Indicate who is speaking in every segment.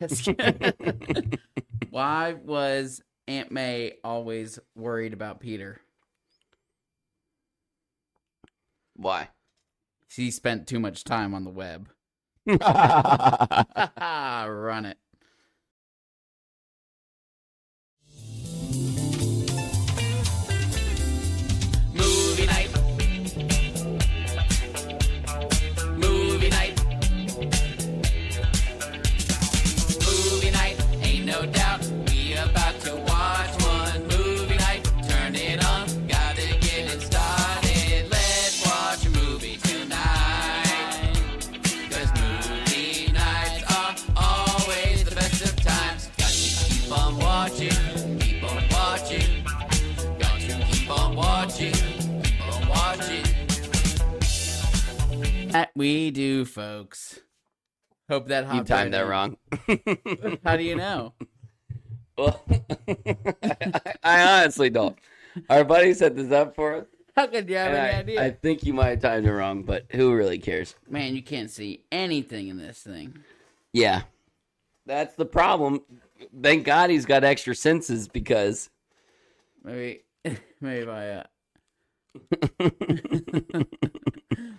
Speaker 1: Why was Aunt May always worried about Peter?
Speaker 2: Why?
Speaker 1: She spent too much time on the web. Run it.
Speaker 3: Movie night. Movie night. Movie night. Ain't no doubt we about to watch one movie night. Turn it on. Gotta get it started. Let's watch a movie tonight. Cause movie nights are always the best of times. Got to keep on watching, keep on watching. Got to keep on watching, keep on watching.
Speaker 1: That we do, folks. Hope that
Speaker 2: You
Speaker 1: hopped right
Speaker 2: timed that
Speaker 1: in.
Speaker 2: wrong.
Speaker 1: How do you know?
Speaker 2: Well, I, I honestly don't. Our buddy set this up for us.
Speaker 1: How could you have
Speaker 2: and
Speaker 1: any
Speaker 2: I,
Speaker 1: idea?
Speaker 2: I think you might have timed it wrong, but who really cares?
Speaker 1: Man, you can't see anything in this thing.
Speaker 2: Yeah. That's the problem. Thank God he's got extra senses because
Speaker 1: Maybe, maybe if I. Uh...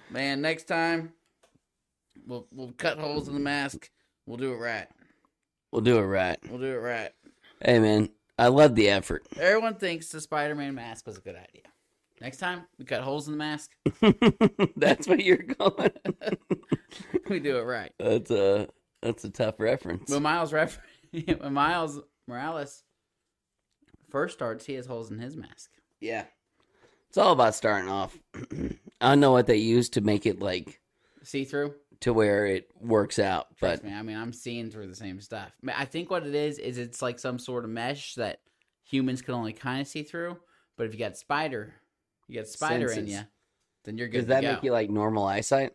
Speaker 1: Man, next time we'll we'll cut holes in the mask. We'll do it right.
Speaker 2: we'll do it right.
Speaker 1: We'll do it right.
Speaker 2: Hey, man. I love the effort.
Speaker 1: Everyone thinks the Spider-Man mask was a good idea. Next time we cut holes in the mask.
Speaker 2: that's what you're going.
Speaker 1: we do it right.
Speaker 2: that's a that's a tough reference.
Speaker 1: When Miles ref- when Miles Morales first starts, he has holes in his mask.
Speaker 2: yeah. It's all about starting off. I don't know what they use to make it like
Speaker 1: See through.
Speaker 2: to where it works out, but
Speaker 1: Trust me, I mean, I'm seeing through the same stuff. I mean, I think what it is is it's like some sort of mesh that humans can only kind of see through. But if you got spider, you got spider in
Speaker 2: Senses.
Speaker 1: you, then you're good.
Speaker 2: does
Speaker 1: to
Speaker 2: that
Speaker 1: go.
Speaker 2: make you like normal eyesight?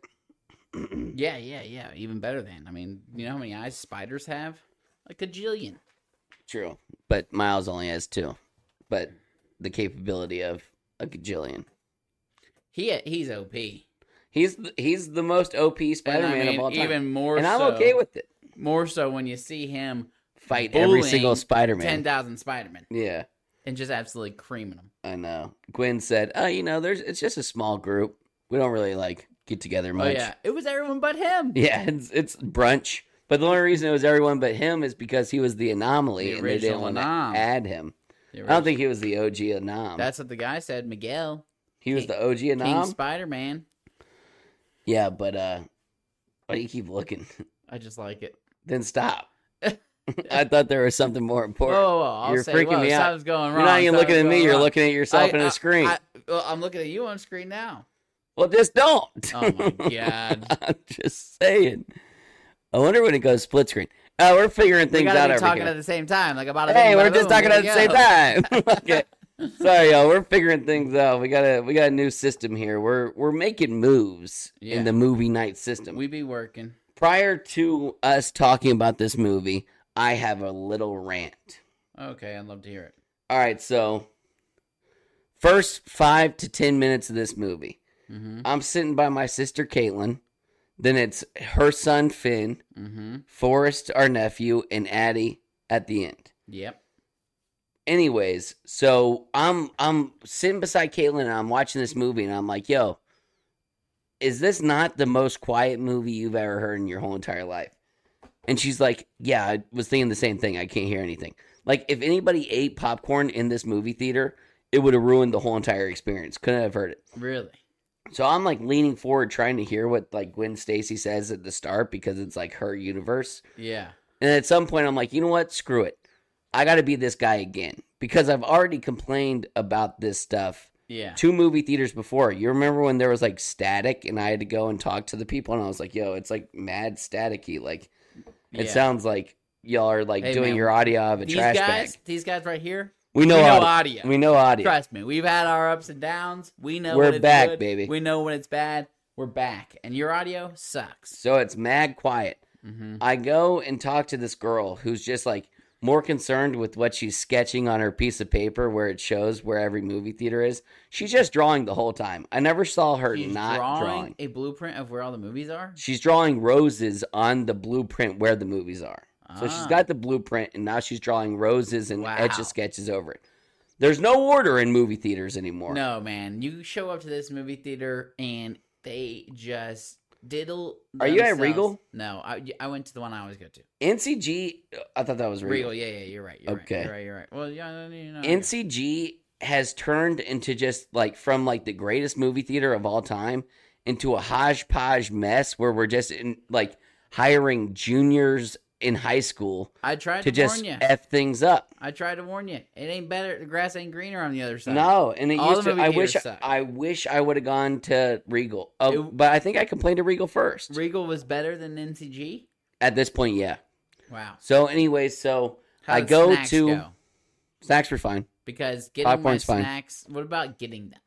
Speaker 1: Yeah, yeah, yeah. Even better than. I mean, you know how many eyes spiders have? Like a jillion.
Speaker 2: True. But Miles only has two. But the capability of a gajillion.
Speaker 1: He he's OP.
Speaker 2: He's the, he's the most OP
Speaker 1: And
Speaker 2: Spider Man
Speaker 1: I mean,
Speaker 2: of all time.
Speaker 1: even more.
Speaker 2: and I'm
Speaker 1: so,
Speaker 2: okay with it.
Speaker 1: more so when you see him
Speaker 2: Fight every
Speaker 1: bullying
Speaker 2: single Spider
Speaker 1: ten
Speaker 2: Man.
Speaker 1: thousand Spider-Men
Speaker 2: Yeah,
Speaker 1: and just absolutely creaming them.
Speaker 2: I know. Gwen said, "Oh, you know, there's it's just a small group. We don't really like get together
Speaker 1: Oh
Speaker 2: much.
Speaker 1: yeah, it was everyone but him.
Speaker 2: Yeah, it's, it's brunch. But the only reason it was everyone but him is because he was the anomaly,
Speaker 1: The
Speaker 2: and they didn't
Speaker 1: original
Speaker 2: want to
Speaker 1: anom.
Speaker 2: add him.
Speaker 1: Yeah,
Speaker 2: I don't think he was the OG anom.
Speaker 1: that's what the guy said. Miguel,
Speaker 2: he was
Speaker 1: King-
Speaker 2: the OG
Speaker 1: King
Speaker 2: anom.
Speaker 1: Spider-Man.
Speaker 2: yeah, but uh, why do you keep looking?
Speaker 1: I just like it.
Speaker 2: then stop. I thought there was something more
Speaker 1: Whoa,
Speaker 2: important.
Speaker 1: whoa, whoa, I'll
Speaker 2: You're
Speaker 1: say,
Speaker 2: freaking
Speaker 1: whoa,
Speaker 2: me out.
Speaker 1: something's going Oh, wrong.
Speaker 2: You're not even
Speaker 1: something's
Speaker 2: looking at me.
Speaker 1: going
Speaker 2: You're
Speaker 1: wrong.
Speaker 2: looking at yourself
Speaker 1: I-
Speaker 2: in
Speaker 1: I-
Speaker 2: the screen.
Speaker 1: I, well, I'm looking at you on screen now.
Speaker 2: well, just don't.
Speaker 1: Oh my god.
Speaker 2: I'm just saying. I wonder when it goes split screen. Oh, we're figuring
Speaker 1: we
Speaker 2: things
Speaker 1: gotta
Speaker 2: out.
Speaker 1: be
Speaker 2: every
Speaker 1: talking
Speaker 2: day.
Speaker 1: at the same time. Like about
Speaker 2: hey, we're just talking at the same time. okay. Sorry, y'all. We're figuring things out. We got a we got a new system here. We're we're making moves
Speaker 1: Yeah.
Speaker 2: in the movie night system.
Speaker 1: We be working.
Speaker 2: Prior to us talking about this movie, I have a little rant.
Speaker 1: Okay, I'd love to hear it.
Speaker 2: All right, so first five to ten minutes of this movie,
Speaker 1: Mm-hmm.
Speaker 2: I'm sitting by my sister Caitlin. Then it's her son Finn,
Speaker 1: Mm-hmm.
Speaker 2: Forrest, our nephew, and Addie at the end.
Speaker 1: Yep.
Speaker 2: anyways, so I'm I'm sitting beside Caitlin and I'm watching this movie and I'm like, yo, is this not the most quiet movie you've ever heard in your whole entire life? And she's like, yeah, I was thinking the same thing. I can't hear anything. Like if anybody ate popcorn in this movie theater, it would have ruined the whole entire experience. Couldn't have heard it.
Speaker 1: Really.
Speaker 2: So I'm like leaning forward trying to hear what like Gwen Stacy says at the start because it's like her universe.
Speaker 1: Yeah.
Speaker 2: And at some point, I'm like, you know what? Screw it. I got to be this guy again because I've already complained about this stuff
Speaker 1: Yeah.
Speaker 2: to movie theaters before. You remember when there was like static and I had to go and talk to the people and I was like, yo, it's like mad staticky. Like, it
Speaker 1: yeah.
Speaker 2: sounds like y'all are like
Speaker 1: Hey,
Speaker 2: doing
Speaker 1: man,
Speaker 2: your audio out of a
Speaker 1: These
Speaker 2: trash
Speaker 1: guys,
Speaker 2: bag.
Speaker 1: these guys right here,
Speaker 2: We know,
Speaker 1: we know
Speaker 2: audio.
Speaker 1: audio.
Speaker 2: We know audio.
Speaker 1: Trust me, we've had our ups and downs. We know
Speaker 2: We're
Speaker 1: when it's
Speaker 2: back,
Speaker 1: good.
Speaker 2: baby.
Speaker 1: We know when it's bad. We're back, and your audio sucks.
Speaker 2: So it's mad quiet.
Speaker 1: Mm-hmm.
Speaker 2: I go and talk to this girl who's just like more concerned with what she's sketching on her piece of paper where it shows where every movie theater is. She's just drawing the whole time. I never saw her not drawing.
Speaker 1: a blueprint of where all the movies are.
Speaker 2: She's drawing roses on the blueprint where the movies are. So she's
Speaker 1: Ah.
Speaker 2: got the blueprint, and now she's drawing roses and
Speaker 1: Wow.
Speaker 2: etch a sketches over it. There's no order in movie theaters anymore.
Speaker 1: No, man. You show up to this movie theater and they just diddle.
Speaker 2: Are you at
Speaker 1: themselves.
Speaker 2: Regal?
Speaker 1: No, I, I went to the one I always go to.
Speaker 2: NCG, I thought that was real.
Speaker 1: Regal. Yeah, yeah. You're right. You're Right,
Speaker 2: Okay.
Speaker 1: you're right. You're right. Well, yeah. You know,
Speaker 2: NCG has turned into just like from like the greatest movie theater of all time into a hodgepodge mess where we're just in like hiring juniors in high school
Speaker 1: I tried to,
Speaker 2: to just
Speaker 1: warn you.
Speaker 2: f things up.
Speaker 1: I tried to warn you. It ain't better. The grass ain't greener on the other side.
Speaker 2: No, and it
Speaker 1: All
Speaker 2: used
Speaker 1: the
Speaker 2: to.
Speaker 1: movie
Speaker 2: I wish
Speaker 1: theaters suck.
Speaker 2: I wish I would have gone to Regal, oh,
Speaker 1: It-
Speaker 2: but I think I complained to Regal first.
Speaker 1: Regal was better than NCG.
Speaker 2: At this point, yeah.
Speaker 1: Wow.
Speaker 2: So, anyway, so
Speaker 1: How
Speaker 2: I
Speaker 1: did
Speaker 2: go
Speaker 1: snacks
Speaker 2: to-
Speaker 1: go?
Speaker 2: snacks were fine.
Speaker 1: because getting
Speaker 2: Popcorn's
Speaker 1: my
Speaker 2: fine.
Speaker 1: snacks. What about getting them?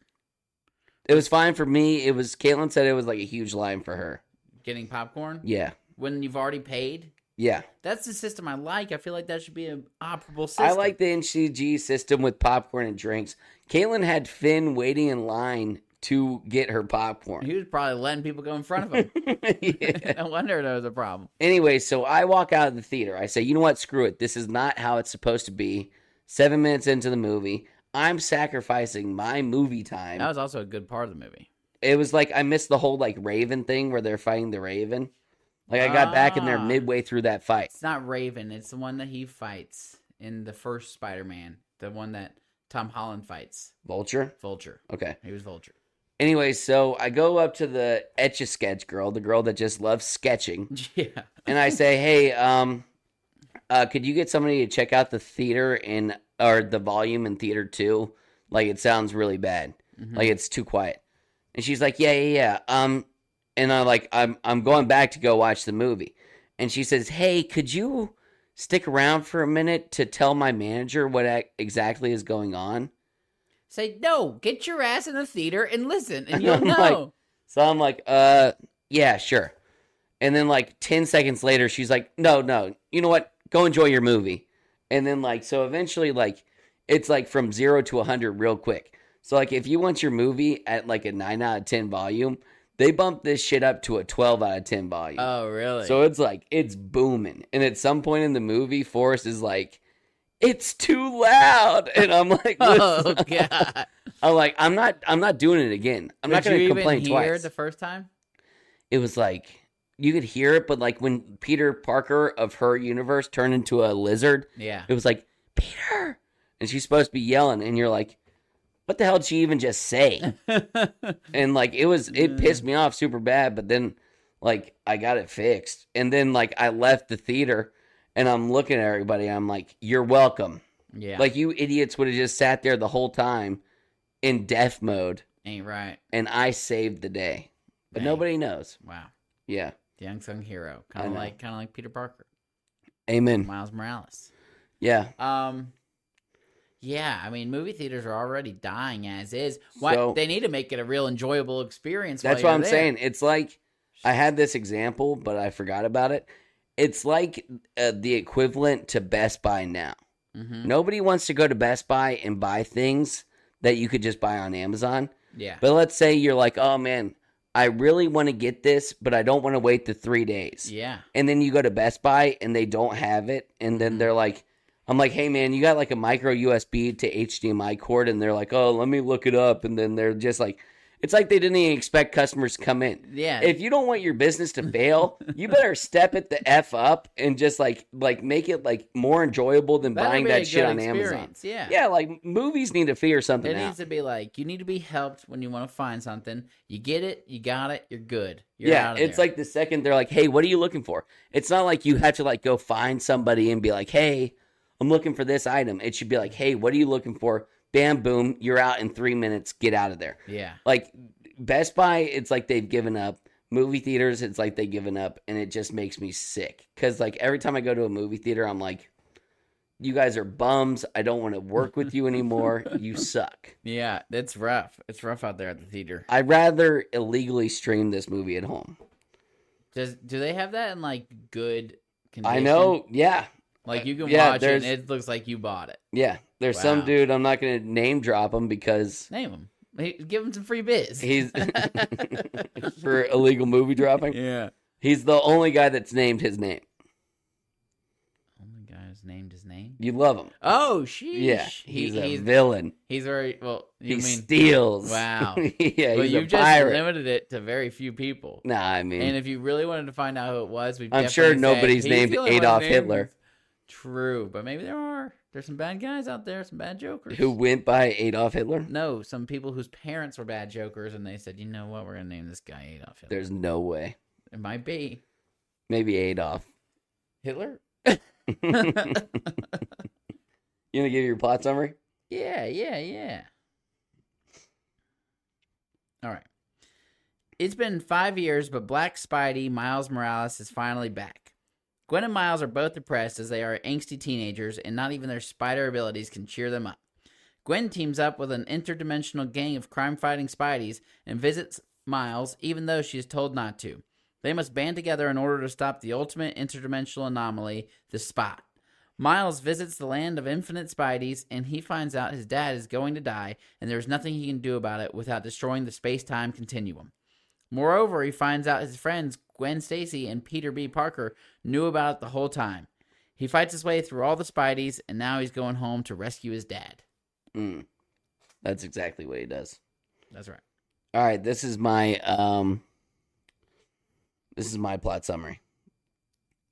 Speaker 2: It was fine for me. It was Caitlin said it was like a huge line for her.
Speaker 1: Getting popcorn
Speaker 2: Yeah,
Speaker 1: when you've already paid.
Speaker 2: yeah.
Speaker 1: That's the system I like. I feel like that should be an operable system.
Speaker 2: I like the NCG system with popcorn and drinks. Caitlin had Finn waiting in line to get her popcorn.
Speaker 1: He was probably letting people go in front of him.
Speaker 2: Yeah.
Speaker 1: no wonder there was a problem.
Speaker 2: Anyway, so I walk out of the theater. I say, you know what? Screw it. This is not how it's supposed to be. Seven minutes into the movie, I'm sacrificing my movie time.
Speaker 1: That was also a good part of the movie.
Speaker 2: it was like I missed the whole like Raven thing where they're fighting the Raven. Like I got back in there
Speaker 1: Ah.
Speaker 2: midway through that fight.
Speaker 1: It's not Raven. It's the one that he fights in the first Spider-Man. The one that Tom Holland fights.
Speaker 2: Vulture.
Speaker 1: Vulture.
Speaker 2: Okay.
Speaker 1: He was Vulture.
Speaker 2: Anyway, so I go up to the etch a sketch girl, the girl that just loves sketching.
Speaker 1: Yeah.
Speaker 2: and I say, "Hey, um, uh, could you get somebody to check out the theater in or the volume in theater two? Like it sounds really bad.
Speaker 1: Mhm.
Speaker 2: Like it's too quiet." And she's like, "Yeah, yeah, yeah." Um, and I like, I'm I'm going back to go watch the movie, and she says, "Hey, could you stick around for a minute to tell my manager what ac- exactly is going on?"
Speaker 1: Say no. Get your ass in the theater and listen, and you'll
Speaker 2: I'm like-
Speaker 1: know.
Speaker 2: So I'm like, uh, yeah, sure. And then like 10 seconds later, she's like, no, no, you know what? Go enjoy your movie. And then like, so eventually, like, it's like from zero to 100 real quick. So, like, if you want your movie at like a 9 out of 10 volume, they bump this shit up to a 12 out of 10 volume.
Speaker 1: oh, really?
Speaker 2: so it's like, it's booming. And at some point in the movie, Forrest is like, it's too loud. And I'm like,
Speaker 1: oh
Speaker 2: listen.
Speaker 1: god.
Speaker 2: I'm like, I'm not, I'm not doing it again. I'm not
Speaker 1: Did
Speaker 2: going to
Speaker 1: you
Speaker 2: complain
Speaker 1: even
Speaker 2: twice
Speaker 1: hear the first time?
Speaker 2: it was like you could hear it, but like when Peter Parker of her universe turned into a lizard,
Speaker 1: Yeah.
Speaker 2: it was like Peter, and she's supposed to be yelling, and you're like, what the hell did she even just say? and like it was, it
Speaker 1: Yeah.
Speaker 2: pissed me off super bad. But then, like I got it fixed, and then like I left the theater, and I'm looking at everybody, I'm like, you're welcome.
Speaker 1: yeah.
Speaker 2: Like you idiots would have just sat there the whole time in death mode,
Speaker 1: ain't right.
Speaker 2: and I saved the day. But
Speaker 1: Dang.
Speaker 2: nobody knows.
Speaker 1: Wow.
Speaker 2: Yeah.
Speaker 1: The unsung hero,
Speaker 2: I
Speaker 1: kind of
Speaker 2: know. Mm.
Speaker 1: like kind of like Peter Parker,
Speaker 2: Amen.
Speaker 1: Miles Morales.
Speaker 2: Yeah.
Speaker 1: Um, yeah, I mean, movie theaters are already dying as is. Why
Speaker 2: So-
Speaker 1: they need to make it a real enjoyable experience. while
Speaker 2: That's what
Speaker 1: you're
Speaker 2: I'm
Speaker 1: there.
Speaker 2: saying. It's like I had this example, but I forgot about it. It's like uh, the equivalent to Best Buy now.
Speaker 1: Mhm.
Speaker 2: Nobody wants to go to Best Buy and buy things that you could just buy on Amazon.
Speaker 1: Yeah,
Speaker 2: But let's say you're like, oh man, I really want to get this, but I don't want to wait the three days.
Speaker 1: yeah,
Speaker 2: And then you go to Best Buy and they don't have it. And
Speaker 1: Mm-hmm.
Speaker 2: then they're like, I'm like, hey man, you got like a micro USB to HDMI cord. And they're like, oh, let me look it up. And then they're just like, it's like they didn't even expect customers to come in.
Speaker 1: yeah.
Speaker 2: If you don't want your business to fail, you better step it the f up and just like like make it like more enjoyable than
Speaker 1: That'd
Speaker 2: buying
Speaker 1: be a
Speaker 2: that
Speaker 1: good
Speaker 2: shit on Amazon.
Speaker 1: experience, Yeah,
Speaker 2: Yeah, like movies need to figure something
Speaker 1: It
Speaker 2: out.
Speaker 1: needs to be like you need to be helped when you want to find something. You get it, you got it, you're good. You're
Speaker 2: yeah,
Speaker 1: outta
Speaker 2: it's
Speaker 1: there.
Speaker 2: like the second they're like, "Hey, what are you looking for?" It's not like you have to like go find somebody and be like, "Hey, I'm looking for this item." It should be like, "Hey, what are you looking for?" Bam, boom, you're out in three minutes. Get out of there.
Speaker 1: yeah,
Speaker 2: Like Best Buy, it's like they've given up. Movie theaters, it's like they've given up, and it just makes me sick. Cause like every time I go to a movie theater, I'm like, "You guys are bums. I don't want to work with you anymore. you suck."
Speaker 1: yeah. It's rough. It's rough out there at the theater.
Speaker 2: I'd rather illegally stream this movie at home.
Speaker 1: Does do they have that in like good? Condition?
Speaker 2: I know, yeah.
Speaker 1: Like you can
Speaker 2: Uh, Yeah,
Speaker 1: watch it, and
Speaker 2: there's-
Speaker 1: it looks like you bought it.
Speaker 2: Yeah, there's some
Speaker 1: Wow.
Speaker 2: dude. I'm not gonna name drop him because
Speaker 1: Name him. Hey, give him some free biz.
Speaker 2: he's for illegal movie dropping.
Speaker 1: yeah.
Speaker 2: He's the only guy that's named his name.
Speaker 1: the guy who's named his name.
Speaker 2: You love him.
Speaker 1: Oh, sheesh.
Speaker 2: Yeah,
Speaker 1: he,
Speaker 2: he's
Speaker 1: he's
Speaker 2: a
Speaker 1: he's,
Speaker 2: villain.
Speaker 1: very well. You
Speaker 2: he
Speaker 1: mean?
Speaker 2: steals.
Speaker 1: Wow.
Speaker 2: yeah,
Speaker 1: well,
Speaker 2: he's
Speaker 1: you
Speaker 2: a
Speaker 1: just
Speaker 2: pirate.
Speaker 1: limited it to very few people.
Speaker 2: nah, I mean,
Speaker 1: And if you really wanted to find out who it was, we.
Speaker 2: I'm sure nobody's named Adolf Hitler."
Speaker 1: True, but maybe there are. There's some bad guys out there. Some bad jokers.
Speaker 2: who went by Adolf Hitler?
Speaker 1: No, some people whose parents were bad jokers, and they said, "You know what? We're gonna name this guy Adolf Hitler."
Speaker 2: There's no way.
Speaker 1: It might be
Speaker 2: Maybe Adolf.
Speaker 1: Hitler.
Speaker 2: you gonna give your plot summary?
Speaker 1: Yeah, yeah, yeah. All right. It's been five years, but Black Spidey Miles Morales is finally back. Gwen and Miles are both depressed as they are angsty teenagers, and not even their spider abilities can cheer them up. Gwen teams up with an interdimensional gang of crime fighting Spideys and visits Miles, even though she is told not to. They must band together in order to stop the ultimate interdimensional anomaly, the Spot. Miles visits the land of infinite Spideys, and he finds out his dad is going to die, and there's nothing he can do about it without destroying the space time continuum. Moreover, he finds out his friends Gwen Stacy and Peter B. Parker knew about it the whole time. He fights his way through all the Spideys, and now he's going home to rescue his dad.
Speaker 2: Mm. That's exactly what he does.
Speaker 1: That's right.
Speaker 2: All right, this is my um this is my plot summary.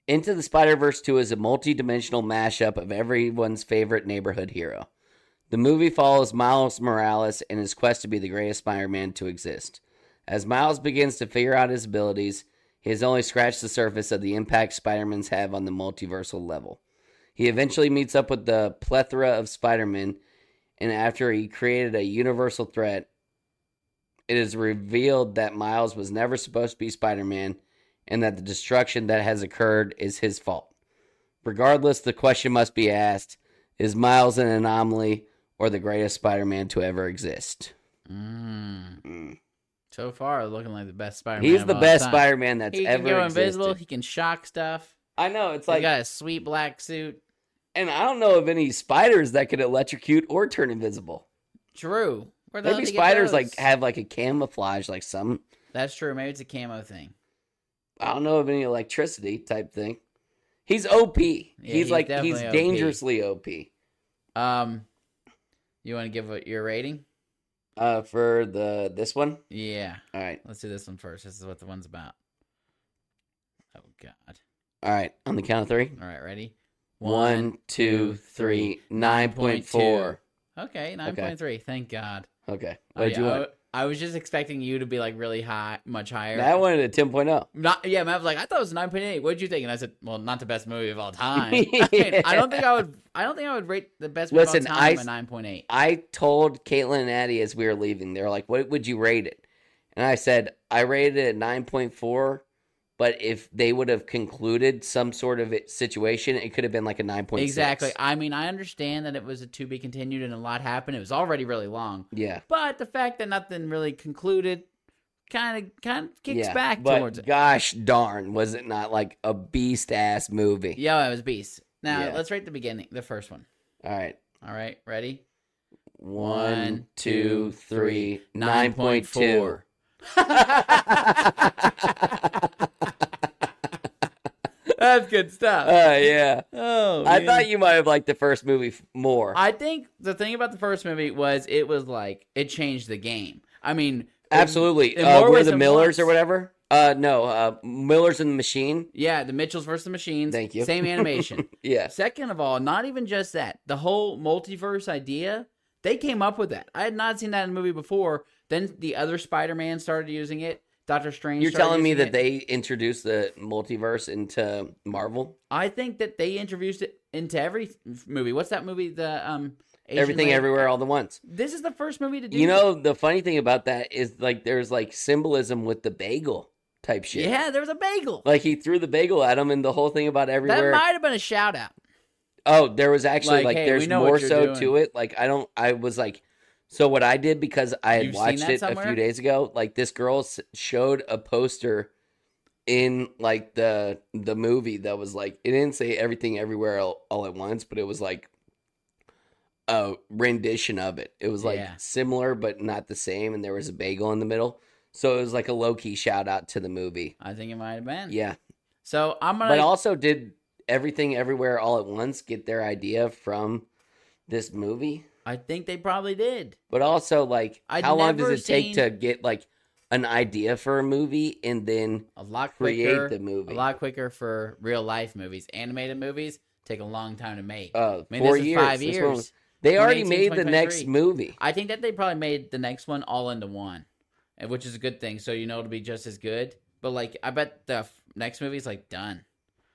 Speaker 2: Into the Spider-Verse 2 is a multi-dimensional mashup of everyone's favorite neighborhood hero. The movie follows Miles Morales in his quest to be the greatest Spider-Man to exist. As Miles begins to figure out his abilities, he has only scratched the surface of the impact Spider-Mans have on the multiversal level. He eventually meets up with the plethora of Spider-Men, and after he created a universal threat, it is revealed that Miles was never supposed to be Spider Man and that the destruction that has occurred is his fault. Regardless, the question must be asked is Miles an anomaly or the greatest Spider Man to ever exist?
Speaker 1: Mm.
Speaker 2: Mm.
Speaker 1: So far, looking like the best Spider-Man.
Speaker 2: He's
Speaker 1: of
Speaker 2: the
Speaker 1: all
Speaker 2: best
Speaker 1: time.
Speaker 2: Spider Man that's
Speaker 1: He can
Speaker 2: ever
Speaker 1: go
Speaker 2: existed.
Speaker 1: invisible. He can shock stuff.
Speaker 2: I know, it's
Speaker 1: he
Speaker 2: like,
Speaker 1: got a sweet black suit.
Speaker 2: and I don't know of any spiders that could electrocute or turn invisible.
Speaker 1: True. Where the hell
Speaker 2: Maybe
Speaker 1: did he get
Speaker 2: spiders like
Speaker 1: those?
Speaker 2: have like a camouflage, like some
Speaker 1: That's true. Maybe it's a camo thing.
Speaker 2: I don't know of any electricity type thing. He's OP. he's
Speaker 1: he's
Speaker 2: like he's
Speaker 1: definitely OP.
Speaker 2: dangerously OP.
Speaker 1: Um, you want to give what your rating?
Speaker 2: Uh, for the this one.
Speaker 1: Yeah.
Speaker 2: All right,
Speaker 1: Let's do this one first. This is what the one's about. Oh God!
Speaker 2: all right. On the count of three.
Speaker 1: All right, ready?
Speaker 2: One, two,
Speaker 1: two,
Speaker 2: three.
Speaker 1: three.
Speaker 2: Nine point four.
Speaker 1: Okay, nine point three. Thank God.
Speaker 2: Okay.
Speaker 1: Oh,
Speaker 2: What'd
Speaker 1: yeah,
Speaker 2: you
Speaker 1: I,
Speaker 2: want?
Speaker 1: w- I was just expecting you to be like really high, much higher.
Speaker 2: I wanted a ten point oh.
Speaker 1: Not yeah, Matt was like, I thought it was nine point eight. What'd you think? And I said, Well, not the best movie of all time. I, mean, I don't think I would. I don't think I would rate the best movie
Speaker 2: Listen,
Speaker 1: of all time
Speaker 2: I-
Speaker 1: a nine point eight.
Speaker 2: I told Caitlin and Addie as we were leaving, they were like, "What would you rate it?" And I said, "I rated it nine point four, but if they would have concluded some sort of it- situation, it could have been like a nine point
Speaker 1: Exactly. I mean, I understand that it was a to be continued and a lot happened. It was already really long,
Speaker 2: Yeah.
Speaker 1: but the fact that nothing really concluded kind of kind of kicks back
Speaker 2: but
Speaker 1: towards it.
Speaker 2: Gosh darn, was it not like a beast ass movie?
Speaker 1: Yo, it was beast. Now
Speaker 2: Yeah.
Speaker 1: let's rate the beginning, the first one.
Speaker 2: All right.
Speaker 1: All right, ready?
Speaker 2: One, two, three, nine
Speaker 1: Nine
Speaker 2: point
Speaker 1: point
Speaker 2: two.
Speaker 1: four. That's good stuff.
Speaker 2: Oh yeah.
Speaker 1: oh,
Speaker 2: I
Speaker 1: man.
Speaker 2: thought you might have liked the first movie f- more.
Speaker 1: I think the thing about the first movie was it was like it changed the game. I mean,
Speaker 2: Absolutely.
Speaker 1: in
Speaker 2: Uh,
Speaker 1: more
Speaker 2: were
Speaker 1: ways
Speaker 2: the
Speaker 1: than
Speaker 2: Millers or
Speaker 1: once.
Speaker 2: whatever? Uh, no. Uh, Millers and the Machine.
Speaker 1: yeah, the Mitchells versus the Machines.
Speaker 2: Thank you.
Speaker 1: Same animation.
Speaker 2: Yeah.
Speaker 1: Second of all, not even just that, the whole multiverse idea, they came up with that. I had not seen that in a movie before. Then the other Spider Man started using it. Doctor Strange.
Speaker 2: You're
Speaker 1: started
Speaker 2: telling me
Speaker 1: using
Speaker 2: that
Speaker 1: it.
Speaker 2: they introduced the multiverse into Marvel?
Speaker 1: I think that they introduced it into every f- movie. What's that movie? The um. Asian
Speaker 2: Everything,
Speaker 1: lady?
Speaker 2: everywhere, all the once.
Speaker 1: This is the first movie to do.
Speaker 2: You know, the funny thing about that is like there's like symbolism with the bagel type shit.
Speaker 1: Yeah, there was a bagel.
Speaker 2: Like he threw the bagel at him, and the whole thing about
Speaker 1: that
Speaker 2: everywhere.
Speaker 1: might have been a shout out.
Speaker 2: oh, there was actually like,
Speaker 1: Like, hey,
Speaker 2: there's
Speaker 1: we know
Speaker 2: more
Speaker 1: what you're
Speaker 2: so
Speaker 1: doing.
Speaker 2: to it. Like I don't, I was like, so what I did because I had
Speaker 1: You've seen
Speaker 2: watched
Speaker 1: that
Speaker 2: it a few
Speaker 1: somewhere?
Speaker 2: days ago. Like this girl s- showed a poster in like the the movie that was like it didn't say everything everywhere all, all at once, but it was like a rendition of it. It was like
Speaker 1: Yeah.
Speaker 2: similar but not the same, and there was a bagel in the middle. So it was like a low key shout out to the movie.
Speaker 1: I think it might have been.
Speaker 2: Yeah.
Speaker 1: So I'm gonna.
Speaker 2: but also did Everything Everywhere All at Once get their idea from this movie?
Speaker 1: I think they probably did.
Speaker 2: But also, like,
Speaker 1: I'd
Speaker 2: how long does
Speaker 1: never
Speaker 2: it take
Speaker 1: seen-
Speaker 2: to get like an idea for a movie and then
Speaker 1: A lot
Speaker 2: create
Speaker 1: quicker.
Speaker 2: the movie?
Speaker 1: A lot quicker for real life movies. Animated movies take a long time to make.
Speaker 2: Uh,
Speaker 1: I mean,
Speaker 2: four
Speaker 1: this is
Speaker 2: years.
Speaker 1: five
Speaker 2: This
Speaker 1: years.
Speaker 2: one- they already
Speaker 1: 2018,
Speaker 2: made the next
Speaker 1: 2023.
Speaker 2: movie.
Speaker 1: I think that they probably made the next one all into one, and- which is a good thing. So you know it'll be just as good. But like, I bet the f- next movie's like done.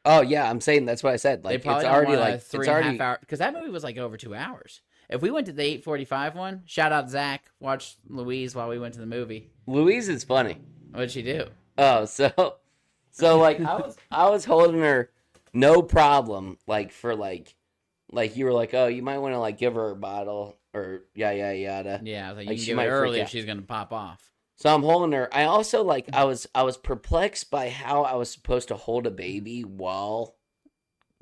Speaker 2: Oh yeah, I'm saying that's what I said. Like
Speaker 1: they
Speaker 2: it's
Speaker 1: probably don't
Speaker 2: already
Speaker 1: want a
Speaker 2: like it's
Speaker 1: three and a half
Speaker 2: already
Speaker 1: hour because that movie was like over two hours. If we went to the eight forty five one, shout out Zach. Watched Louise while we went to the movie.
Speaker 2: Louise is funny.
Speaker 1: What'd she do?
Speaker 2: Oh, so so like I was I was holding her no problem like for like like you were like, "Oh, you might want to like give her a bottle or yeah, yeah, yada."
Speaker 1: Yeah, I was like, you
Speaker 2: Like,
Speaker 1: can
Speaker 2: she
Speaker 1: give
Speaker 2: might
Speaker 1: it
Speaker 2: freak
Speaker 1: early if
Speaker 2: out.
Speaker 1: she's gonna pop off.
Speaker 2: So I'm holding her. I also like I was I was perplexed by how I was supposed to hold a baby while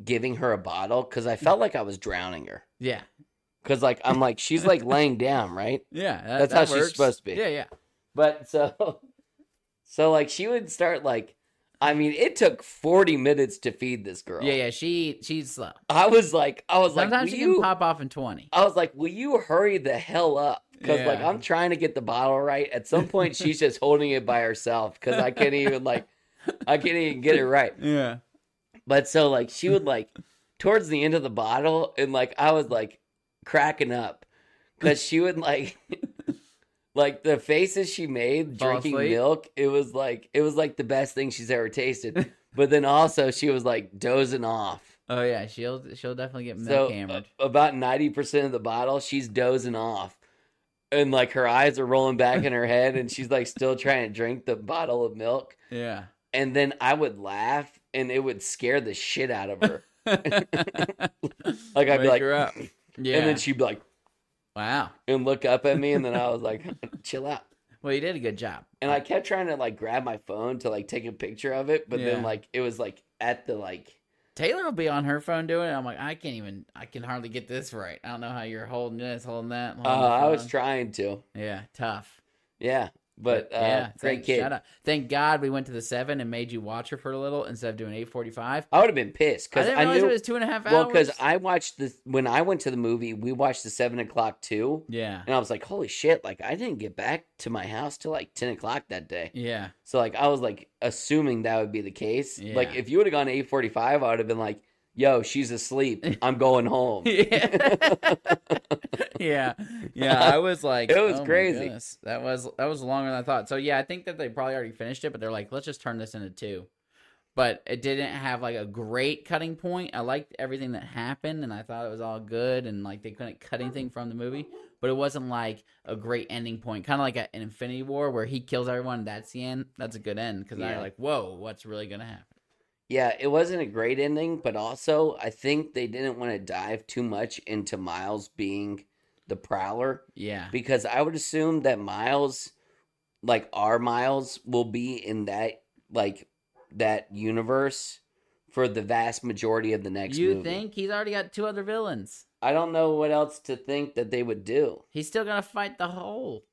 Speaker 2: giving her a bottle cuz I felt like I was drowning her.
Speaker 1: Yeah,
Speaker 2: Cuz like I'm like she's like laying down, right?
Speaker 1: yeah. that-
Speaker 2: That's
Speaker 1: that
Speaker 2: how she's
Speaker 1: works.
Speaker 2: supposed to be.
Speaker 1: Yeah, yeah.
Speaker 2: But so, so like she would start like, I mean, it took forty minutes to feed this girl.
Speaker 1: Yeah, yeah, she she's slow.
Speaker 2: I was like, I was like,
Speaker 1: Sometimes
Speaker 2: will
Speaker 1: she can
Speaker 2: you?
Speaker 1: pop off in twenty.
Speaker 2: I was like, will you hurry the hell up? Because like
Speaker 1: Yeah.
Speaker 2: I'm trying to get the bottle right. At some point, she's just holding it by herself because I can't even like, I can't even get it right.
Speaker 1: Yeah,
Speaker 2: But so like she would like towards the end of the bottle and like I was like cracking up cuz she would like like the faces she made
Speaker 1: Fall
Speaker 2: drinking
Speaker 1: asleep?
Speaker 2: milk it was like it was like the best thing she's ever tasted. But then also she was like dozing off.
Speaker 1: oh yeah, she'll she'll definitely get
Speaker 2: So uh,
Speaker 1: milk hammered.
Speaker 2: a- about 90% of the bottle she's dozing off. And like her eyes are rolling back in her head and she's like still trying to drink the bottle of milk
Speaker 1: Yeah.
Speaker 2: and then I would laugh and it would scare the shit out of her. Like I'd
Speaker 1: Wake
Speaker 2: be like,
Speaker 1: her up. Yeah.
Speaker 2: and then she'd be like,
Speaker 1: wow.
Speaker 2: and look up at me, and then I was like, chill out.
Speaker 1: Well, you did a good job.
Speaker 2: And I kept trying to like grab my phone to like take a picture of it, but
Speaker 1: Yeah.
Speaker 2: then like it was like at the like
Speaker 1: Taylor will be on her phone doing it. I'm like, I can't even. I can hardly get this right. I don't know how you're holding this, holding that.
Speaker 2: uh,
Speaker 1: holding the
Speaker 2: I was
Speaker 1: phone.
Speaker 2: trying to,
Speaker 1: yeah, tough.
Speaker 2: yeah. But uh, great
Speaker 1: thank,
Speaker 2: kid.
Speaker 1: shout out. Thank God we went to the seven and made you watch her for a little instead of doing eight forty five.
Speaker 2: I would have been
Speaker 1: I
Speaker 2: pissed because
Speaker 1: didn't
Speaker 2: I,
Speaker 1: realize
Speaker 2: knew
Speaker 1: it was two and a half hours.
Speaker 2: well because I watched the when I went to the movie, we watched the seven o'clock too,
Speaker 1: yeah,
Speaker 2: and I was like, holy shit! Like I didn't get back to my house till like ten o'clock that day.
Speaker 1: yeah,
Speaker 2: So like I was like assuming that would be the case. Like
Speaker 1: Yeah.
Speaker 2: if you would have gone eight forty five, I would have been like, "Yo, she's asleep. I'm going home."
Speaker 1: yeah, yeah, yeah. I was like,
Speaker 2: It was
Speaker 1: oh my
Speaker 2: crazy.
Speaker 1: goodness. That was that was longer than I thought. So yeah, I think that they probably already finished it, but they're like, let's just turn this into two. But it didn't have like a great cutting point. I liked everything that happened, and I thought it was all good, and like they couldn't cut anything from the movie. But it wasn't like a great ending point, kind of like a- an Infinity War where he kills everyone. That's the end. That's a good end because I
Speaker 2: Yeah.
Speaker 1: like, whoa, what's really gonna happen?
Speaker 2: yeah, it wasn't a great ending, but also I think they didn't want to dive too much into Miles being the prowler
Speaker 1: Yeah,
Speaker 2: because I would assume that Miles, like our Miles, will be in that like that universe for the vast majority of the next
Speaker 1: you
Speaker 2: movie.
Speaker 1: think he's already got two other villains?
Speaker 2: I don't know what else to think that they would do.
Speaker 1: He's still gonna fight the whole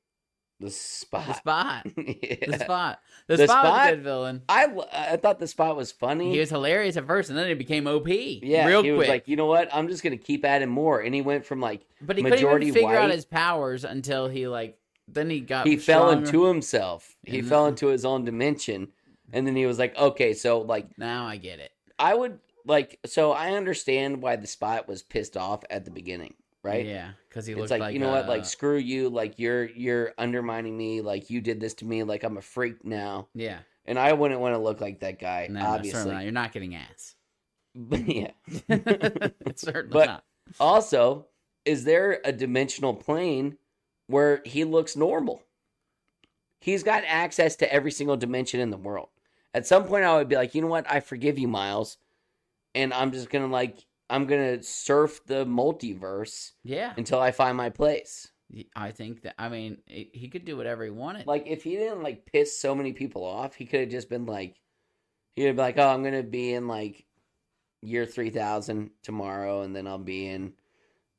Speaker 2: The spot.
Speaker 1: the spot.
Speaker 2: Yeah.
Speaker 1: The spot. The,
Speaker 2: The
Speaker 1: spot, was
Speaker 2: Spot?
Speaker 1: a good villain.
Speaker 2: I, w- I thought the spot was funny.
Speaker 1: He was hilarious at first, and then he became OP.
Speaker 2: yeah,
Speaker 1: real
Speaker 2: he
Speaker 1: quick.
Speaker 2: was like, you know what? I'm just gonna keep adding more, and he went from like
Speaker 1: but he couldn't
Speaker 2: majority
Speaker 1: even figure out
Speaker 2: white.
Speaker 1: his powers until he like. Then he got.
Speaker 2: he fell
Speaker 1: stronger. Mm-hmm.
Speaker 2: into himself. He
Speaker 1: And-
Speaker 2: fell into his own dimension, and then he was like, okay, so like
Speaker 1: Now I get it.
Speaker 2: I would like so I understand why the spot was pissed off at the beginning, right?
Speaker 1: Yeah, because he
Speaker 2: It's
Speaker 1: looked
Speaker 2: like,
Speaker 1: like
Speaker 2: you know what,
Speaker 1: uh,
Speaker 2: like screw you, like you're you're undermining me, like you did this to me, like I'm a freak now,
Speaker 1: yeah.
Speaker 2: and I wouldn't want to look like that guy,
Speaker 1: No, no, certainly not.
Speaker 2: obviously.
Speaker 1: You're not getting ass.
Speaker 2: But yeah,
Speaker 1: certainly
Speaker 2: But-
Speaker 1: not.
Speaker 2: Also, is there a dimensional plane where he looks normal? He's got access to every single dimension in the world. At some point, I would be like, you know what? I forgive you, Miles. And I'm just going to like, I'm going to surf the multiverse
Speaker 1: Yeah,
Speaker 2: until I find my place.
Speaker 1: I think that. I mean, he he could do whatever he wanted.
Speaker 2: Like, if he didn't like piss so many people off, he could have just been like, he'd be like, oh, I'm going to be in like year 3000 tomorrow. And then I'll be in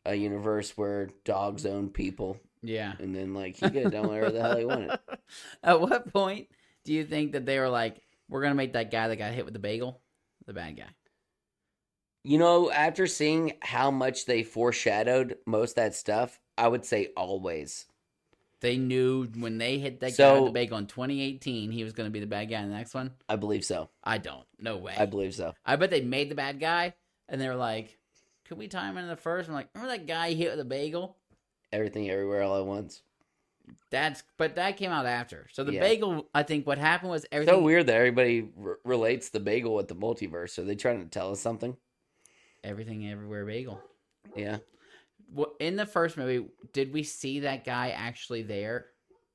Speaker 2: a universe where dogs own people.
Speaker 1: yeah.
Speaker 2: and then like he could have done whatever the hell he wanted.
Speaker 1: At what point do you think that they were like, "We're gonna make that guy that got hit with the bagel, the bad guy"?
Speaker 2: You know, after seeing how much they foreshadowed most of that stuff, I would say always.
Speaker 1: They knew when they hit that guy
Speaker 2: So-
Speaker 1: with the bagel in 2018, he was going to be the bad guy in the next one.
Speaker 2: I believe so.
Speaker 1: I don't. No way.
Speaker 2: I believe so.
Speaker 1: I bet they made the bad guy, and they were like, "Could we tie him into the first? I'm like, "Remember that guy you hit with a bagel?"
Speaker 2: Everything, everywhere, all at once.
Speaker 1: That's but that came out after. So the
Speaker 2: Yeah.
Speaker 1: bagel, I think what happened was everything.
Speaker 2: So weird that everybody r- relates the bagel with the multiverse. Are they trying to tell us something?
Speaker 1: Everything everywhere bagel.
Speaker 2: Yeah.
Speaker 1: Wha- In the first movie, did we see that guy actually there?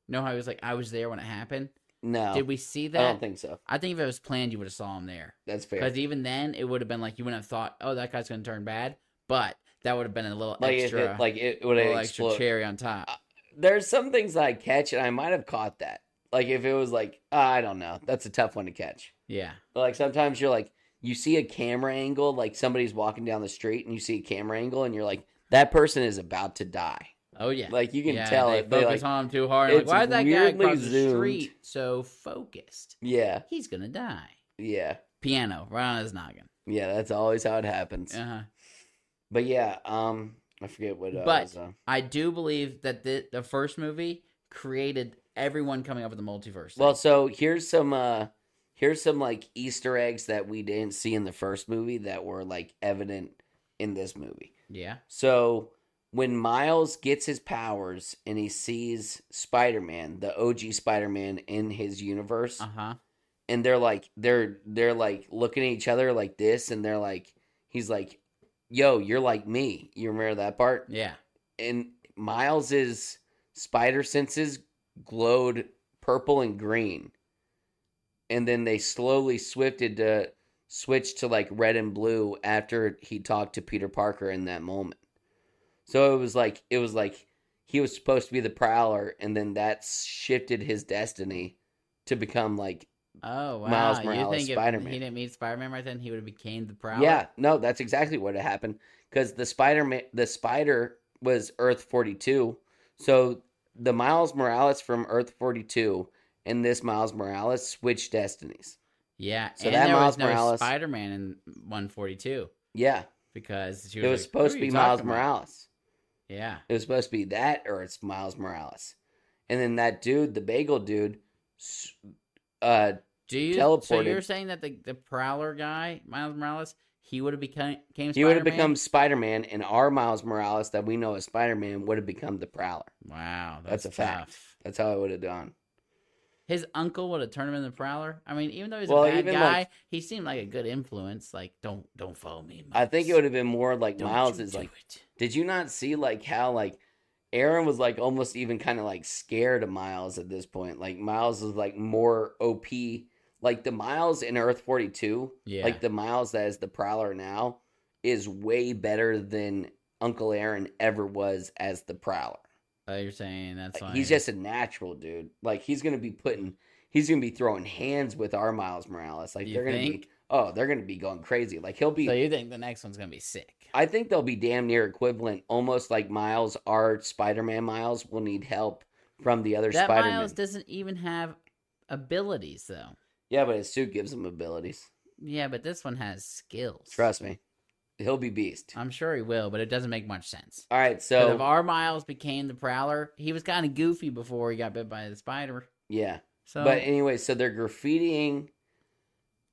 Speaker 1: No, I was like, I was there when it happened.
Speaker 2: No,
Speaker 1: Did we see
Speaker 2: I
Speaker 1: that?
Speaker 2: don't think so.
Speaker 1: I think if it was planned, you would have saw him there.
Speaker 2: That's fair.
Speaker 1: Because even then, it would have been like you wouldn't have thought, "Oh, that guy's going to turn bad," but that would have been a little
Speaker 2: Like if
Speaker 1: extra,
Speaker 2: it, like it would
Speaker 1: little extra
Speaker 2: explode.
Speaker 1: cherry on top.
Speaker 2: There's some things I catch, and I might have caught that. Like if it was like I don't know, that's a tough one to catch.
Speaker 1: yeah.
Speaker 2: Like sometimes you're like you see a camera angle, like somebody's walking down the street, and you see a camera angle, and you're like that person is about to die.
Speaker 1: Oh yeah.
Speaker 2: Like you can
Speaker 1: yeah,
Speaker 2: tell
Speaker 1: they
Speaker 2: if they
Speaker 1: focus
Speaker 2: like
Speaker 1: on him too hard. Like,
Speaker 2: it's
Speaker 1: why is that guy
Speaker 2: weirdly
Speaker 1: across the
Speaker 2: zoomed.
Speaker 1: street so focused?
Speaker 2: yeah,
Speaker 1: He's gonna die.
Speaker 2: yeah,
Speaker 1: Piano right on his noggin.
Speaker 2: yeah. That's always how it happens.
Speaker 1: Uh huh.
Speaker 2: But yeah, um, I forget what. Uh,
Speaker 1: But-
Speaker 2: was, uh,
Speaker 1: I do believe that the the first movie created everyone coming up with the multiverse.
Speaker 2: Well, so here's some uh here's some like Easter eggs that we didn't see in the first movie that were like evident in this movie.
Speaker 1: yeah.
Speaker 2: So when Miles gets his powers and he sees Spider-Man, the OG Spider-Man in his universe,
Speaker 1: Uh huh.
Speaker 2: and they're like they're they're like looking at each other like this and they're like he's like, "Yo, you're like me." You remember that part?
Speaker 1: Yeah.
Speaker 2: and Miles's spider senses glowed purple and green, and then they slowly swifted to switch to like red and blue after he talked to Peter Parker in that moment. So it was like it was like he was supposed to be the Prowler, and then that shifted his destiny to become like
Speaker 1: Oh wow.
Speaker 2: Miles
Speaker 1: you
Speaker 2: Morales,
Speaker 1: think
Speaker 2: Spider-Man.
Speaker 1: if he didn't meet Spider Man right then, he would have became the Prowler.
Speaker 2: yeah no that's exactly what had happened because the Spider Man the Spider was Earth forty two, so the Miles Morales from Earth forty two and this Miles Morales switched destinies.
Speaker 1: Yeah.
Speaker 2: So
Speaker 1: and
Speaker 2: that
Speaker 1: there
Speaker 2: Miles
Speaker 1: was no
Speaker 2: Morales-
Speaker 1: Spider Man in 142
Speaker 2: Yeah,
Speaker 1: because she
Speaker 2: it was
Speaker 1: like,
Speaker 2: supposed
Speaker 1: "Who are
Speaker 2: to be
Speaker 1: you
Speaker 2: Miles
Speaker 1: talking about?"
Speaker 2: Morales.
Speaker 1: Yeah.
Speaker 2: It was supposed to be that Earth's Miles Morales, and then that dude, the Bagel dude, s- uh,
Speaker 1: Do you? So
Speaker 2: Teleported.
Speaker 1: you're saying that the, the Prowler guy, Miles Morales, he would have become came.
Speaker 2: he would have become Spider Man, and our Miles Morales that we know as Spider Man would have become the Prowler.
Speaker 1: Wow, that's,
Speaker 2: That's a fact.
Speaker 1: tough.
Speaker 2: That's how it would have gone.
Speaker 1: His uncle would have turned him into the Prowler. I mean, even though he's
Speaker 2: Well,
Speaker 1: a bad
Speaker 2: even,
Speaker 1: guy,
Speaker 2: like-
Speaker 1: he seemed like a good influence. Like, don't don't follow me.
Speaker 2: I think it would have been more like
Speaker 1: Don't
Speaker 2: Miles
Speaker 1: you
Speaker 2: is
Speaker 1: do
Speaker 2: like
Speaker 1: it.
Speaker 2: Did you not see like how like Aaron was like almost even kind of like scared of Miles at this point? Like Miles was like more OP. Like the Miles in Earth 42,
Speaker 1: yeah,
Speaker 2: like the Miles that is the Prowler now, is way better than Uncle Aaron ever was as the Prowler.
Speaker 1: Oh, you're saying that's
Speaker 2: Like,
Speaker 1: why
Speaker 2: he's just a natural dude. Like he's gonna be putting, he's gonna be throwing hands with our Miles Morales. Like
Speaker 1: You
Speaker 2: they're gonna
Speaker 1: think?
Speaker 2: be, oh, they're gonna be going crazy. Like he'll be
Speaker 1: So you think the next one's gonna be sick?
Speaker 2: I think they'll be damn near equivalent, almost like Miles. Our Spider-Man Miles will need help from the other
Speaker 1: that
Speaker 2: Spider-Man.
Speaker 1: Miles doesn't even have abilities though.
Speaker 2: yeah, but his suit gives him abilities.
Speaker 1: Yeah, but this one has skills.
Speaker 2: Trust me, he'll be beast.
Speaker 1: I'm sure he will, but it doesn't make much sense.
Speaker 2: All right,
Speaker 1: 'Cause
Speaker 2: so
Speaker 1: if our Miles became the Prowler, he was kind of goofy before he got bit by the spider.
Speaker 2: yeah,
Speaker 1: So
Speaker 2: but anyway, so they're graffitiing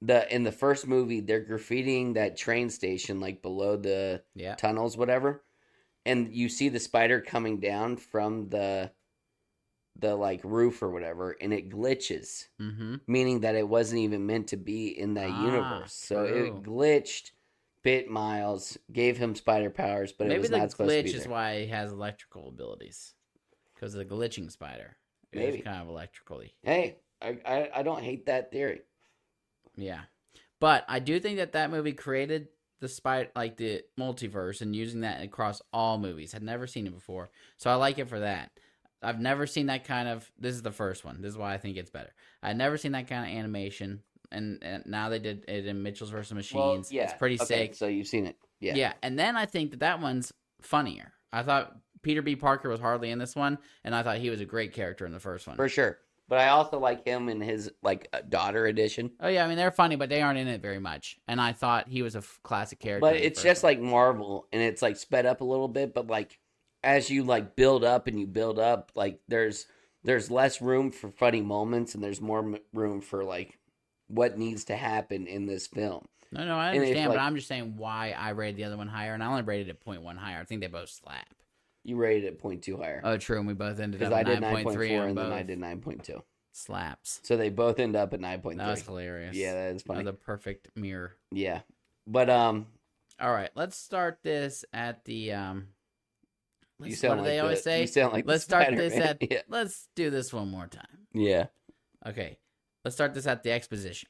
Speaker 2: the in the first movie. They're graffitiing that train station, like below the
Speaker 1: yeah,
Speaker 2: tunnels, whatever. And you see the spider coming down from the the like roof or whatever, and it glitches.
Speaker 1: mm-hmm.
Speaker 2: meaning that it wasn't even meant to be in that
Speaker 1: Ah,
Speaker 2: universe. So
Speaker 1: true.
Speaker 2: it glitched, bit Miles, gave him spider powers, but it
Speaker 1: Maybe
Speaker 2: was
Speaker 1: the
Speaker 2: not supposed to
Speaker 1: glitch
Speaker 2: be
Speaker 1: is
Speaker 2: there.
Speaker 1: why he has electrical abilities because of the glitching spider. It was
Speaker 2: Maybe.
Speaker 1: kind of electrically,
Speaker 2: Hey, I, I I don't hate that theory.
Speaker 1: yeah. But I do think that that movie created the spider, like the multiverse, and using that across all movies. I'd never seen it before, so I like it for that. I've never seen that kind of. This is the first one. This is why I think it's better. I'd never seen that kind of animation, and, and now they did it in Mitchell's versus Machines.
Speaker 2: Well, yeah,
Speaker 1: it's pretty
Speaker 2: okay,
Speaker 1: sick.
Speaker 2: So you've seen it, yeah.
Speaker 1: Yeah. and then I think that that one's funnier. I thought Peter B. Parker was hardly in this one, and I thought he was a great character in the first one.
Speaker 2: for sure. But I also like him in his like uh, daughter edition.
Speaker 1: Oh yeah, I mean they're funny, but they aren't in it very much. And I thought he was a f- classic character.
Speaker 2: But
Speaker 1: in the
Speaker 2: it's
Speaker 1: first
Speaker 2: just
Speaker 1: one.
Speaker 2: like Marvel, and it's like sped up a little bit. But like as you like build up and you build up, like there's there's less room for funny moments, and there's more m- room for like what needs to happen in this film.
Speaker 1: no, no, I
Speaker 2: and it's
Speaker 1: understand, but
Speaker 2: like-
Speaker 1: I'm just saying why I rated the other one higher, and I only rated it 0.1 higher. I think they both slap.
Speaker 2: You rated it point two higher
Speaker 1: Oh, true, and we both ended
Speaker 2: because
Speaker 1: up
Speaker 2: I
Speaker 1: at
Speaker 2: did
Speaker 1: 9.3
Speaker 2: nine point four,
Speaker 1: on
Speaker 2: and then
Speaker 1: both
Speaker 2: I did nine point two.
Speaker 1: slaps.
Speaker 2: So they both end up at nine point
Speaker 1: That was
Speaker 2: three.
Speaker 1: hilarious.
Speaker 2: Yeah, that is
Speaker 1: that
Speaker 2: funny.
Speaker 1: was a perfect mirror.
Speaker 2: Yeah, but um,
Speaker 1: All right, let's start this at the. um
Speaker 2: you
Speaker 1: let's-
Speaker 2: sound
Speaker 1: What do
Speaker 2: like
Speaker 1: they always
Speaker 2: the-
Speaker 1: say?
Speaker 2: You sound like the
Speaker 1: let's start this
Speaker 2: Spider-Man.
Speaker 1: at.
Speaker 2: yeah.
Speaker 1: Let's do this one more time.
Speaker 2: yeah.
Speaker 1: Okay, let's start this at the exposition.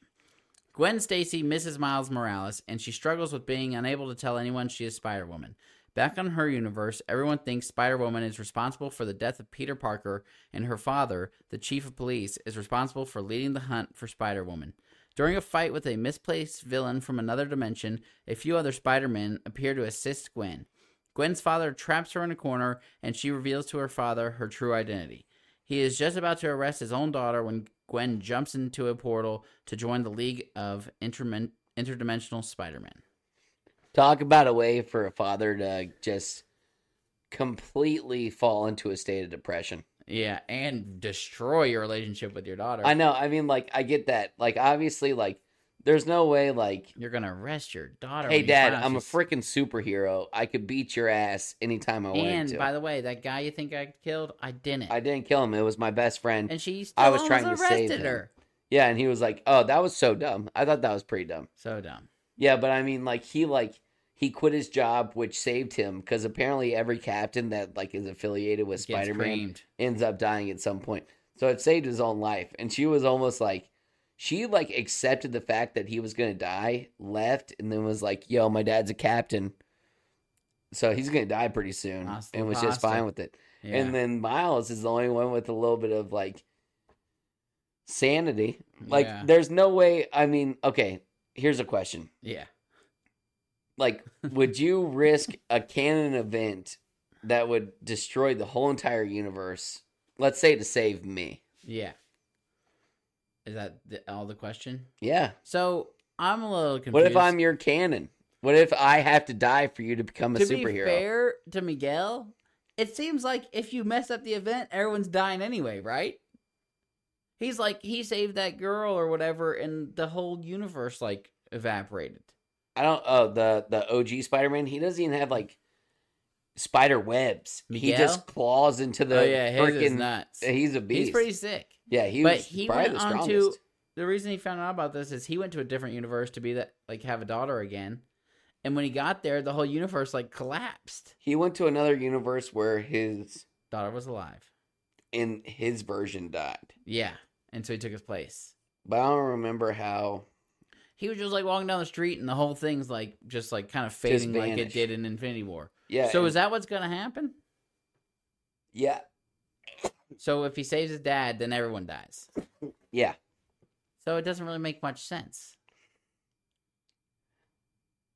Speaker 1: Gwen Stacy misses Miles Morales, and she struggles with being unable to tell anyone she is Spider Woman. Back on her universe, everyone thinks Spider Woman is responsible for the death of Peter Parker, and her father, the chief of police, is responsible for leading the hunt for Spider Woman. During a fight with a misplaced villain from another dimension, a few other Spider Men appear to assist Gwen. Gwen's father traps her in a corner, and she reveals to her father her true identity. He is just about to arrest his own daughter when Gwen jumps into a portal to join the League of Intermen- Interdimensional Spider Man.
Speaker 2: Talk about a way for a father to just completely fall into a state of depression.
Speaker 1: Yeah, and destroy your relationship with your daughter.
Speaker 2: I know. I mean, like, I get that. Like, obviously, like, there's no way, like,
Speaker 1: You're going to arrest your daughter.
Speaker 2: hey,
Speaker 1: when you
Speaker 2: dad,
Speaker 1: find out
Speaker 2: I'm a
Speaker 1: she's-
Speaker 2: freaking superhero. I could beat your ass anytime I wanted
Speaker 1: And
Speaker 2: to.
Speaker 1: by the way, that guy you think I killed, I didn't.
Speaker 2: I didn't kill him. It was my best friend.
Speaker 1: and she still
Speaker 2: I was
Speaker 1: almost
Speaker 2: trying to
Speaker 1: arrested
Speaker 2: save him.
Speaker 1: her.
Speaker 2: yeah, and he was like, "Oh, that was so dumb." I thought that was pretty dumb.
Speaker 1: So dumb.
Speaker 2: Yeah, but I mean, like he like he quit his job, which saved him because apparently every captain that like is affiliated with
Speaker 1: Gets
Speaker 2: Spider Man
Speaker 1: creamed.
Speaker 2: ends up dying at some point. So it saved his own life, and she was almost like she like accepted the fact that he was gonna die, left, and then was like, "Yo, my dad's a captain." So he's gonna die pretty soon,
Speaker 1: Hasta la
Speaker 2: and was just
Speaker 1: pasta.
Speaker 2: fine with it.
Speaker 1: Yeah.
Speaker 2: And then Miles is the only one with a little bit of like sanity. Like,
Speaker 1: Yeah.
Speaker 2: there's no way. I mean, okay, here's a question
Speaker 1: yeah.
Speaker 2: like would you risk a canon event that would destroy the whole entire universe let's say to save me
Speaker 1: Yeah. Is that the, all the question?
Speaker 2: yeah
Speaker 1: So I'm a little confused.
Speaker 2: what if i'm your canon what if i have to die for you to become a
Speaker 1: to be
Speaker 2: superhero
Speaker 1: fair to Miguel, it seems like if you mess up the event, everyone's dying anyway, right? He's like he saved that girl or whatever, and the whole universe like evaporated.
Speaker 2: i don't oh the the og spider-man he doesn't even have like spider webs he
Speaker 1: Miguel?
Speaker 2: just claws into the
Speaker 1: oh yeah, his is
Speaker 2: freaking
Speaker 1: nuts.
Speaker 2: he's a beast
Speaker 1: He's pretty sick.
Speaker 2: yeah he
Speaker 1: but
Speaker 2: was
Speaker 1: he
Speaker 2: probably
Speaker 1: went
Speaker 2: the
Speaker 1: on
Speaker 2: strongest
Speaker 1: to- The reason he found out about this is he went to a different universe to be that like have a daughter again, and when he got there, the whole universe like collapsed.
Speaker 2: he went to another universe where his
Speaker 1: Daughter was alive.
Speaker 2: in his version died
Speaker 1: Yeah, and so he took his place.
Speaker 2: but i don't remember how
Speaker 1: he was just like walking down the street and the whole thing's like just like kind of fading like it
Speaker 2: vanished.
Speaker 1: did in Infinity War.
Speaker 2: yeah
Speaker 1: so
Speaker 2: and-
Speaker 1: is that what's gonna happen?
Speaker 2: Yeah,
Speaker 1: So if he saves his dad, then everyone dies.
Speaker 2: yeah.
Speaker 1: So it doesn't really make much sense.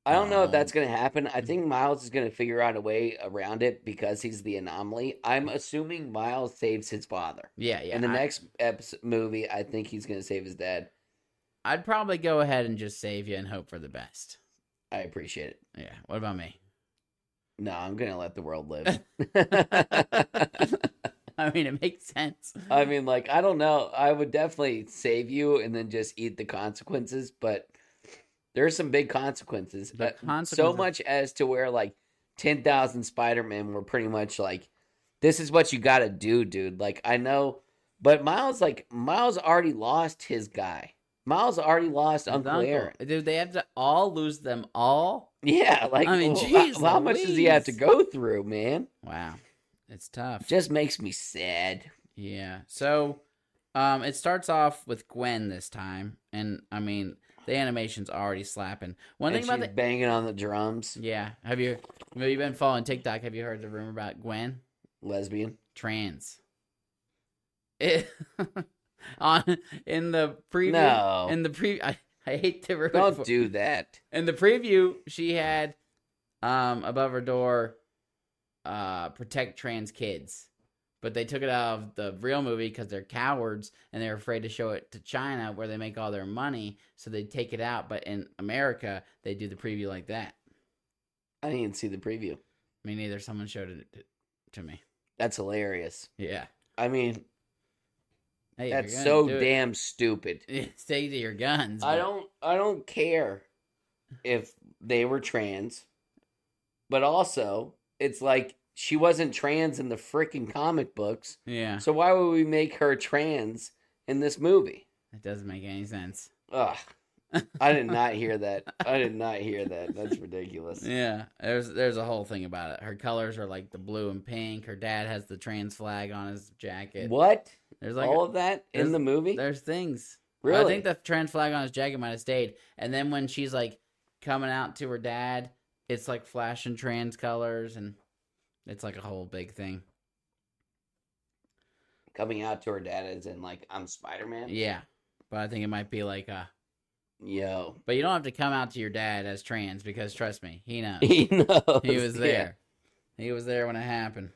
Speaker 2: I don't know if
Speaker 1: Um,
Speaker 2: that's going to happen. I think Miles is going to figure out a way around it because he's the anomaly. I'm assuming Miles saves his father.
Speaker 1: Yeah, yeah.
Speaker 2: In the
Speaker 1: I,
Speaker 2: next episode, movie, I think he's going to save his dad.
Speaker 1: I'd probably go ahead and just save you and hope for the best.
Speaker 2: I appreciate it.
Speaker 1: Yeah. What about me?
Speaker 2: No, I'm going to let the world live.
Speaker 1: I mean, it makes sense.
Speaker 2: I mean, like, I don't know. I would definitely save you and then just eat the consequences, but there's some big consequences.
Speaker 1: The
Speaker 2: Uh, So
Speaker 1: consequences-
Speaker 2: much as to where, like, 10,000 Spider-Men were pretty much like, this is what you got to do, dude. Like, I know, but Miles, like, Miles already lost his guy. Miles already lost
Speaker 1: His
Speaker 2: Uncle, Aaron.
Speaker 1: Dude, they have to all lose them all?
Speaker 2: Yeah, like,
Speaker 1: I mean,
Speaker 2: wh-
Speaker 1: jeez
Speaker 2: how, how much does he have to
Speaker 1: Louise.
Speaker 2: go through, man?
Speaker 1: Wow. It's tough.
Speaker 2: Just makes me sad.
Speaker 1: Yeah. So um it starts off with Gwen this time and I mean the animation's already slapping. One
Speaker 2: One
Speaker 1: thing about the
Speaker 2: banging on the drums,
Speaker 1: Yeah. Have you have you been following TikTok? Have you heard the rumor about Gwen?
Speaker 2: lesbian.
Speaker 1: Trans. It, on in the preview
Speaker 2: No.
Speaker 1: in the pre I, I hate to ruin
Speaker 2: Don't
Speaker 1: for-
Speaker 2: do that.
Speaker 1: in the preview she had um above her door uh protect trans kids. but they took it out of the real movie because they're cowards and they're afraid to show it to China where they make all their money. So they take it out, but in America they do the preview like that.
Speaker 2: I didn't even see the preview.
Speaker 1: Me neither. Someone showed it to me.
Speaker 2: That's hilarious.
Speaker 1: Yeah.
Speaker 2: I mean,
Speaker 1: Hey, if
Speaker 2: that's
Speaker 1: you're
Speaker 2: so
Speaker 1: gonna do
Speaker 2: damn stupid.
Speaker 1: It, stay to your guns.
Speaker 2: I
Speaker 1: but-
Speaker 2: don't I don't care if they were trans. But also, it's like she wasn't trans in the freaking comic books.
Speaker 1: Yeah.
Speaker 2: So why would we make her trans in this movie?
Speaker 1: It doesn't make any sense.
Speaker 2: Ugh. I did not hear that. I did not hear that. That's ridiculous.
Speaker 1: Yeah, there's there's a whole thing about it. Her colors are like the blue and pink. Her dad has the trans flag on his jacket.
Speaker 2: What?
Speaker 1: There's like
Speaker 2: All of that in
Speaker 1: there's-
Speaker 2: the movie?
Speaker 1: there's things.
Speaker 2: Really?
Speaker 1: I think the trans flag on his jacket might have stayed. And then when she's like coming out to her dad, it's like flashing trans colors, and it's like a whole big thing.
Speaker 2: Coming out to her dad is in like I'm Spider Man.
Speaker 1: Yeah, but I think it might be like uh
Speaker 2: Yo.
Speaker 1: But you don't have to come out to your dad as trans because trust me, he knows.
Speaker 2: He knows.
Speaker 1: he was
Speaker 2: Yeah.
Speaker 1: there. He was there when it happened.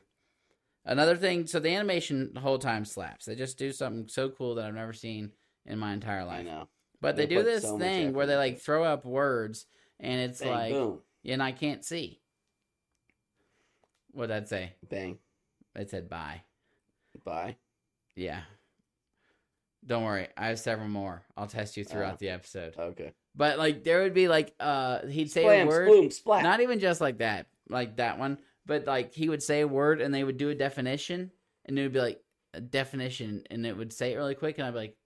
Speaker 1: Another thing, so the animation the whole time slaps. They just do something so cool that I've never seen in my entire
Speaker 2: I
Speaker 1: life.
Speaker 2: know.
Speaker 1: But they,
Speaker 2: They
Speaker 1: do
Speaker 2: put
Speaker 1: this
Speaker 2: so much
Speaker 1: thing where
Speaker 2: effort
Speaker 1: they
Speaker 2: into
Speaker 1: like
Speaker 2: it.
Speaker 1: throw up words and it's
Speaker 2: Bang,
Speaker 1: like
Speaker 2: boom.
Speaker 1: and I can't see. What'd that say?
Speaker 2: Bang.
Speaker 1: It said bye.
Speaker 2: Bye.
Speaker 1: Yeah. Don't worry, I have several more. I'll test you throughout
Speaker 2: Oh.
Speaker 1: the episode.
Speaker 2: Okay.
Speaker 1: But like there would be like uh he'd say
Speaker 2: Blam,
Speaker 1: a word.
Speaker 2: sploom, splat.
Speaker 1: not even just like that, like that one, but like he would say a word and they would do a definition, and it would be like a definition, and it would say it really quick, and I'd be like,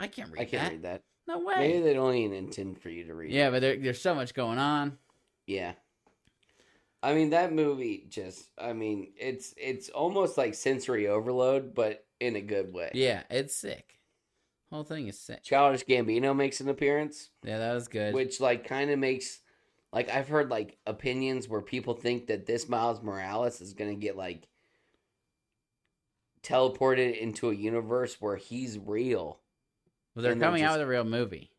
Speaker 1: I can't read
Speaker 2: I can't
Speaker 1: that.
Speaker 2: read that.
Speaker 1: No way.
Speaker 2: Maybe they don't even intend for you to read. it.
Speaker 1: yeah, but there, there's so much going on.
Speaker 2: Yeah. I mean that movie just I mean it's it's almost like sensory overload but in a good way.
Speaker 1: Yeah, it's sick. Whole thing is sick.
Speaker 2: Childish Gambino makes an appearance
Speaker 1: Yeah, that was good.
Speaker 2: which like kind of makes like I've heard like opinions where people think that this Miles Morales is going to get like teleported into a universe where he's real.
Speaker 1: well, they're
Speaker 2: and they
Speaker 1: coming out
Speaker 2: just-
Speaker 1: with a real movie,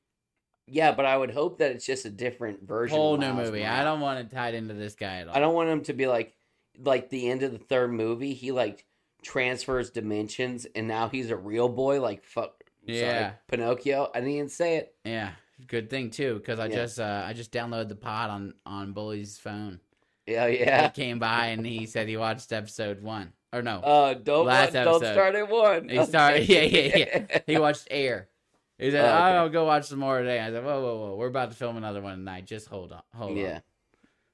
Speaker 2: Yeah, but I would hope that it's just a different version. of
Speaker 1: whole new
Speaker 2: Miles
Speaker 1: movie.
Speaker 2: Morales.
Speaker 1: I don't want it tied into this guy at all.
Speaker 2: I don't want him to be like like the end of the third movie. He like transfers dimensions, and now he's a real boy. Like fuck, sorry,
Speaker 1: Yeah.
Speaker 2: Pinocchio. I didn't even say it.
Speaker 1: Yeah, good thing too, because I
Speaker 2: Yeah.
Speaker 1: just uh, I just downloaded the pod on on Bully's phone.
Speaker 2: Yeah,
Speaker 1: He
Speaker 2: yeah.
Speaker 1: came by and he said he watched episode one or no,
Speaker 2: Uh, don't
Speaker 1: Last
Speaker 2: don't
Speaker 1: episode.
Speaker 2: start at one.
Speaker 1: He started- yeah, yeah,
Speaker 2: yeah.
Speaker 1: he watched Air. He said,
Speaker 2: Oh, okay.
Speaker 1: "I'll go watch some more today." I said, "Whoa, whoa, whoa! We're about to film another one tonight. Just hold on, hold
Speaker 2: yeah,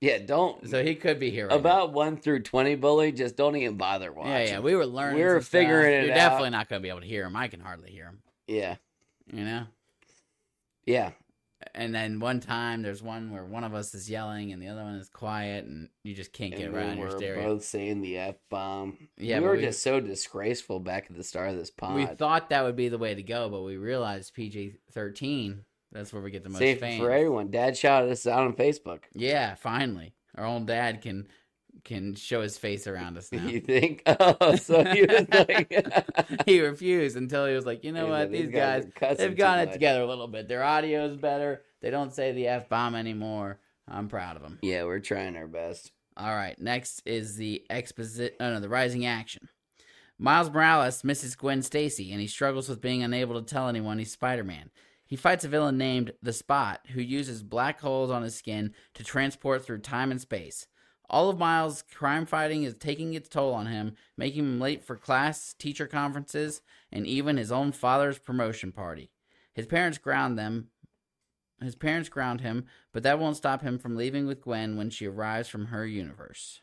Speaker 2: yeah. Don't
Speaker 1: on." So he could be here right
Speaker 2: about one through twenty, bully. Just don't even bother
Speaker 1: now.
Speaker 2: watching.
Speaker 1: Yeah, yeah. We were learning.
Speaker 2: We're
Speaker 1: some stuff.
Speaker 2: figuring it
Speaker 1: You're
Speaker 2: out.
Speaker 1: definitely not going to be able to hear him. I can hardly hear him.
Speaker 2: yeah,
Speaker 1: You know.
Speaker 2: yeah.
Speaker 1: And then one time, there's one where one of us is yelling and the other one is quiet, and you just can't get
Speaker 2: And
Speaker 1: around
Speaker 2: we
Speaker 1: your
Speaker 2: were
Speaker 1: stereo.
Speaker 2: both saying the f bomb.
Speaker 1: Yeah,
Speaker 2: Yeah, we
Speaker 1: but
Speaker 2: were
Speaker 1: we-
Speaker 2: just so disgraceful back at the start of this pod.
Speaker 1: We thought that would be the way to go, but we realized PG thirteen. That's where we get the most
Speaker 2: Safe
Speaker 1: fame.
Speaker 2: for everyone. Dad shouted us out on Facebook.
Speaker 1: Yeah, finally, our own dad can can show his face around us now.
Speaker 2: You think? Oh, so he was like,
Speaker 1: he refused until he was like, you know
Speaker 2: He's
Speaker 1: what,
Speaker 2: like,
Speaker 1: these guys,
Speaker 2: are cussing
Speaker 1: they've got
Speaker 2: too
Speaker 1: it
Speaker 2: much."
Speaker 1: together a little bit. Their audio's better. They don't say the f bomb anymore. I'm proud of them.
Speaker 2: Yeah, we're trying our best.
Speaker 1: All right, next is the exposit. Oh no, the rising action. Miles Morales misses Gwen Stacy, and he struggles with being unable to tell anyone he's Spider-Man. He fights a villain named the Spot, who uses black holes on his skin to transport through time and space. All of Miles' crime fighting is taking its toll on him, making him late for class, teacher conferences, and even his own father's promotion party. His parents ground them. His parents ground him, but that won't stop him from leaving with Gwen when she arrives from her universe.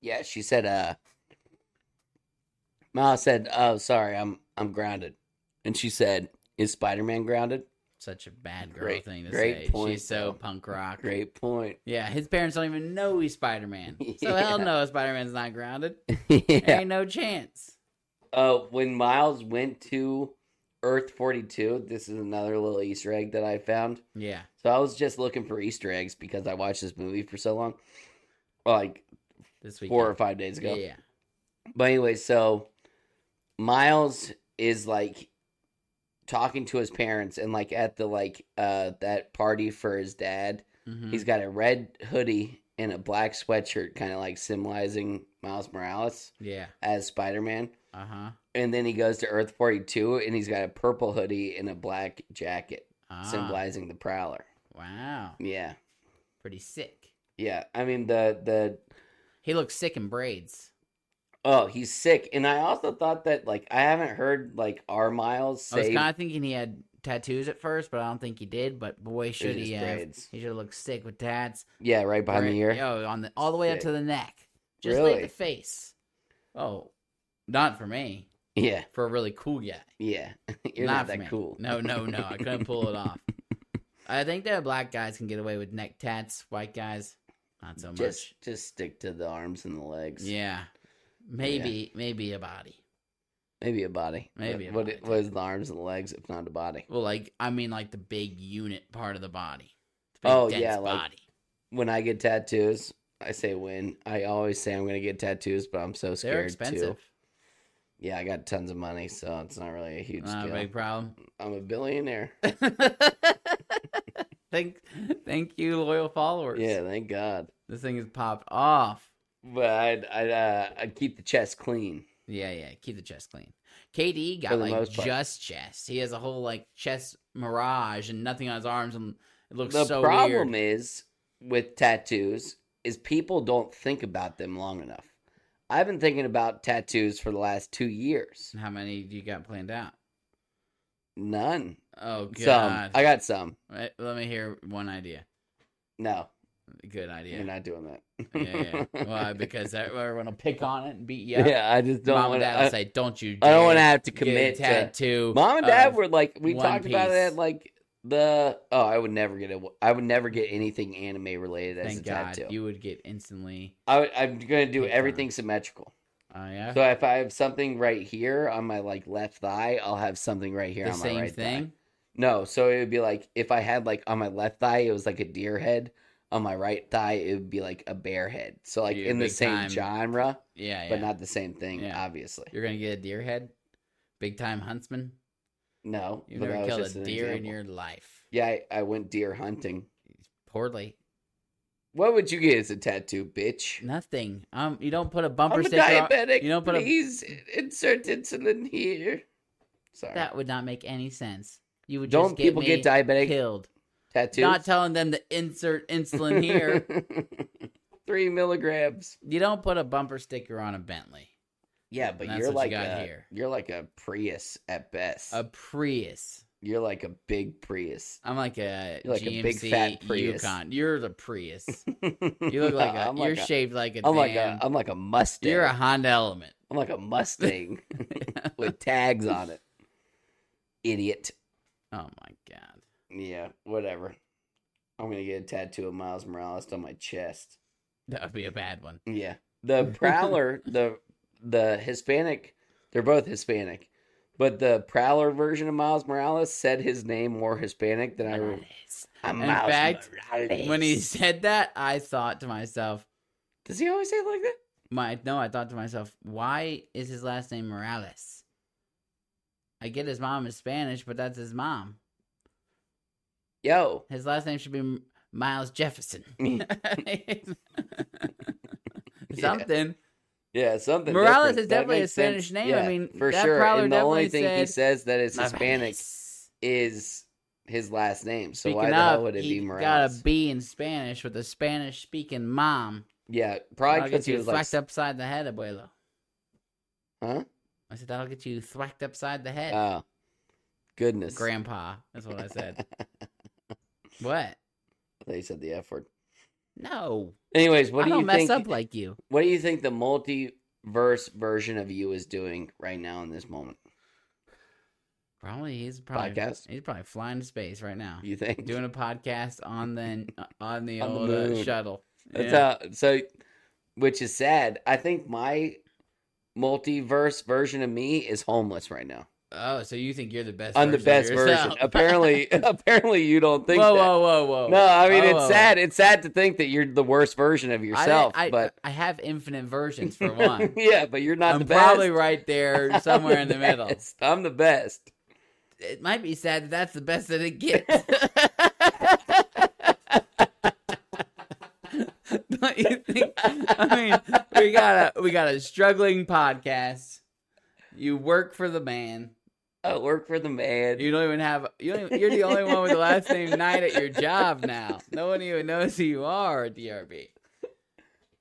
Speaker 2: Yeah, she said. uh Ma said, "Oh, sorry, I'm I'm grounded," and she said, "Is Spider Man grounded?"
Speaker 1: Such a bad girl
Speaker 2: Great-
Speaker 1: thing to
Speaker 2: great
Speaker 1: say.
Speaker 2: point,
Speaker 1: She's so
Speaker 2: though.
Speaker 1: punk rock.
Speaker 2: Great point.
Speaker 1: Yeah, his parents don't even know he's Spider Man. So hell
Speaker 2: Yeah.
Speaker 1: no, Spider Man's not grounded.
Speaker 2: yeah.
Speaker 1: Ain't no chance.
Speaker 2: Uh, when Miles went to Earth forty two, this is another little Easter egg that I found.
Speaker 1: Yeah.
Speaker 2: So I was just looking for Easter eggs because I watched this movie for so long, like
Speaker 1: This week.
Speaker 2: four or five days ago.
Speaker 1: Yeah.
Speaker 2: But anyway, so Miles is like talking to his parents and like at the like uh that party for his dad.
Speaker 1: Mhm.
Speaker 2: He's got a red hoodie in a black sweatshirt, kind of like symbolizing Miles Morales
Speaker 1: Yeah.
Speaker 2: as Spider Man.
Speaker 1: Uh huh.
Speaker 2: And then he goes to Earth 42 and he's got a purple hoodie and a black jacket,
Speaker 1: Ah,
Speaker 2: symbolizing the Prowler.
Speaker 1: Wow.
Speaker 2: Yeah.
Speaker 1: Pretty sick.
Speaker 2: Yeah. I mean, the, the,
Speaker 1: He looks sick in braids.
Speaker 2: oh, he's sick. And I also thought that, like, I haven't heard, like, our Miles
Speaker 1: I was
Speaker 2: say
Speaker 1: kind of thinking he had tattoos at first, but I don't think he did. But boy, should
Speaker 2: his
Speaker 1: he have.
Speaker 2: braids.
Speaker 1: He should look sick with tats.
Speaker 2: Yeah, right behind
Speaker 1: Right-
Speaker 2: the ear.
Speaker 1: Yo, on the all the way up
Speaker 2: Sick.
Speaker 1: to the neck. Just leave
Speaker 2: Really?
Speaker 1: the face. Oh, not for me.
Speaker 2: Yeah,
Speaker 1: For a really cool guy.
Speaker 2: yeah. You're
Speaker 1: not
Speaker 2: not,
Speaker 1: for
Speaker 2: that
Speaker 1: me.
Speaker 2: cool.
Speaker 1: No, no, no. I couldn't pull it off. I think that black guys can get away with neck tats. White guys, not so
Speaker 2: just, just stick to the arms and the
Speaker 1: much.
Speaker 2: legs.
Speaker 1: Yeah, maybe, maybe a body.
Speaker 2: Maybe a body.
Speaker 1: Maybe a
Speaker 2: What,
Speaker 1: body,
Speaker 2: what, what is the arms and the legs if not a body?
Speaker 1: Well, like I mean, like the big unit part of the body. The
Speaker 2: Oh, yeah, like-
Speaker 1: body.
Speaker 2: When I get tattoos, I say when. I always say I'm going to get tattoos, but I'm so scared
Speaker 1: They're
Speaker 2: too.
Speaker 1: expensive.
Speaker 2: Yeah, I got tons of money, so it's not really a huge
Speaker 1: Not a
Speaker 2: deal.
Speaker 1: big problem.
Speaker 2: I'm a billionaire.
Speaker 1: thank, thank you, loyal followers.
Speaker 2: yeah, thank God.
Speaker 1: this thing has popped off.
Speaker 2: But I'd, I'd, uh, I'd keep the chest clean.
Speaker 1: Yeah, yeah. Keep the chest clean. KD
Speaker 2: For
Speaker 1: got
Speaker 2: the
Speaker 1: like
Speaker 2: most part.
Speaker 1: just chest. He has a whole like chest mirage and nothing on his arms, and it looks
Speaker 2: The
Speaker 1: so
Speaker 2: problem
Speaker 1: weird.
Speaker 2: is with tattoos is people don't think about them long enough. I've been thinking about tattoos for the last two years.
Speaker 1: How many do you got planned out?
Speaker 2: None.
Speaker 1: Oh
Speaker 2: Some.
Speaker 1: god.
Speaker 2: I got some.
Speaker 1: Right, Let me hear one idea.
Speaker 2: No,
Speaker 1: Good idea.
Speaker 2: you're not doing that.
Speaker 1: yeah, yeah. Why? Because everyone will pick on it and beat you
Speaker 2: yeah.
Speaker 1: up.
Speaker 2: I just don't
Speaker 1: Mom
Speaker 2: want
Speaker 1: and
Speaker 2: to.
Speaker 1: dad will
Speaker 2: I,
Speaker 1: say, "Don't you?"
Speaker 2: I
Speaker 1: dare
Speaker 2: don't want to have to
Speaker 1: get
Speaker 2: commit
Speaker 1: a
Speaker 2: to.
Speaker 1: tattoo.
Speaker 2: Mom and dad
Speaker 1: of-
Speaker 2: were like, we
Speaker 1: One
Speaker 2: talked about it
Speaker 1: Piece.
Speaker 2: at like the. Oh, I would never get a. I would never get anything anime related as
Speaker 1: Thank
Speaker 2: a
Speaker 1: God,
Speaker 2: tattoo.
Speaker 1: you would get instantly.
Speaker 2: I would, I'm gonna do
Speaker 1: Big
Speaker 2: everything symmetrical.
Speaker 1: Oh yeah,
Speaker 2: So if I have something right here on my like left thigh, I'll have something right here
Speaker 1: the
Speaker 2: on my
Speaker 1: same
Speaker 2: right
Speaker 1: thing.
Speaker 2: thigh. No, so it would be like if I had like on my left thigh, it was like a deer head. On my right thigh, it would be like a bear head. So like
Speaker 1: Dude,
Speaker 2: in the
Speaker 1: big
Speaker 2: same
Speaker 1: time.
Speaker 2: genre,
Speaker 1: Yeah, yeah.
Speaker 2: but not the same thing,
Speaker 1: Yeah.
Speaker 2: obviously.
Speaker 1: You're gonna get a deer head, big time huntsman.
Speaker 2: No,
Speaker 1: You've
Speaker 2: but that
Speaker 1: never
Speaker 2: was
Speaker 1: killed
Speaker 2: just
Speaker 1: a
Speaker 2: an
Speaker 1: deer in
Speaker 2: example.
Speaker 1: your life.
Speaker 2: Yeah, I, I went deer hunting.
Speaker 1: Poorly,
Speaker 2: What would you get as a tattoo, bitch?
Speaker 1: nothing. Um, you don't put a
Speaker 2: I'm
Speaker 1: bumper
Speaker 2: a
Speaker 1: sticker. on-
Speaker 2: diabetic.
Speaker 1: you don't put a-
Speaker 2: Please insert insulin here. Sorry.
Speaker 1: That would not make any sense. You would
Speaker 2: Don't
Speaker 1: just get
Speaker 2: people
Speaker 1: me
Speaker 2: get diabetic
Speaker 1: killed.
Speaker 2: tattoos?
Speaker 1: Not telling them to insert insulin here.
Speaker 2: Three milligrams.
Speaker 1: you don't put a bumper sticker on a Bentley,
Speaker 2: Yeah, but
Speaker 1: That's
Speaker 2: you're
Speaker 1: what
Speaker 2: like
Speaker 1: you got
Speaker 2: a,
Speaker 1: here.
Speaker 2: you're like a Prius at best.
Speaker 1: a Prius.
Speaker 2: You're like a big Prius.
Speaker 1: I'm like a
Speaker 2: You're like
Speaker 1: GMC
Speaker 2: a big fat Prius.
Speaker 1: Yukon. You're the Prius.
Speaker 2: you
Speaker 1: You look like a,
Speaker 2: I'm
Speaker 1: you're
Speaker 2: like a,
Speaker 1: shaped like a
Speaker 2: I'm
Speaker 1: damn.
Speaker 2: like a I'm like a Mustang.
Speaker 1: you're a Honda Element.
Speaker 2: I'm like a Mustang with tags on it. Idiot.
Speaker 1: Oh my god.
Speaker 2: Yeah, whatever. I'm gonna get a tattoo of Miles Morales on my chest.
Speaker 1: That would be a bad one.
Speaker 2: Yeah. The Prowler, the the Hispanic, they're both Hispanic, but the Prowler version of Miles Morales said his name more Hispanic than I. Re-
Speaker 1: Morales.
Speaker 2: I'm
Speaker 1: Ah, In
Speaker 2: Miles
Speaker 1: fact,
Speaker 2: Morales.
Speaker 1: When he said that, I thought to myself,
Speaker 2: does he always say it like that?
Speaker 1: my no, I thought to myself, why is his last name Morales? I get his mom is Spanish, but that's his mom.
Speaker 2: Yo,
Speaker 1: His last name should be M- Miles Jefferson. Something.
Speaker 2: yeah, something.
Speaker 1: Morales
Speaker 2: different.
Speaker 1: is definitely
Speaker 2: makes
Speaker 1: a Spanish
Speaker 2: sense.
Speaker 1: name. I
Speaker 2: Yeah,
Speaker 1: mean,
Speaker 2: for
Speaker 1: that
Speaker 2: sure.
Speaker 1: Prowler
Speaker 2: and the only
Speaker 1: definitely
Speaker 2: thing he
Speaker 1: said
Speaker 2: says that is Hispanic
Speaker 1: Morales.
Speaker 2: is his last name. So
Speaker 1: Speaking
Speaker 2: why the
Speaker 1: of,
Speaker 2: hell would it
Speaker 1: he
Speaker 2: be
Speaker 1: got
Speaker 2: Morales?
Speaker 1: a B in Spanish with a Spanish speaking mom.
Speaker 2: yeah,
Speaker 1: That'll
Speaker 2: probably
Speaker 1: get
Speaker 2: because he
Speaker 1: you
Speaker 2: was like,
Speaker 1: thwacked upside the head, abuelo.
Speaker 2: huh?
Speaker 1: I said that'll get you thwacked upside the head,
Speaker 2: Oh, goodness.
Speaker 1: grandpa. That's what I said. what?
Speaker 2: I thought you said the F word.
Speaker 1: No,
Speaker 2: Anyways, what
Speaker 1: I
Speaker 2: do
Speaker 1: don't
Speaker 2: you
Speaker 1: mess
Speaker 2: think?
Speaker 1: up like you.
Speaker 2: what do you think the multiverse version of you is doing right now in this moment?
Speaker 1: Probably he's probably
Speaker 2: Podcast?
Speaker 1: he's probably flying to space right now,
Speaker 2: You think
Speaker 1: doing a podcast on the on the
Speaker 2: On the
Speaker 1: old uh,
Speaker 2: moon.
Speaker 1: shuttle.
Speaker 2: that's
Speaker 1: Yeah.
Speaker 2: how? So, which is sad. I think my multiverse version of me is homeless right now.
Speaker 1: oh, so you think you're the best?
Speaker 2: I'm the best
Speaker 1: version. of
Speaker 2: version.
Speaker 1: yourself.
Speaker 2: apparently, apparently you don't think
Speaker 1: whoa,
Speaker 2: that.
Speaker 1: whoa, whoa, whoa!
Speaker 2: No, I mean
Speaker 1: Whoa,
Speaker 2: it's
Speaker 1: whoa, whoa.
Speaker 2: sad. It's sad to think that you're the worst version of
Speaker 1: I-
Speaker 2: yourself.
Speaker 1: I,
Speaker 2: but
Speaker 1: I have infinite versions for one.
Speaker 2: yeah, but you're not
Speaker 1: I'm
Speaker 2: the best.
Speaker 1: probably right there
Speaker 2: I'm
Speaker 1: somewhere in the middle.
Speaker 2: best. I'm the best.
Speaker 1: It might be sad that that's the best that it gets. Don't you think? I mean, we got a we got a struggling podcast. You work for the man.
Speaker 2: I work for the man.
Speaker 1: You don't even have you. Don't even, you're the only one with the last name Knight at your job now. No one even knows who you are, DRB.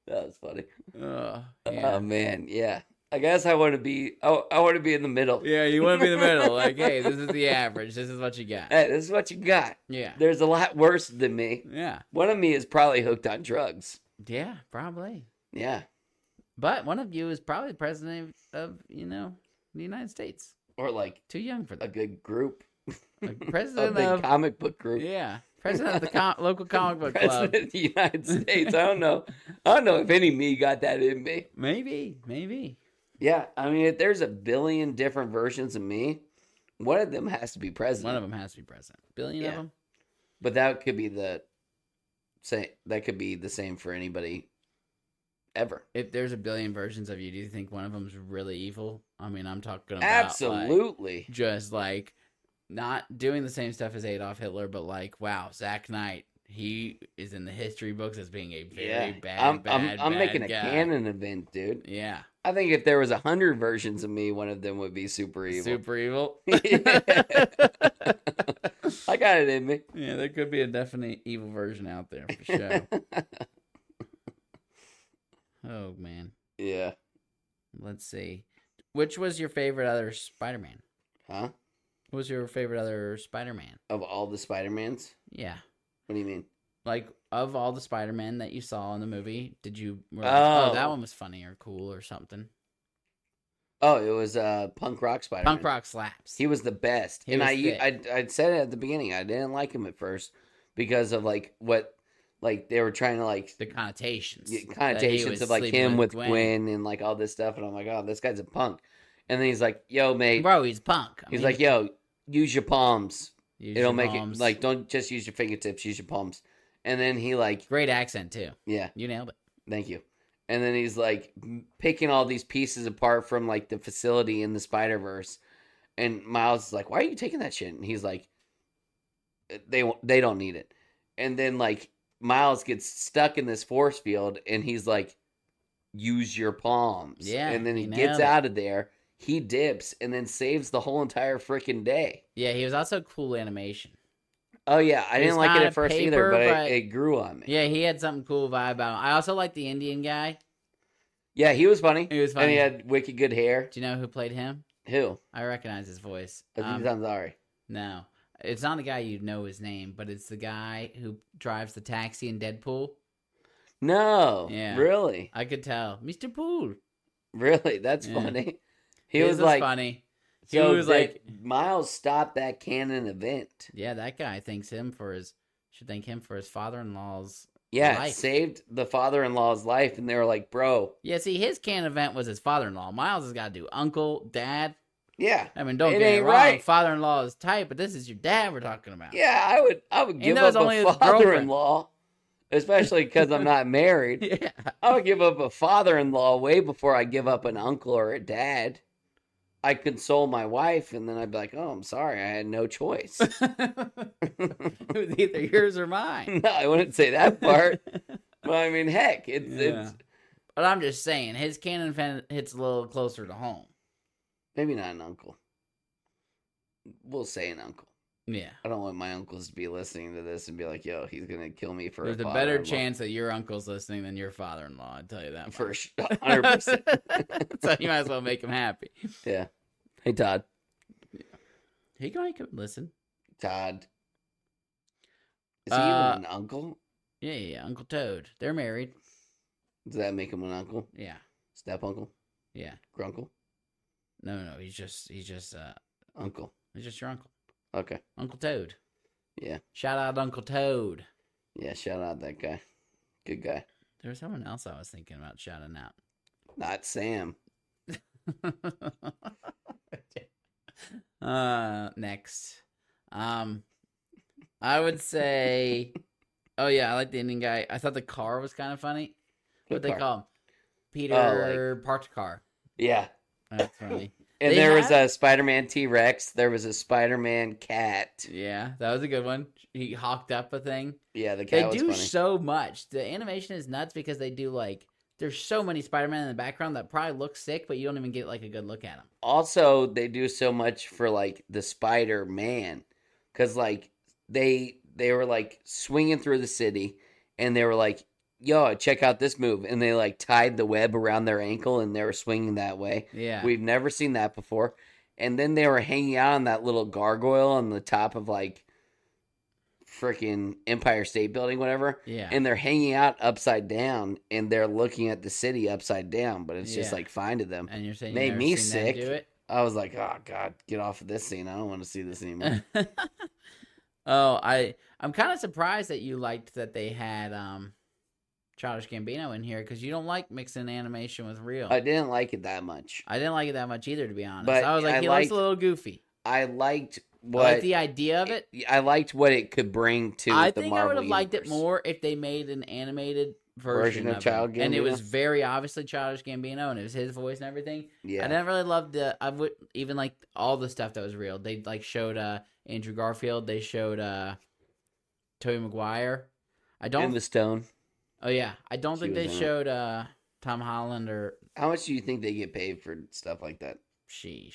Speaker 2: That was funny.
Speaker 1: Oh, yeah.
Speaker 2: Oh man, yeah. I guess I want to be. I, I want to be in the middle.
Speaker 1: yeah, you want to be in the middle. Like, hey, this is the average. This is what you got.
Speaker 2: Hey, this is what you got.
Speaker 1: Yeah,
Speaker 2: There's a lot worse than me.
Speaker 1: yeah,
Speaker 2: One of me is probably hooked on drugs.
Speaker 1: yeah, probably.
Speaker 2: Yeah,
Speaker 1: But one of you is probably the president of you know the United States.
Speaker 2: or like
Speaker 1: Too young for
Speaker 2: a
Speaker 1: that.
Speaker 2: good group,
Speaker 1: Like,
Speaker 2: a
Speaker 1: president
Speaker 2: big
Speaker 1: of
Speaker 2: comic book group.
Speaker 1: yeah, president of the com- local comic book
Speaker 2: President
Speaker 1: club.
Speaker 2: of the United States. I don't know. I don't know if any me got that in me.
Speaker 1: Maybe, maybe.
Speaker 2: Yeah, I mean, if there's a billion different versions of me, one of them has to be president.
Speaker 1: One of them has to be president. Billion of
Speaker 2: Yeah.
Speaker 1: them.
Speaker 2: But that could be the same. That could be the same for anybody ever.
Speaker 1: If there's a billion versions of you, do you think one of them's really evil? I mean, I'm talking about like,
Speaker 2: Absolutely.
Speaker 1: just like not doing the same stuff as Adolf Hitler, but like, wow, Zack Knight, he is in the history books as being a very
Speaker 2: yeah.
Speaker 1: bad,
Speaker 2: I'm,
Speaker 1: bad,
Speaker 2: I'm, I'm
Speaker 1: bad
Speaker 2: making a
Speaker 1: guy.
Speaker 2: canon event, dude.
Speaker 1: Yeah,
Speaker 2: I think if there was a hundred versions of me, one of them would be super evil.
Speaker 1: super evil.
Speaker 2: I got it in me.
Speaker 1: Yeah, there could be a definite evil version out there for sure. oh man,
Speaker 2: Yeah.
Speaker 1: let's see. Which was your favorite other Spider-Man?
Speaker 2: Huh?
Speaker 1: What was your favorite other Spider-Man?
Speaker 2: Of all the Spider Mans,
Speaker 1: Yeah,
Speaker 2: what do you mean?
Speaker 1: like of all the Spider-Man that you saw in the movie, did you? Were like, oh,
Speaker 2: Oh.
Speaker 1: that one was funny or cool or something.
Speaker 2: Oh, it was uh, punk rock Spider.
Speaker 1: Punk rock slaps.
Speaker 2: He was the best,
Speaker 1: He
Speaker 2: and
Speaker 1: was
Speaker 2: I,
Speaker 1: thick.
Speaker 2: I I said it at the beginning. I didn't like him at first because of like what like they were trying to like
Speaker 1: the connotations.
Speaker 2: get
Speaker 1: that he
Speaker 2: connotations
Speaker 1: was
Speaker 2: of like
Speaker 1: sleeping
Speaker 2: him with Gwen. and like all this stuff, and I'm like, oh, this guy's a punk. And then he's like, yo, mate,
Speaker 1: Bro, he's punk. I
Speaker 2: he's
Speaker 1: mean,
Speaker 2: like, yo, use your palms.
Speaker 1: use
Speaker 2: It'll
Speaker 1: your
Speaker 2: make
Speaker 1: palms.
Speaker 2: it like don't just use your fingertips, use your palms. And then he like,
Speaker 1: great accent too.
Speaker 2: yeah,
Speaker 1: You nailed it.
Speaker 2: Thank you. And then he's like m- picking all these pieces apart from like the facility in the Spider Verse, and Miles is like, "Why are you taking that shit?" And he's like, "Uh, "They won't- they don't need it." And then like Miles gets stuck in this force field, and he's like, "Use your palms."
Speaker 1: Yeah,
Speaker 2: And then he
Speaker 1: you
Speaker 2: gets
Speaker 1: nailed it.
Speaker 2: out of there. He dips and then saves the whole entire freaking day.
Speaker 1: Yeah, he was also cool animation.
Speaker 2: Oh yeah, I
Speaker 1: He's
Speaker 2: didn't like
Speaker 1: not
Speaker 2: it
Speaker 1: a
Speaker 2: at first either,
Speaker 1: paper,
Speaker 2: but,
Speaker 1: but-
Speaker 2: It, it grew on me.
Speaker 1: Yeah, he had something cool vibe about him. I also like the Indian guy.
Speaker 2: Yeah, he was funny.
Speaker 1: He was
Speaker 2: And
Speaker 1: funny.
Speaker 2: he had wicked good hair.
Speaker 1: Do you know who played him?
Speaker 2: Who?
Speaker 1: I recognize his voice.
Speaker 2: Aziz
Speaker 1: Um,
Speaker 2: Ansari.
Speaker 1: no, it's not the guy you know his name, but it's the guy who drives the taxi in Deadpool.
Speaker 2: No.
Speaker 1: Yeah.
Speaker 2: Really?
Speaker 1: I could tell, Mister Pool.
Speaker 2: Really? That's
Speaker 1: Yeah.
Speaker 2: funny. He
Speaker 1: This
Speaker 2: was
Speaker 1: is
Speaker 2: like,
Speaker 1: funny. He
Speaker 2: so
Speaker 1: was
Speaker 2: that Miles stopped that canon event.
Speaker 1: Yeah, that guy thanks him for his. Should thank him for his father-in-law's
Speaker 2: Yeah,
Speaker 1: Life.
Speaker 2: saved the father in law's life. And they were like, bro,
Speaker 1: Yeah, see, his can event was his father-in-law. Miles has got to do uncle, dad.
Speaker 2: yeah.
Speaker 1: I mean, don't
Speaker 2: It
Speaker 1: get me
Speaker 2: ain't
Speaker 1: wrong.
Speaker 2: right.
Speaker 1: Father-in-law is tight, but this is your dad we're talking about.
Speaker 2: Yeah, I would I would give
Speaker 1: that
Speaker 2: up
Speaker 1: was only his
Speaker 2: a
Speaker 1: girlfriend.
Speaker 2: father in law. Especially because I'm not married.
Speaker 1: yeah.
Speaker 2: I would give up a father in law way before I give up an uncle or a dad. I console my wife and then I'd be like, Oh, I'm sorry, I had no choice.
Speaker 1: it was either yours or mine.
Speaker 2: no, I wouldn't say that part. but I mean, heck, it's
Speaker 1: Yeah.
Speaker 2: it's
Speaker 1: But I'm just saying, his can event hits a little closer to home.
Speaker 2: maybe not an uncle. We'll say an uncle.
Speaker 1: Yeah.
Speaker 2: I don't want my uncles to be listening to this and be like, "Yo, he's gonna kill me for."
Speaker 1: There's a better chance that your uncle's listening than your father-in-law. I tell you that.
Speaker 2: for
Speaker 1: much.
Speaker 2: hundred percent.
Speaker 1: so you might as well make him happy.
Speaker 2: Yeah. Hey, Todd.
Speaker 1: He can make him listen.
Speaker 2: Todd. Is he
Speaker 1: Uh,
Speaker 2: even an uncle?
Speaker 1: Yeah, yeah, yeah. Uncle Toad. They're married.
Speaker 2: Does that make him an uncle?
Speaker 1: Yeah,
Speaker 2: Step uncle?
Speaker 1: yeah.
Speaker 2: Grunkle?
Speaker 1: No, no, no. He's just, he's just, uh,
Speaker 2: Uncle?
Speaker 1: he's just your uncle.
Speaker 2: Okay.
Speaker 1: Uncle Toad.
Speaker 2: Yeah.
Speaker 1: Shout out Uncle Toad.
Speaker 2: Yeah. Shout out that guy. Good guy.
Speaker 1: There was someone else I was thinking about shouting out.
Speaker 2: Not Sam.
Speaker 1: uh next. Um I would say Oh yeah, I like the Indian guy. I thought the car was kind of funny. What
Speaker 2: Good
Speaker 1: they
Speaker 2: car.
Speaker 1: call him? Peter
Speaker 2: Oh,
Speaker 1: parked car.
Speaker 2: Yeah.
Speaker 1: That's funny.
Speaker 2: And
Speaker 1: They
Speaker 2: there was
Speaker 1: have-
Speaker 2: a Spider Man T Rex. There was a Spider Man cat.
Speaker 1: Yeah, that was a good one. He hawked up a thing.
Speaker 2: Yeah, the
Speaker 1: They
Speaker 2: cat was
Speaker 1: do
Speaker 2: funny.
Speaker 1: so much. The animation is nuts because they do like there's so many Spider-Man in the background that probably look sick, but you don't even get like a good look at them.
Speaker 2: also, they do so much for like the Spider Man, because like they they were like swinging through the city, and they were like, "Yo, check out this move!" And they like tied the web around their ankle, and they were swinging that way.
Speaker 1: Yeah.
Speaker 2: We've never seen that before. And then they were hanging out on that little gargoyle on the top of like freaking Empire State Building, whatever.
Speaker 1: yeah.
Speaker 2: And they're hanging out upside down and they're looking at the city upside down, but it's just
Speaker 1: Yeah.
Speaker 2: like fine to them.
Speaker 1: and you're saying
Speaker 2: made
Speaker 1: you never
Speaker 2: me
Speaker 1: seen that
Speaker 2: sick.
Speaker 1: do it?
Speaker 2: I was like, oh God, get off of this scene. I don't want to see this anymore.
Speaker 1: oh, I I'm kind of surprised that you liked that they had um Childish Gambino in here because you don't like mixing animation with real.
Speaker 2: I didn't like it that much.
Speaker 1: I didn't like it that much either, to be honest.
Speaker 2: But
Speaker 1: I was like,
Speaker 2: I
Speaker 1: he looks
Speaker 2: liked
Speaker 1: a little goofy.
Speaker 2: I liked
Speaker 1: I like
Speaker 2: what
Speaker 1: the idea of it.
Speaker 2: I liked what it could bring to
Speaker 1: I
Speaker 2: the
Speaker 1: think I
Speaker 2: Marvel
Speaker 1: would have liked it
Speaker 2: universe.
Speaker 1: more if they made an animated version,
Speaker 2: Version of
Speaker 1: of,
Speaker 2: Child
Speaker 1: it. and it
Speaker 2: Gambino?
Speaker 1: was very obviously Childish Gambino, and it was his voice and everything. I
Speaker 2: Yeah.
Speaker 1: didn't really love the. I would even like all the stuff that was real. They like showed uh Andrew Garfield. They showed uh Tobey Maguire. I don't.
Speaker 2: And the stone.
Speaker 1: oh yeah, I don't
Speaker 2: He
Speaker 1: think
Speaker 2: was
Speaker 1: they
Speaker 2: in it.
Speaker 1: showed uh Tom Holland or
Speaker 2: How much do you think they get paid for stuff like that?
Speaker 1: sheesh.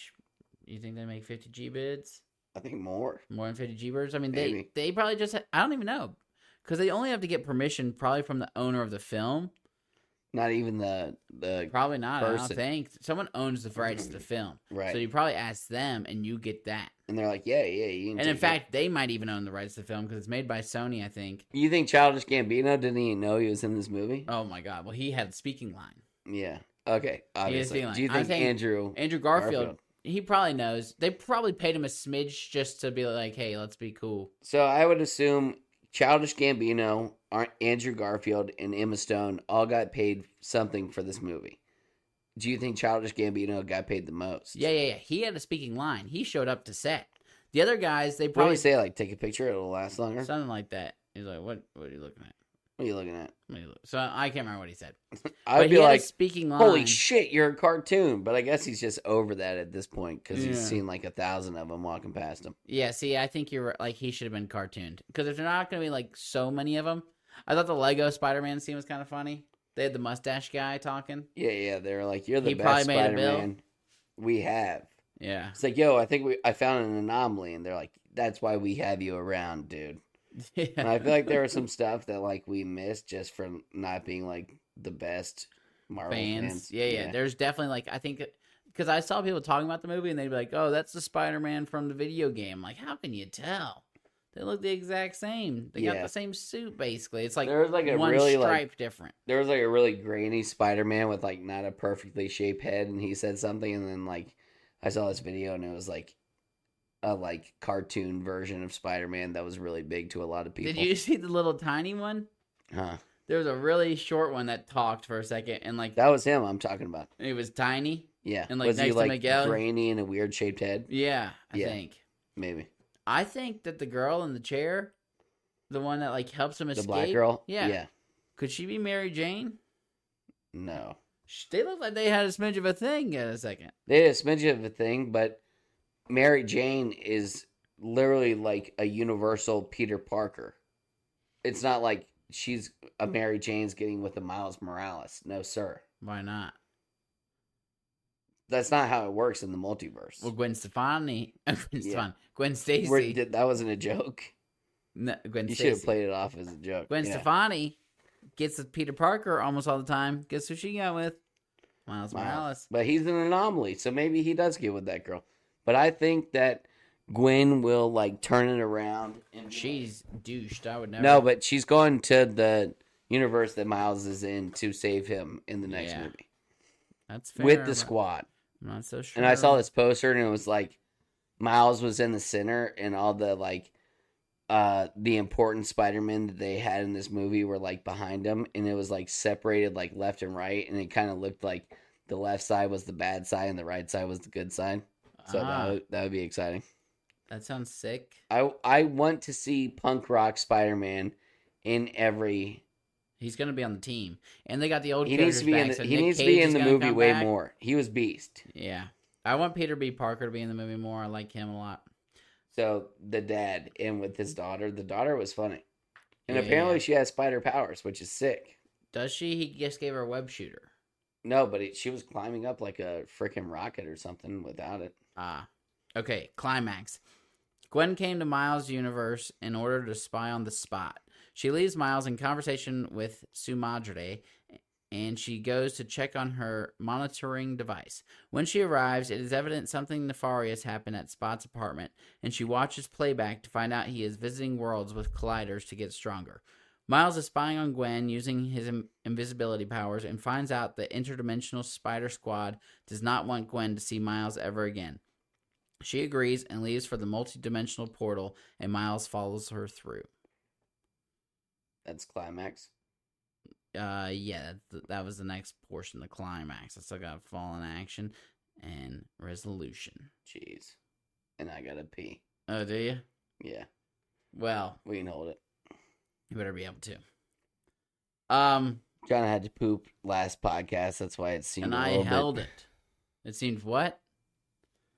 Speaker 1: You think they make fifty G bids?
Speaker 2: I think more.
Speaker 1: More than fifty G birds? I mean,
Speaker 2: Maybe.
Speaker 1: they they probably just. I don't even know because they only have to get permission probably from the owner of the film.
Speaker 2: Not even the the
Speaker 1: Probably not. I don't
Speaker 2: person.
Speaker 1: think someone owns the rights to the film,
Speaker 2: right.
Speaker 1: so you probably ask them, and you get that.
Speaker 2: and they're like, yeah, yeah. You can
Speaker 1: And in
Speaker 2: take it."
Speaker 1: fact, they might even own the rights to the film because it's made by Sony, I think.
Speaker 2: you think Childish Gambino didn't even know he was in this movie?
Speaker 1: Oh my god! Well, he had a speaking line.
Speaker 2: Yeah. Okay. Obviously.
Speaker 1: being like,
Speaker 2: Do you
Speaker 1: I'm
Speaker 2: think
Speaker 1: saying
Speaker 2: Andrew?
Speaker 1: Andrew Garfield,
Speaker 2: Garfield.
Speaker 1: he probably knows. They probably paid him a smidge just to be like, "Hey, let's be cool."
Speaker 2: So I would assume Childish Gambino, Ar- Andrew Garfield, and Emma Stone all got paid something for this movie. Do you think Childish Gambino got paid the most?
Speaker 1: Yeah, yeah, yeah. He had a speaking line. He showed up to set. The other guys, they
Speaker 2: Probably
Speaker 1: probably
Speaker 2: say like, take a picture. It'll last longer.
Speaker 1: something like that. He's like, "What? What are you looking at?"
Speaker 2: what are you looking at?
Speaker 1: What are you look-" So I can't remember what he said.
Speaker 2: I'd
Speaker 1: but
Speaker 2: be
Speaker 1: he had
Speaker 2: like,
Speaker 1: a speaking line.
Speaker 2: Holy shit, you're a cartoon. But I guess he's just over that at this point because
Speaker 1: Yeah.
Speaker 2: he's seen like a thousand of them walking past him.
Speaker 1: Yeah, see, I think you're right. like he should have been cartooned because if they're not going to be like so many of them, I thought the Lego Spider-Man scene was kind of funny. They had the mustache guy talking.
Speaker 2: Yeah, yeah. They were like, you're the
Speaker 1: He
Speaker 2: best
Speaker 1: probably made a
Speaker 2: Spider
Speaker 1: bill.
Speaker 2: Man we have.
Speaker 1: Yeah,
Speaker 2: It's like, yo, I think we I found an anomaly, and they're like, that's why we have you around, dude. And I feel like there was some stuff that like we missed just from not being like the best Marvel
Speaker 1: fans.
Speaker 2: fans.
Speaker 1: Yeah, yeah, There's definitely like I think because I saw people talking about the movie and they'd be like, "Oh, that's the Spider-Man from the video game." Like, how can you tell? They look the exact same. They got
Speaker 2: Yeah.
Speaker 1: the same suit basically. It's like
Speaker 2: there was like a
Speaker 1: one
Speaker 2: really
Speaker 1: stripe
Speaker 2: like
Speaker 1: different.
Speaker 2: there was like a really grainy Spider-Man with like not a perfectly shaped head, and he said something, and then like I saw this video, and it was like a like cartoon version of Spider-Man that was really big to a lot of people.
Speaker 1: Did you see the little tiny one?
Speaker 2: Huh.
Speaker 1: There was a really short one that talked for a second and like
Speaker 2: That was him. I'm talking about.
Speaker 1: it was tiny.
Speaker 2: Yeah,
Speaker 1: And, like,
Speaker 2: was he
Speaker 1: next to
Speaker 2: like
Speaker 1: Miguel?
Speaker 2: grainy and a weird shaped head?
Speaker 1: Yeah, I
Speaker 2: Yeah.
Speaker 1: think.
Speaker 2: Maybe
Speaker 1: I think that the girl in the chair, the one that like helps him
Speaker 2: the
Speaker 1: escape,
Speaker 2: black girl.
Speaker 1: Yeah.
Speaker 2: yeah.
Speaker 1: could she be Mary Jane?
Speaker 2: No,
Speaker 1: Sh- They look like they had a smidge of a thing in a second.
Speaker 2: they had a smidge of a thing, but Mary Jane is literally like a universal Peter Parker. It's not like she's a Mary Jane's getting with a Miles Morales. No, sir.
Speaker 1: Why not?
Speaker 2: That's not how it works in the multiverse.
Speaker 1: Well, Gwen Stefani, Gwen,
Speaker 2: Yeah.
Speaker 1: Stefani, Gwen
Speaker 2: Where-
Speaker 1: Stacy,
Speaker 2: that wasn't a joke.
Speaker 1: no, Gwen
Speaker 2: You should have
Speaker 1: Stacy.
Speaker 2: played it off as a joke.
Speaker 1: Gwen
Speaker 2: Yeah.
Speaker 1: Stefani gets with Peter Parker almost all the time. Guess who she got with? Miles
Speaker 2: Miles.
Speaker 1: Morales.
Speaker 2: But he's an anomaly, so maybe he does get with that girl. But I think that Gwen will like turn it around and be like-
Speaker 1: She's douched. I would never.
Speaker 2: No, but she's going to the universe that Miles is in to save him in the next
Speaker 1: Yeah.
Speaker 2: movie
Speaker 1: that's fair,
Speaker 2: with the
Speaker 1: but
Speaker 2: squad.
Speaker 1: I'm not so sure.
Speaker 2: And I saw this poster and it was like Miles was in the center and all the like uh the important Spider-Man that they had in this movie were like behind him and it was like separated like left and right and it kind of looked like the left side was the bad side and the right side was the good side. So
Speaker 1: Ah,
Speaker 2: that would, that would be exciting.
Speaker 1: that sounds sick.
Speaker 2: I I want to see punk rock Spider-Man in every
Speaker 1: He's gonna be on the team, and they got the old.
Speaker 2: he needs to be in the,
Speaker 1: back, so
Speaker 2: he
Speaker 1: Nick
Speaker 2: needs to
Speaker 1: Cage
Speaker 2: be in
Speaker 1: is
Speaker 2: the
Speaker 1: gonna
Speaker 2: movie
Speaker 1: come
Speaker 2: way
Speaker 1: back.
Speaker 2: more. He was beast.
Speaker 1: Yeah, I want Peter B. Parker to be in the movie more. I like him a lot.
Speaker 2: So the dad and with his daughter, the daughter was funny,
Speaker 1: Yeah,
Speaker 2: and
Speaker 1: yeah,
Speaker 2: apparently
Speaker 1: yeah.
Speaker 2: she has spider powers, which is sick.
Speaker 1: Does she? He just gave her a web shooter.
Speaker 2: No, but it, she was climbing up like a freaking rocket or something without it.
Speaker 1: Ah. Okay, climax. Gwen came to Miles' universe in order to spy on the spot. She leaves Miles in conversation with Sumadre and she goes to check on her monitoring device. When she arrives, it is evident something nefarious happened at Spot's apartment, and she watches playback to find out he is visiting worlds with colliders to get stronger. Miles is spying on Gwen using his im- invisibility powers and finds out the interdimensional spider squad does not want Gwen to see Miles ever again. She agrees and leaves for the multidimensional portal, and Miles follows her through.
Speaker 2: That's climax.
Speaker 1: Uh, yeah, that, that was the next portion, the climax. I still got fall in action and resolution.
Speaker 2: Jeez, and I gotta pee.
Speaker 1: Oh, do you?
Speaker 2: Yeah,
Speaker 1: Well,
Speaker 2: we can hold it.
Speaker 1: you better be able to. Um,
Speaker 2: John had to poop last podcast. That's why it seemed
Speaker 1: and
Speaker 2: a
Speaker 1: I
Speaker 2: little
Speaker 1: held
Speaker 2: bit
Speaker 1: it. It seemed what?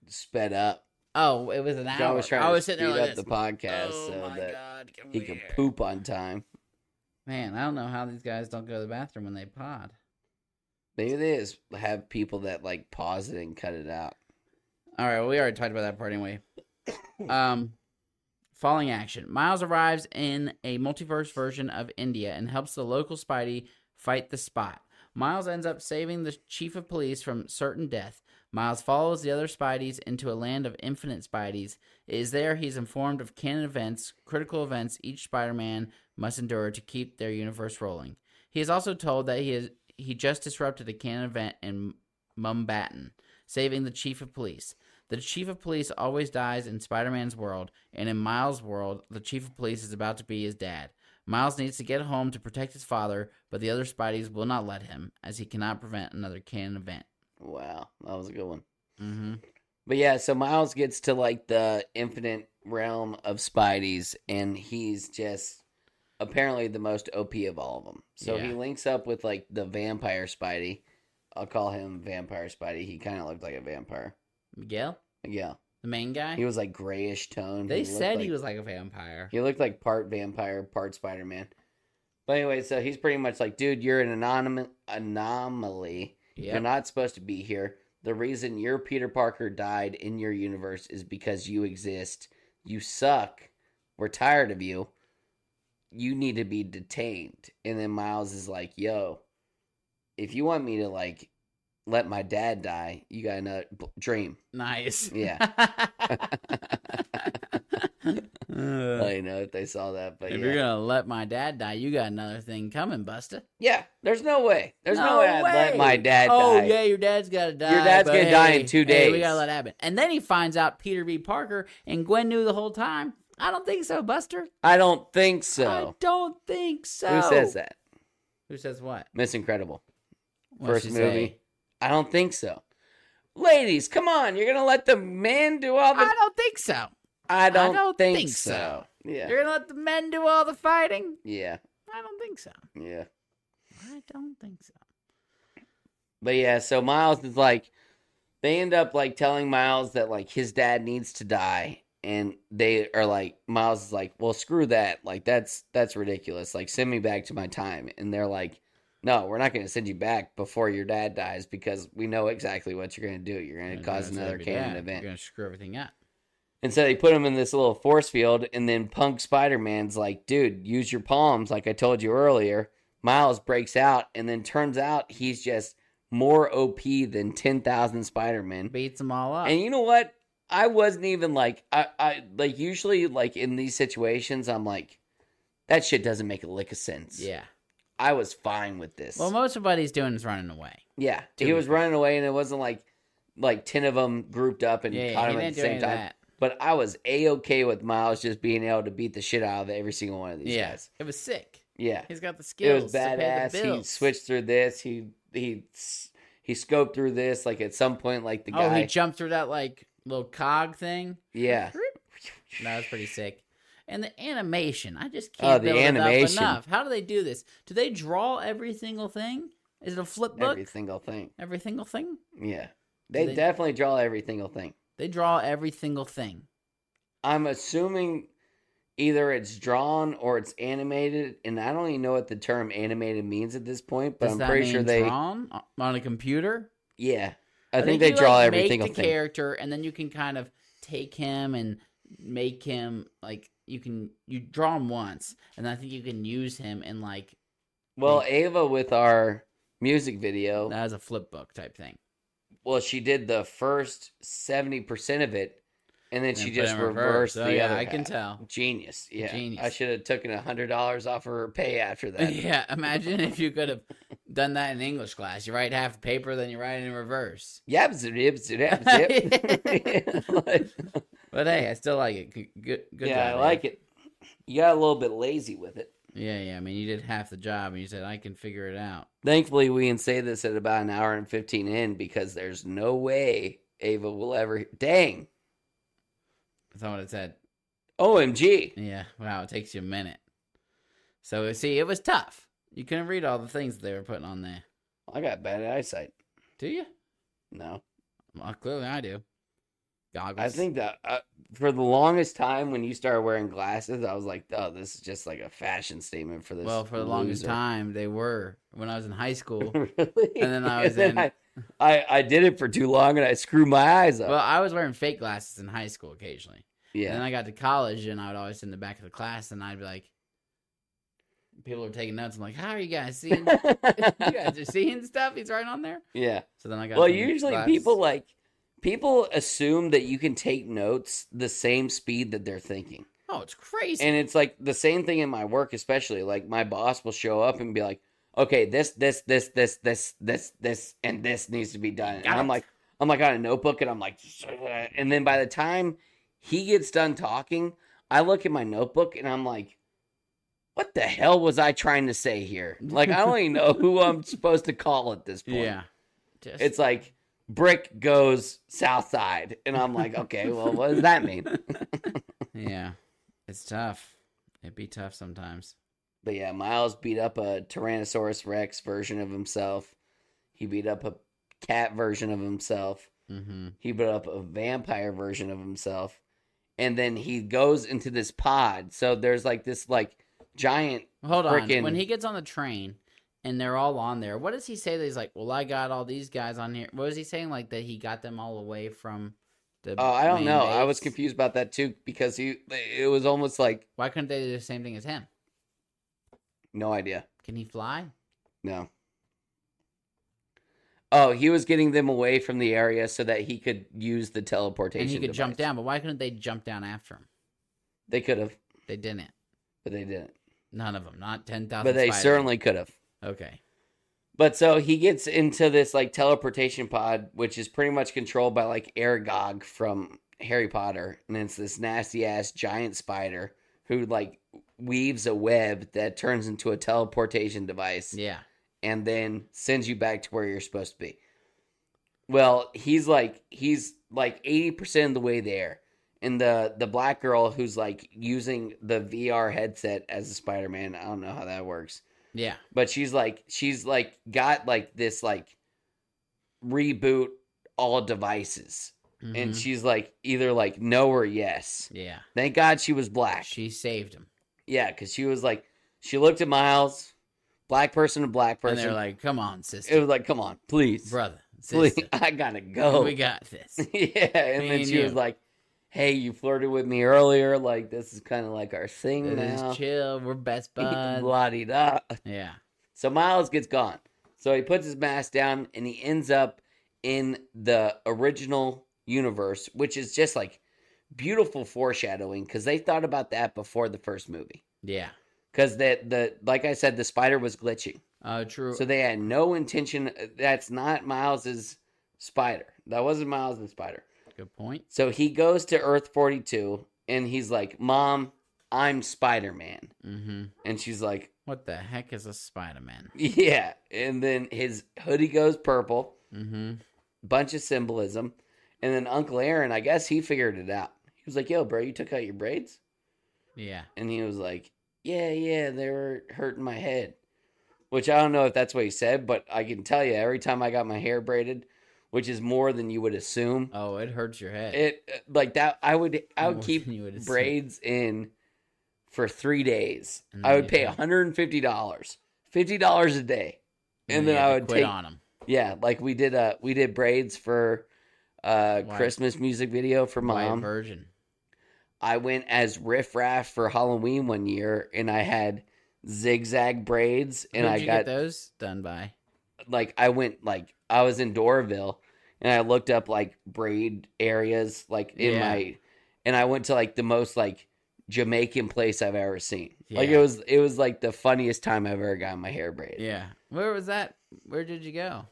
Speaker 2: sped up.
Speaker 1: Oh, it was an hour.
Speaker 2: John was trying
Speaker 1: I was
Speaker 2: to
Speaker 1: sitting
Speaker 2: speed
Speaker 1: there like
Speaker 2: up
Speaker 1: this.
Speaker 2: the podcast
Speaker 1: oh
Speaker 2: so
Speaker 1: my
Speaker 2: that
Speaker 1: god, come
Speaker 2: he could
Speaker 1: here.
Speaker 2: poop on time.
Speaker 1: Man, I don't know how these guys don't go to the bathroom when they pod.
Speaker 2: Maybe they just have people that like pause it and cut it out.
Speaker 1: All right, well, we already talked about that part anyway. Um, falling action. Miles arrives in a multiverse version of India and helps the local Spidey fight the spot. Miles ends up saving the chief of police from certain death. Miles follows the other Spideys into a land of infinite Spideys. It is there he's informed of canon events, critical events each Spider Man must endure to keep their universe rolling. He is also told that he is he just disrupted a canon event in Mumbatan, saving the chief of police. The chief of police always dies in Spider Man's world, and in Miles' world, the chief of police is about to be his dad. Miles needs to get home to protect his father, but the other Spideys will not let him, as he cannot prevent another canon event.
Speaker 2: Wow, that was a good one.
Speaker 1: Mm-hmm.
Speaker 2: But yeah, so Miles gets to like the infinite realm of Spideys, and he's just apparently the most OP of all of them. So he
Speaker 1: Yeah.
Speaker 2: links up with like the vampire Spidey. I'll call him Vampire Spidey. He kind of looked like a vampire.
Speaker 1: Miguel,
Speaker 2: Yeah,
Speaker 1: the main guy,
Speaker 2: he was like grayish tone.
Speaker 1: they
Speaker 2: He looked
Speaker 1: said
Speaker 2: like-
Speaker 1: he was like a vampire.
Speaker 2: He looked like part vampire, part Spider Man. But anyway, so he's pretty much like, dude, you're an anonym- anomaly. You're
Speaker 1: Yep.
Speaker 2: not supposed to be here. The reason your Peter Parker died in your universe is because you exist. You suck. We're tired of you. You need to be detained. And then Miles is like, yo, if you want me to, like, let my dad die, you got another b- dream.
Speaker 1: nice.
Speaker 2: Yeah. I
Speaker 1: Uh,
Speaker 2: don't even know if they saw that, but
Speaker 1: if
Speaker 2: yeah.
Speaker 1: you're gonna let my dad die, you got another thing coming, Buster.
Speaker 2: yeah, there's no way. There's no, way, I'd let my dad
Speaker 1: oh,
Speaker 2: die.
Speaker 1: yeah, your dad's got to die.
Speaker 2: dad's
Speaker 1: but
Speaker 2: gonna die
Speaker 1: hey,
Speaker 2: in two
Speaker 1: hey, we
Speaker 2: days.
Speaker 1: got to let it happen. And then he finds out Peter B. Parker and Gwen knew the whole time. I don't think so, Buster.
Speaker 2: I don't think
Speaker 1: I
Speaker 2: so.
Speaker 1: don't think so.
Speaker 2: Who says that?
Speaker 1: Who says what?
Speaker 2: Miss Incredible.
Speaker 1: What'd
Speaker 2: First
Speaker 1: she
Speaker 2: movie.
Speaker 1: say?
Speaker 2: I don't think so. Ladies, come on. You're going to let the men do all the.
Speaker 1: I don't think so.
Speaker 2: I don't,
Speaker 1: don't
Speaker 2: think,
Speaker 1: think
Speaker 2: so.
Speaker 1: so.
Speaker 2: Yeah.
Speaker 1: You're going to let the men do all the fighting?
Speaker 2: yeah.
Speaker 1: I don't think so.
Speaker 2: Yeah.
Speaker 1: I don't think so.
Speaker 2: But yeah, so Miles is like. They end up like telling Miles that like his dad needs to die. And they are like, Miles is like, well, screw that. Like, that's that's ridiculous. Like, send me back to my time. And they're like, no, we're not going to send you back before your dad dies because we know exactly what you're going to do. You're going to cause another canon event.
Speaker 1: You're going to screw everything up.
Speaker 2: And so they put him in this little force field, and then Punk Spider Man's like, dude, use your palms, like I told you earlier. Miles breaks out, and then turns out he's just more OP than 10,000 Spider Men.
Speaker 1: Beats them all up.
Speaker 2: And you know what? I wasn't even like, I, I, like, usually, like, in these situations, I'm like, that shit doesn't make a lick of sense.
Speaker 1: yeah.
Speaker 2: I was fine with this.
Speaker 1: Well, most of what he's doing is running away.
Speaker 2: yeah.
Speaker 1: Dude.
Speaker 2: He was running away, and it wasn't like, like 10 of them grouped up and
Speaker 1: Yeah,
Speaker 2: caught
Speaker 1: he
Speaker 2: him at
Speaker 1: didn't
Speaker 2: the
Speaker 1: do any
Speaker 2: same
Speaker 1: of
Speaker 2: time.
Speaker 1: that.
Speaker 2: But I was a okay with Miles just being able to beat the shit out of every single one of these
Speaker 1: Yeah.
Speaker 2: guys.
Speaker 1: It was sick.
Speaker 2: Yeah,
Speaker 1: He's got the
Speaker 2: it
Speaker 1: skills.
Speaker 2: was
Speaker 1: to pay
Speaker 2: badass.
Speaker 1: the
Speaker 2: He
Speaker 1: bills.
Speaker 2: switched through this. He he he scoped through this. Like at some point, like the
Speaker 1: Oh,
Speaker 2: guy.
Speaker 1: he jumped through that like little cog thing.
Speaker 2: yeah.
Speaker 1: That was pretty sick. And the animation, I just
Speaker 2: Oh,
Speaker 1: can't
Speaker 2: the
Speaker 1: build
Speaker 2: animation.
Speaker 1: it up enough. How do they do this? Do they draw every single thing? Is it a flip book?
Speaker 2: Every single thing.
Speaker 1: Every single thing?
Speaker 2: Yeah. They,
Speaker 1: they-
Speaker 2: definitely draw every single thing.
Speaker 1: They draw every single thing.
Speaker 2: I'm assuming either it's drawn or it's animated, and I don't even know what the term animated means at this point. But
Speaker 1: Does
Speaker 2: I'm
Speaker 1: that
Speaker 2: pretty
Speaker 1: mean
Speaker 2: sure they,
Speaker 1: drawn o- on a computer?
Speaker 2: yeah, I, think, they
Speaker 1: you,
Speaker 2: draw
Speaker 1: like,
Speaker 2: every
Speaker 1: make
Speaker 2: single
Speaker 1: the
Speaker 2: thing.
Speaker 1: character, and then you can kind of take him and make him like you can you draw him once, and I think you can use him in like
Speaker 2: Well, Ava with our music video,
Speaker 1: as a flip book type thing.
Speaker 2: well, she did the first seventy percent of it, and then
Speaker 1: And
Speaker 2: she
Speaker 1: put it
Speaker 2: just
Speaker 1: in
Speaker 2: reversed
Speaker 1: So,
Speaker 2: the
Speaker 1: yeah,
Speaker 2: other.
Speaker 1: I can
Speaker 2: half.
Speaker 1: tell.
Speaker 2: Genius. Yeah.
Speaker 1: Genius.
Speaker 2: I should have taken a hundred dollars off of her pay after that.
Speaker 1: yeah, imagine if you could have done that in English class. You write half the paper, then you write it in reverse.
Speaker 2: Yep, zip, zip, zip, zip. Like,
Speaker 1: But hey, I still like it. G- Good, good.
Speaker 2: yeah, I
Speaker 1: job,
Speaker 2: like it. You got a little bit lazy with it.
Speaker 1: Yeah, yeah. I mean, you did half the job, and you said I can figure it out.
Speaker 2: Thankfully, we can say this at about an hour and 15 in because there's no way Ava will ever. Dang.
Speaker 1: That's not what it said.
Speaker 2: OMG.
Speaker 1: Yeah. Wow. It takes you a minute. So uh, see, it was tough. You couldn't read all the things they were putting on there.
Speaker 2: I got bad eyesight.
Speaker 1: Do you?
Speaker 2: No.
Speaker 1: Well, clearly I do. Goggles.
Speaker 2: I think that uh, for the longest time when you started wearing glasses, I was like, oh, this is just like a fashion statement for this.
Speaker 1: Well, for the longest
Speaker 2: loser."
Speaker 1: time, they were when I was in high school.
Speaker 2: really?
Speaker 1: And then I was in-
Speaker 2: I, I, I did it for too long and I screwed my eyes up.
Speaker 1: well, I was wearing fake glasses in high school occasionally.
Speaker 2: yeah.
Speaker 1: And then I got to college, and I would always sit in the back of the class, and I'd be like, people are taking notes. I'm like, how are you guys seeing? you guys are seeing stuff. He's right on there.
Speaker 2: yeah.
Speaker 1: So then I got.
Speaker 2: Well,
Speaker 1: some
Speaker 2: usually
Speaker 1: glasses.
Speaker 2: people like people assume that you can take notes the same speed that they're thinking.
Speaker 1: Oh, it's crazy.
Speaker 2: And it's like the same thing in my work especially. Like my boss will show up and be like, "Okay, this this this this this this this and this needs to be done." And
Speaker 1: Got
Speaker 2: I'm
Speaker 1: it.
Speaker 2: like I'm like on a notebook and I'm like and then by the time he gets done talking, I look at my notebook and I'm like what the hell was I trying to say here? Like I don't even know who I'm supposed to call at this point
Speaker 1: yeah. Just,
Speaker 2: it's like brick goes south side and i'm like okay well what does that mean
Speaker 1: yeah, it's tough. It'd be tough sometimes.
Speaker 2: but yeah miles beat up a tyrannosaurus rex version of himself he beat up a cat version of himself
Speaker 1: Mm-hmm.
Speaker 2: he beat up a vampire version of himself and then he goes into this pod so there's like this like giant
Speaker 1: Hold on.
Speaker 2: Frickin-
Speaker 1: When he gets on the train and they're all on there, what does he say? That he's like, "Well, I got all these guys on here." What was he saying? Like that he got them all away from the.
Speaker 2: oh i don't
Speaker 1: main
Speaker 2: know i was
Speaker 1: base?
Speaker 2: confused about that too because he it was almost like
Speaker 1: Why couldn't they do the same thing as him?
Speaker 2: no idea
Speaker 1: Can he fly?
Speaker 2: No. Oh, he was getting them away from the area so that he could use the teleportation.
Speaker 1: And he could jump
Speaker 2: device.
Speaker 1: down, but why couldn't they jump down after him?
Speaker 2: They could have,
Speaker 1: They didn't.
Speaker 2: but they didn't.
Speaker 1: None of them. Not ten thousand.
Speaker 2: But they certainly could have.
Speaker 1: Okay.
Speaker 2: But so he gets into this like teleportation pod, which is pretty much controlled by like Aragog from Harry Potter, and it's this nasty ass giant spider who like weaves a web that turns into a teleportation device.
Speaker 1: Yeah.
Speaker 2: and then sends you back to where you're supposed to be. Well, he's like he's like 80% of the way there. And the the black girl who's like using the VR headset as a Spider-Man, I don't know how that works.
Speaker 1: Yeah.
Speaker 2: But she's like she's like got like this like reboot all devices.
Speaker 1: Mhm.
Speaker 2: And she's like either like no or yes.
Speaker 1: yeah,
Speaker 2: Thank God she was black.
Speaker 1: she saved him.
Speaker 2: yeah, cuz she was like she looked at Miles, black person to black
Speaker 1: And
Speaker 2: person.
Speaker 1: they're like, "Come on,
Speaker 2: It
Speaker 1: sister,
Speaker 2: was Oh. like, come on, please,
Speaker 1: brother,
Speaker 2: please,
Speaker 1: sister,
Speaker 2: I gotta go.
Speaker 1: we got this."
Speaker 2: yeah, and
Speaker 1: Me
Speaker 2: then
Speaker 1: and
Speaker 2: she was
Speaker 1: you.
Speaker 2: like, "Hey, you flirted with me earlier. Like, this is kind of like our thing
Speaker 1: This
Speaker 2: now."
Speaker 1: is chill. We're best buds.
Speaker 2: La di da.
Speaker 1: yeah.
Speaker 2: So Miles gets gone. So he puts his mask down, and he ends up in the original universe, which is just like beautiful foreshadowing because they thought about that before the first movie.
Speaker 1: Yeah.
Speaker 2: Because that the like I said, the spider was glitching.
Speaker 1: Uh, true.
Speaker 2: So they had no intention. uh, That's not Miles's spider. That wasn't Miles's spider.
Speaker 1: Good point.
Speaker 2: So he goes to Earth 42 and he's like, Mom, I'm Spider Man.
Speaker 1: Mm-hmm.
Speaker 2: And she's like,
Speaker 1: What the heck is a Spider Man?
Speaker 2: Yeah. And then his hoodie goes purple,
Speaker 1: Mm-hmm.
Speaker 2: bunch of symbolism. And then Uncle Aaron, I guess he figured it out. He was like, Yo, bro, you took out your braids?
Speaker 1: Yeah.
Speaker 2: And he was like, Yeah, yeah, they were hurting my head. Which I don't know if that's what he said, but I can tell you every time I got my hair braided which is more than you would assume.
Speaker 1: Oh, it hurts your head.
Speaker 2: It like that. I would I would
Speaker 1: More
Speaker 2: keep
Speaker 1: than you would assume.
Speaker 2: braids in for three days.
Speaker 1: And then
Speaker 2: I would
Speaker 1: you
Speaker 2: pay
Speaker 1: have-
Speaker 2: one hundred and fifty dollars, fifty dollars a day, and then
Speaker 1: you
Speaker 2: I
Speaker 1: have to
Speaker 2: would
Speaker 1: quit
Speaker 2: take
Speaker 1: on them.
Speaker 2: yeah, like we did. Uh, we did braids for uh
Speaker 1: Why-
Speaker 2: Christmas music video for
Speaker 1: White
Speaker 2: mom.
Speaker 1: virgin.
Speaker 2: I went as Riff Raff for Halloween one year, and I had zigzag braids, and
Speaker 1: Who'd
Speaker 2: I
Speaker 1: you
Speaker 2: got
Speaker 1: get those done by?
Speaker 2: like I went like I was in Doraville, and I looked up like braid areas like in
Speaker 1: Yeah.
Speaker 2: my, and I went to like the most like Jamaican place I've ever seen. Like it
Speaker 1: Yeah.
Speaker 2: was it was like the funniest time I've ever gotten my hair braided.
Speaker 1: Yeah. Where was that? Where did you go?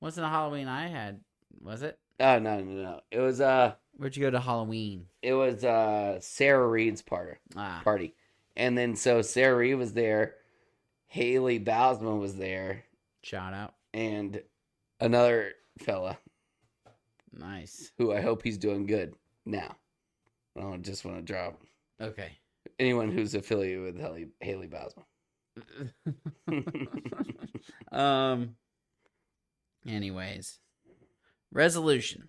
Speaker 1: What's in the Halloween I had? Was it?
Speaker 2: Oh no no no! It was uh
Speaker 1: Where'd you go to Halloween?
Speaker 2: it was uh Sarah Reed's party.
Speaker 1: Ah,
Speaker 2: party. And then so Sarah Reed was there, Haley Bowsman was there,
Speaker 1: shout out.
Speaker 2: and another fella
Speaker 1: Nice.
Speaker 2: who I hope he's doing good now. I don't just want to drop
Speaker 1: Okay.
Speaker 2: anyone who's affiliated with Haley, Haley Bowsman.
Speaker 1: um. Anyways, resolution.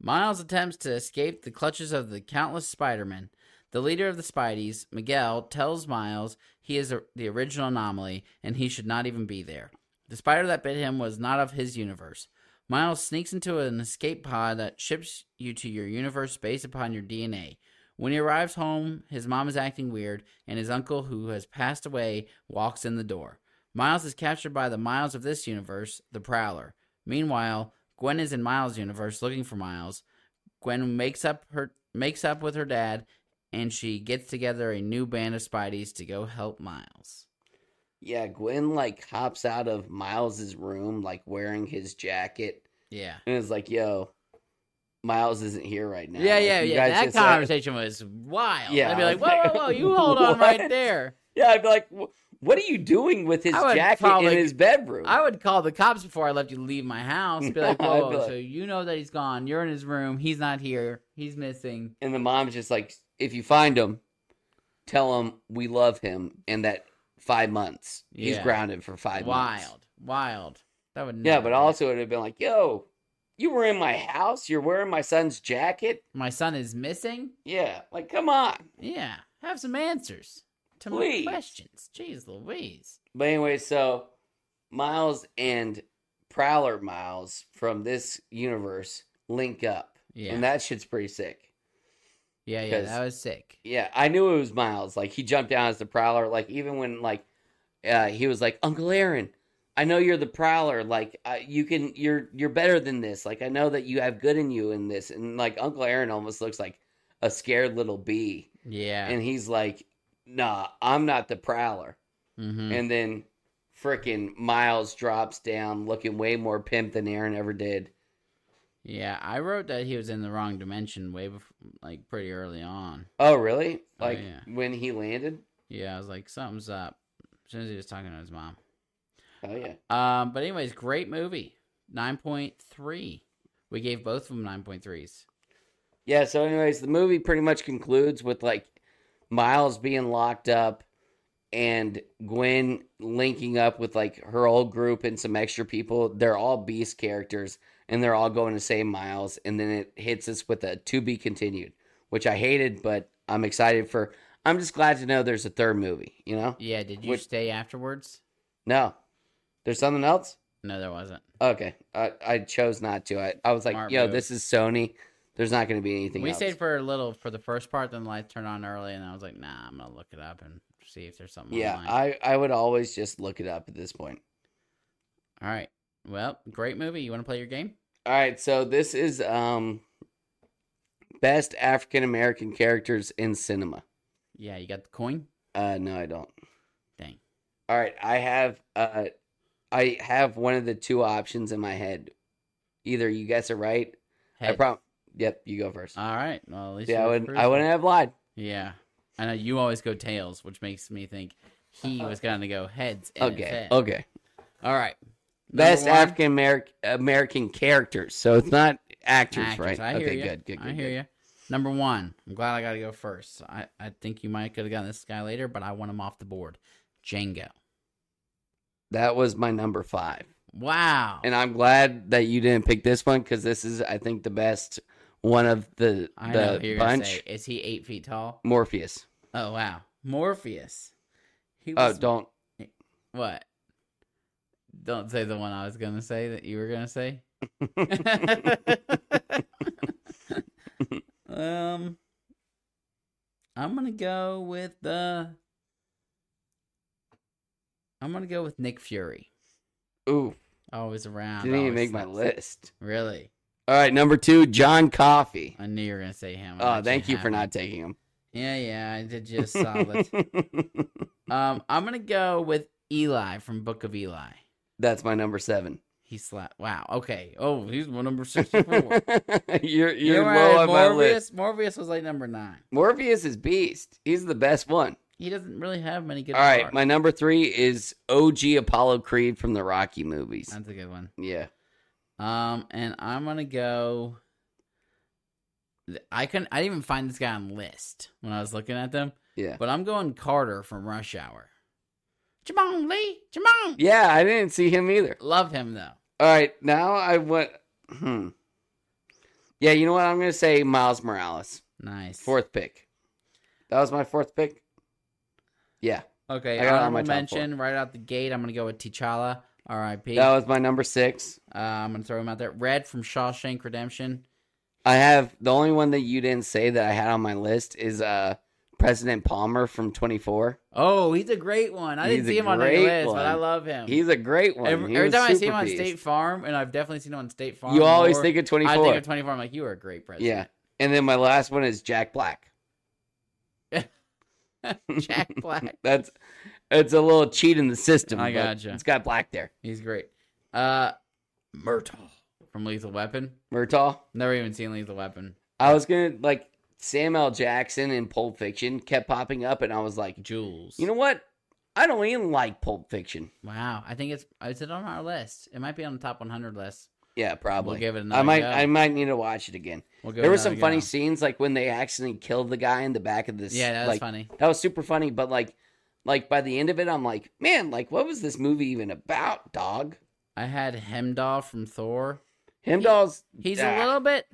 Speaker 1: Miles attempts to escape the clutches of the countless Spider-Men. The leader of the Spideys, Miguel, tells Miles he is a, the original anomaly and he should not even be there. The spider that bit him was not of his universe. Miles sneaks into an escape pod that ships you to your universe based upon your DNA. When he arrives home, his mom is acting weird, and his uncle, who has passed away, walks in the door. Miles is captured by the Miles of this universe, the Prowler. Meanwhile, Gwen is in Miles' universe looking for Miles. Gwen makes up her makes up with her dad, and she gets together a new band of Spideys to go help Miles.
Speaker 2: yeah, Gwen like hops out of Miles's room, like wearing his jacket,
Speaker 1: Yeah.
Speaker 2: and is like, yo, Miles isn't here right now.
Speaker 1: Yeah,
Speaker 2: Like,
Speaker 1: yeah,
Speaker 2: you
Speaker 1: yeah.
Speaker 2: guys
Speaker 1: That
Speaker 2: just had-
Speaker 1: conversation was wild.
Speaker 2: Yeah,
Speaker 1: I'd be
Speaker 2: I
Speaker 1: like,
Speaker 2: was
Speaker 1: whoa,
Speaker 2: like,
Speaker 1: whoa, whoa, you hold on right
Speaker 2: what?
Speaker 1: there.
Speaker 2: Yeah, I'd be like, "Wh- what are you doing with his
Speaker 1: I would
Speaker 2: jacket
Speaker 1: probably-
Speaker 2: in his bedroom?
Speaker 1: I would call the cops before I left you leave my house. Be like,
Speaker 2: I'd
Speaker 1: whoa,
Speaker 2: be like-
Speaker 1: so you know that he's gone. You're in his room. He's not here. He's missing.
Speaker 2: and the mom's just like, if you find him, tell him we love him, and that five months he's
Speaker 1: Yeah.
Speaker 2: grounded for five months.
Speaker 1: wild. Wild. That would
Speaker 2: Yeah,
Speaker 1: never
Speaker 2: but
Speaker 1: be-
Speaker 2: also it'd have been like, yo, you were in my house, you're wearing my son's jacket.
Speaker 1: my son is missing.
Speaker 2: Yeah, like come on.
Speaker 1: Yeah. Have some answers to
Speaker 2: Please.
Speaker 1: my questions. Jeez Louise.
Speaker 2: But anyway, so Miles and Prowler Miles from this universe link up,
Speaker 1: Yeah.
Speaker 2: and that shit's pretty sick.
Speaker 1: yeah, yeah.
Speaker 2: because-
Speaker 1: That was sick.
Speaker 2: Yeah, I knew it was Miles. Like he jumped down as the Prowler. Like even when like uh, he was like Uncle Aaron, I know you're the Prowler. Like uh, you can, you're you're better than this. Like I know that you have good in you in this. And like Uncle Aaron almost looks like a scared little bee,
Speaker 1: Yeah.
Speaker 2: and he's like, Nah, I'm not the Prowler.
Speaker 1: mm-hmm.
Speaker 2: And then freaking Miles drops down, looking way more pimp than Aaron ever did.
Speaker 1: yeah. I wrote that he was in the wrong dimension way before, like pretty early on.
Speaker 2: Oh really?
Speaker 1: Oh,
Speaker 2: Like
Speaker 1: yeah.
Speaker 2: when he landed?
Speaker 1: Yeah, I was like, something's up. As soon as he was talking to his mom.
Speaker 2: Oh yeah.
Speaker 1: Um, but anyways, great movie. Nine point three. We gave both of them nine point threes.
Speaker 2: Yeah, so anyways, the movie pretty much concludes with like Miles being locked up and Gwen linking up with like her old group and some extra people. They're all beast characters and they're all going to save Miles and then it hits us with a to be continued, which I hated, but I'm excited for I'm just glad to know there's a third movie, you know?
Speaker 1: Yeah. Did you
Speaker 2: Which-
Speaker 1: stay afterwards?
Speaker 2: No. There's something else?
Speaker 1: No, there wasn't.
Speaker 2: Okay. I, I chose not to. I, I was like,
Speaker 1: Smart
Speaker 2: yo,
Speaker 1: move.
Speaker 2: this is Sony. There's not gonna be anything
Speaker 1: we
Speaker 2: else.
Speaker 1: stayed for a little for the first part, then the lights turned on early, and I was like, nah, I'm gonna look it up and see if there's something.
Speaker 2: Yeah,
Speaker 1: online.
Speaker 2: I, I would always just look it up at this point.
Speaker 1: All right. Well, great movie. You want to play your game?
Speaker 2: All right, so this is um best African American characters in cinema.
Speaker 1: Yeah, you got the coin.
Speaker 2: Uh no, I don't.
Speaker 1: Dang.
Speaker 2: All right, I have uh I have one of the two options in my head. Either you guess it right. I
Speaker 1: Head.
Speaker 2: prom Yep, you go first.
Speaker 1: All right. Well, at least
Speaker 2: yeah, I
Speaker 1: you
Speaker 2: wouldn't
Speaker 1: approved
Speaker 2: I
Speaker 1: it.
Speaker 2: wouldn't have lied.
Speaker 1: Yeah, I know you always go tails, which makes me think he was gonna go heads. and it's
Speaker 2: Okay.
Speaker 1: head.
Speaker 2: Okay.
Speaker 1: All right.
Speaker 2: Best
Speaker 1: Number one,
Speaker 2: African American American characters. So it's not actors,
Speaker 1: actors.
Speaker 2: right?
Speaker 1: I hear
Speaker 2: okay,
Speaker 1: you.
Speaker 2: good, good, good.
Speaker 1: I hear
Speaker 2: good.
Speaker 1: you. Number one. I'm glad I got to go first. I, I think you might could have gotten this guy later, but I want him off the board. Django.
Speaker 2: That was my number 5.
Speaker 1: Wow.
Speaker 2: and I'm glad that you didn't pick this one because this is, I think, the best one of the
Speaker 1: I know what
Speaker 2: the
Speaker 1: you're gonna say.
Speaker 2: bunch.
Speaker 1: Is he eight feet tall?
Speaker 2: Morpheus.
Speaker 1: Oh wow, Morpheus. He
Speaker 2: Oh,
Speaker 1: was
Speaker 2: don't.
Speaker 1: what? Don't say the one I was gonna say that you were gonna say. um, I'm gonna go with the. I'm gonna go with Nick Fury.
Speaker 2: Ooh,
Speaker 1: Always around.
Speaker 2: didn't even
Speaker 1: always
Speaker 2: make my
Speaker 1: slips.
Speaker 2: list.
Speaker 1: Really,
Speaker 2: All right, number two, John Coffey.
Speaker 1: I knew you were gonna say him. I
Speaker 2: Oh,
Speaker 1: actually
Speaker 2: thank you for
Speaker 1: haven't.
Speaker 2: not taking him.
Speaker 1: Yeah, yeah, I did just solid. um, I'm gonna go with Eli from Book of Eli.
Speaker 2: That's my number seven.
Speaker 1: He slapped. Wow. Okay. Oh, he's my number sixty-four.
Speaker 2: you're you're
Speaker 1: You know where I
Speaker 2: low
Speaker 1: had
Speaker 2: on my
Speaker 1: Morbius?
Speaker 2: list.
Speaker 1: Morbius was like number nine.
Speaker 2: Morpheus is beast. He's the best one.
Speaker 1: He doesn't really have many good.
Speaker 2: All right,
Speaker 1: parts.
Speaker 2: my number three is OG Apollo Creed from the Rocky movies.
Speaker 1: that's a good one.
Speaker 2: Yeah,
Speaker 1: Um, and I'm gonna go. I couldn't. I didn't even find this guy on list when I was looking at them.
Speaker 2: yeah,
Speaker 1: But I'm going Carter from Rush Hour. Jamon Lee, Jamon.
Speaker 2: yeah. I didn't see him either.
Speaker 1: Love him though.
Speaker 2: All right, now I want. Hmm. Yeah, you know what? I'm gonna say Miles Morales,
Speaker 1: Nice.
Speaker 2: fourth pick. That was my fourth pick. Yeah,
Speaker 1: Okay,
Speaker 2: I got it on
Speaker 1: honorable
Speaker 2: my top
Speaker 1: mention right out the gate. I'm gonna go with T'Challa, R.I.P.
Speaker 2: that
Speaker 1: Uh,
Speaker 2: was my number six.
Speaker 1: Um, I'm gonna throw him out there. Red from Shawshank Redemption.
Speaker 2: I have the only one that you didn't say that I had on my list is uh President Palmer from 24.
Speaker 1: Oh, he's a great one. I didn't
Speaker 2: He's a
Speaker 1: see him on your
Speaker 2: great
Speaker 1: list, but I
Speaker 2: one.
Speaker 1: love him.
Speaker 2: He's a great one.
Speaker 1: every,
Speaker 2: He
Speaker 1: every
Speaker 2: was
Speaker 1: time I see
Speaker 2: super
Speaker 1: him on
Speaker 2: beast.
Speaker 1: State Farm, and I've definitely seen him on State Farm.
Speaker 2: you always
Speaker 1: more,
Speaker 2: think of 24.
Speaker 1: I think of 24. I'm like, you are a great
Speaker 2: yeah,
Speaker 1: president.
Speaker 2: and then my last one is Jack Black.
Speaker 1: Jack Black.
Speaker 2: That's it's a little cheat in the system.
Speaker 1: I
Speaker 2: but
Speaker 1: gotcha.
Speaker 2: It's got Black there.
Speaker 1: He's great. Uh, Murtaugh from Lethal Weapon.
Speaker 2: Murtaugh.
Speaker 1: Never even seen Lethal Weapon.
Speaker 2: I was gonna like Sam L. Jackson in Pulp Fiction kept popping up, and I was like,
Speaker 1: Jules.
Speaker 2: you know what? I don't even like Pulp Fiction.
Speaker 1: Wow. I think it's is it on our list? It might be on the top 100 list.
Speaker 2: Yeah, probably.
Speaker 1: We'll give it another.
Speaker 2: I might.
Speaker 1: go.
Speaker 2: I might need to watch it again.
Speaker 1: We'll give
Speaker 2: there
Speaker 1: it
Speaker 2: were
Speaker 1: another
Speaker 2: some funny
Speaker 1: go.
Speaker 2: scenes, like when they accidentally killed the guy in the back of this.
Speaker 1: Yeah, that was
Speaker 2: like,
Speaker 1: funny.
Speaker 2: That was super funny. But like, like by the end of it, I'm like, man, like what was this movie even about, dog?
Speaker 1: I had Hemdahl from Thor.
Speaker 2: Hemdahl's
Speaker 1: He's
Speaker 2: ah,
Speaker 1: a little bit.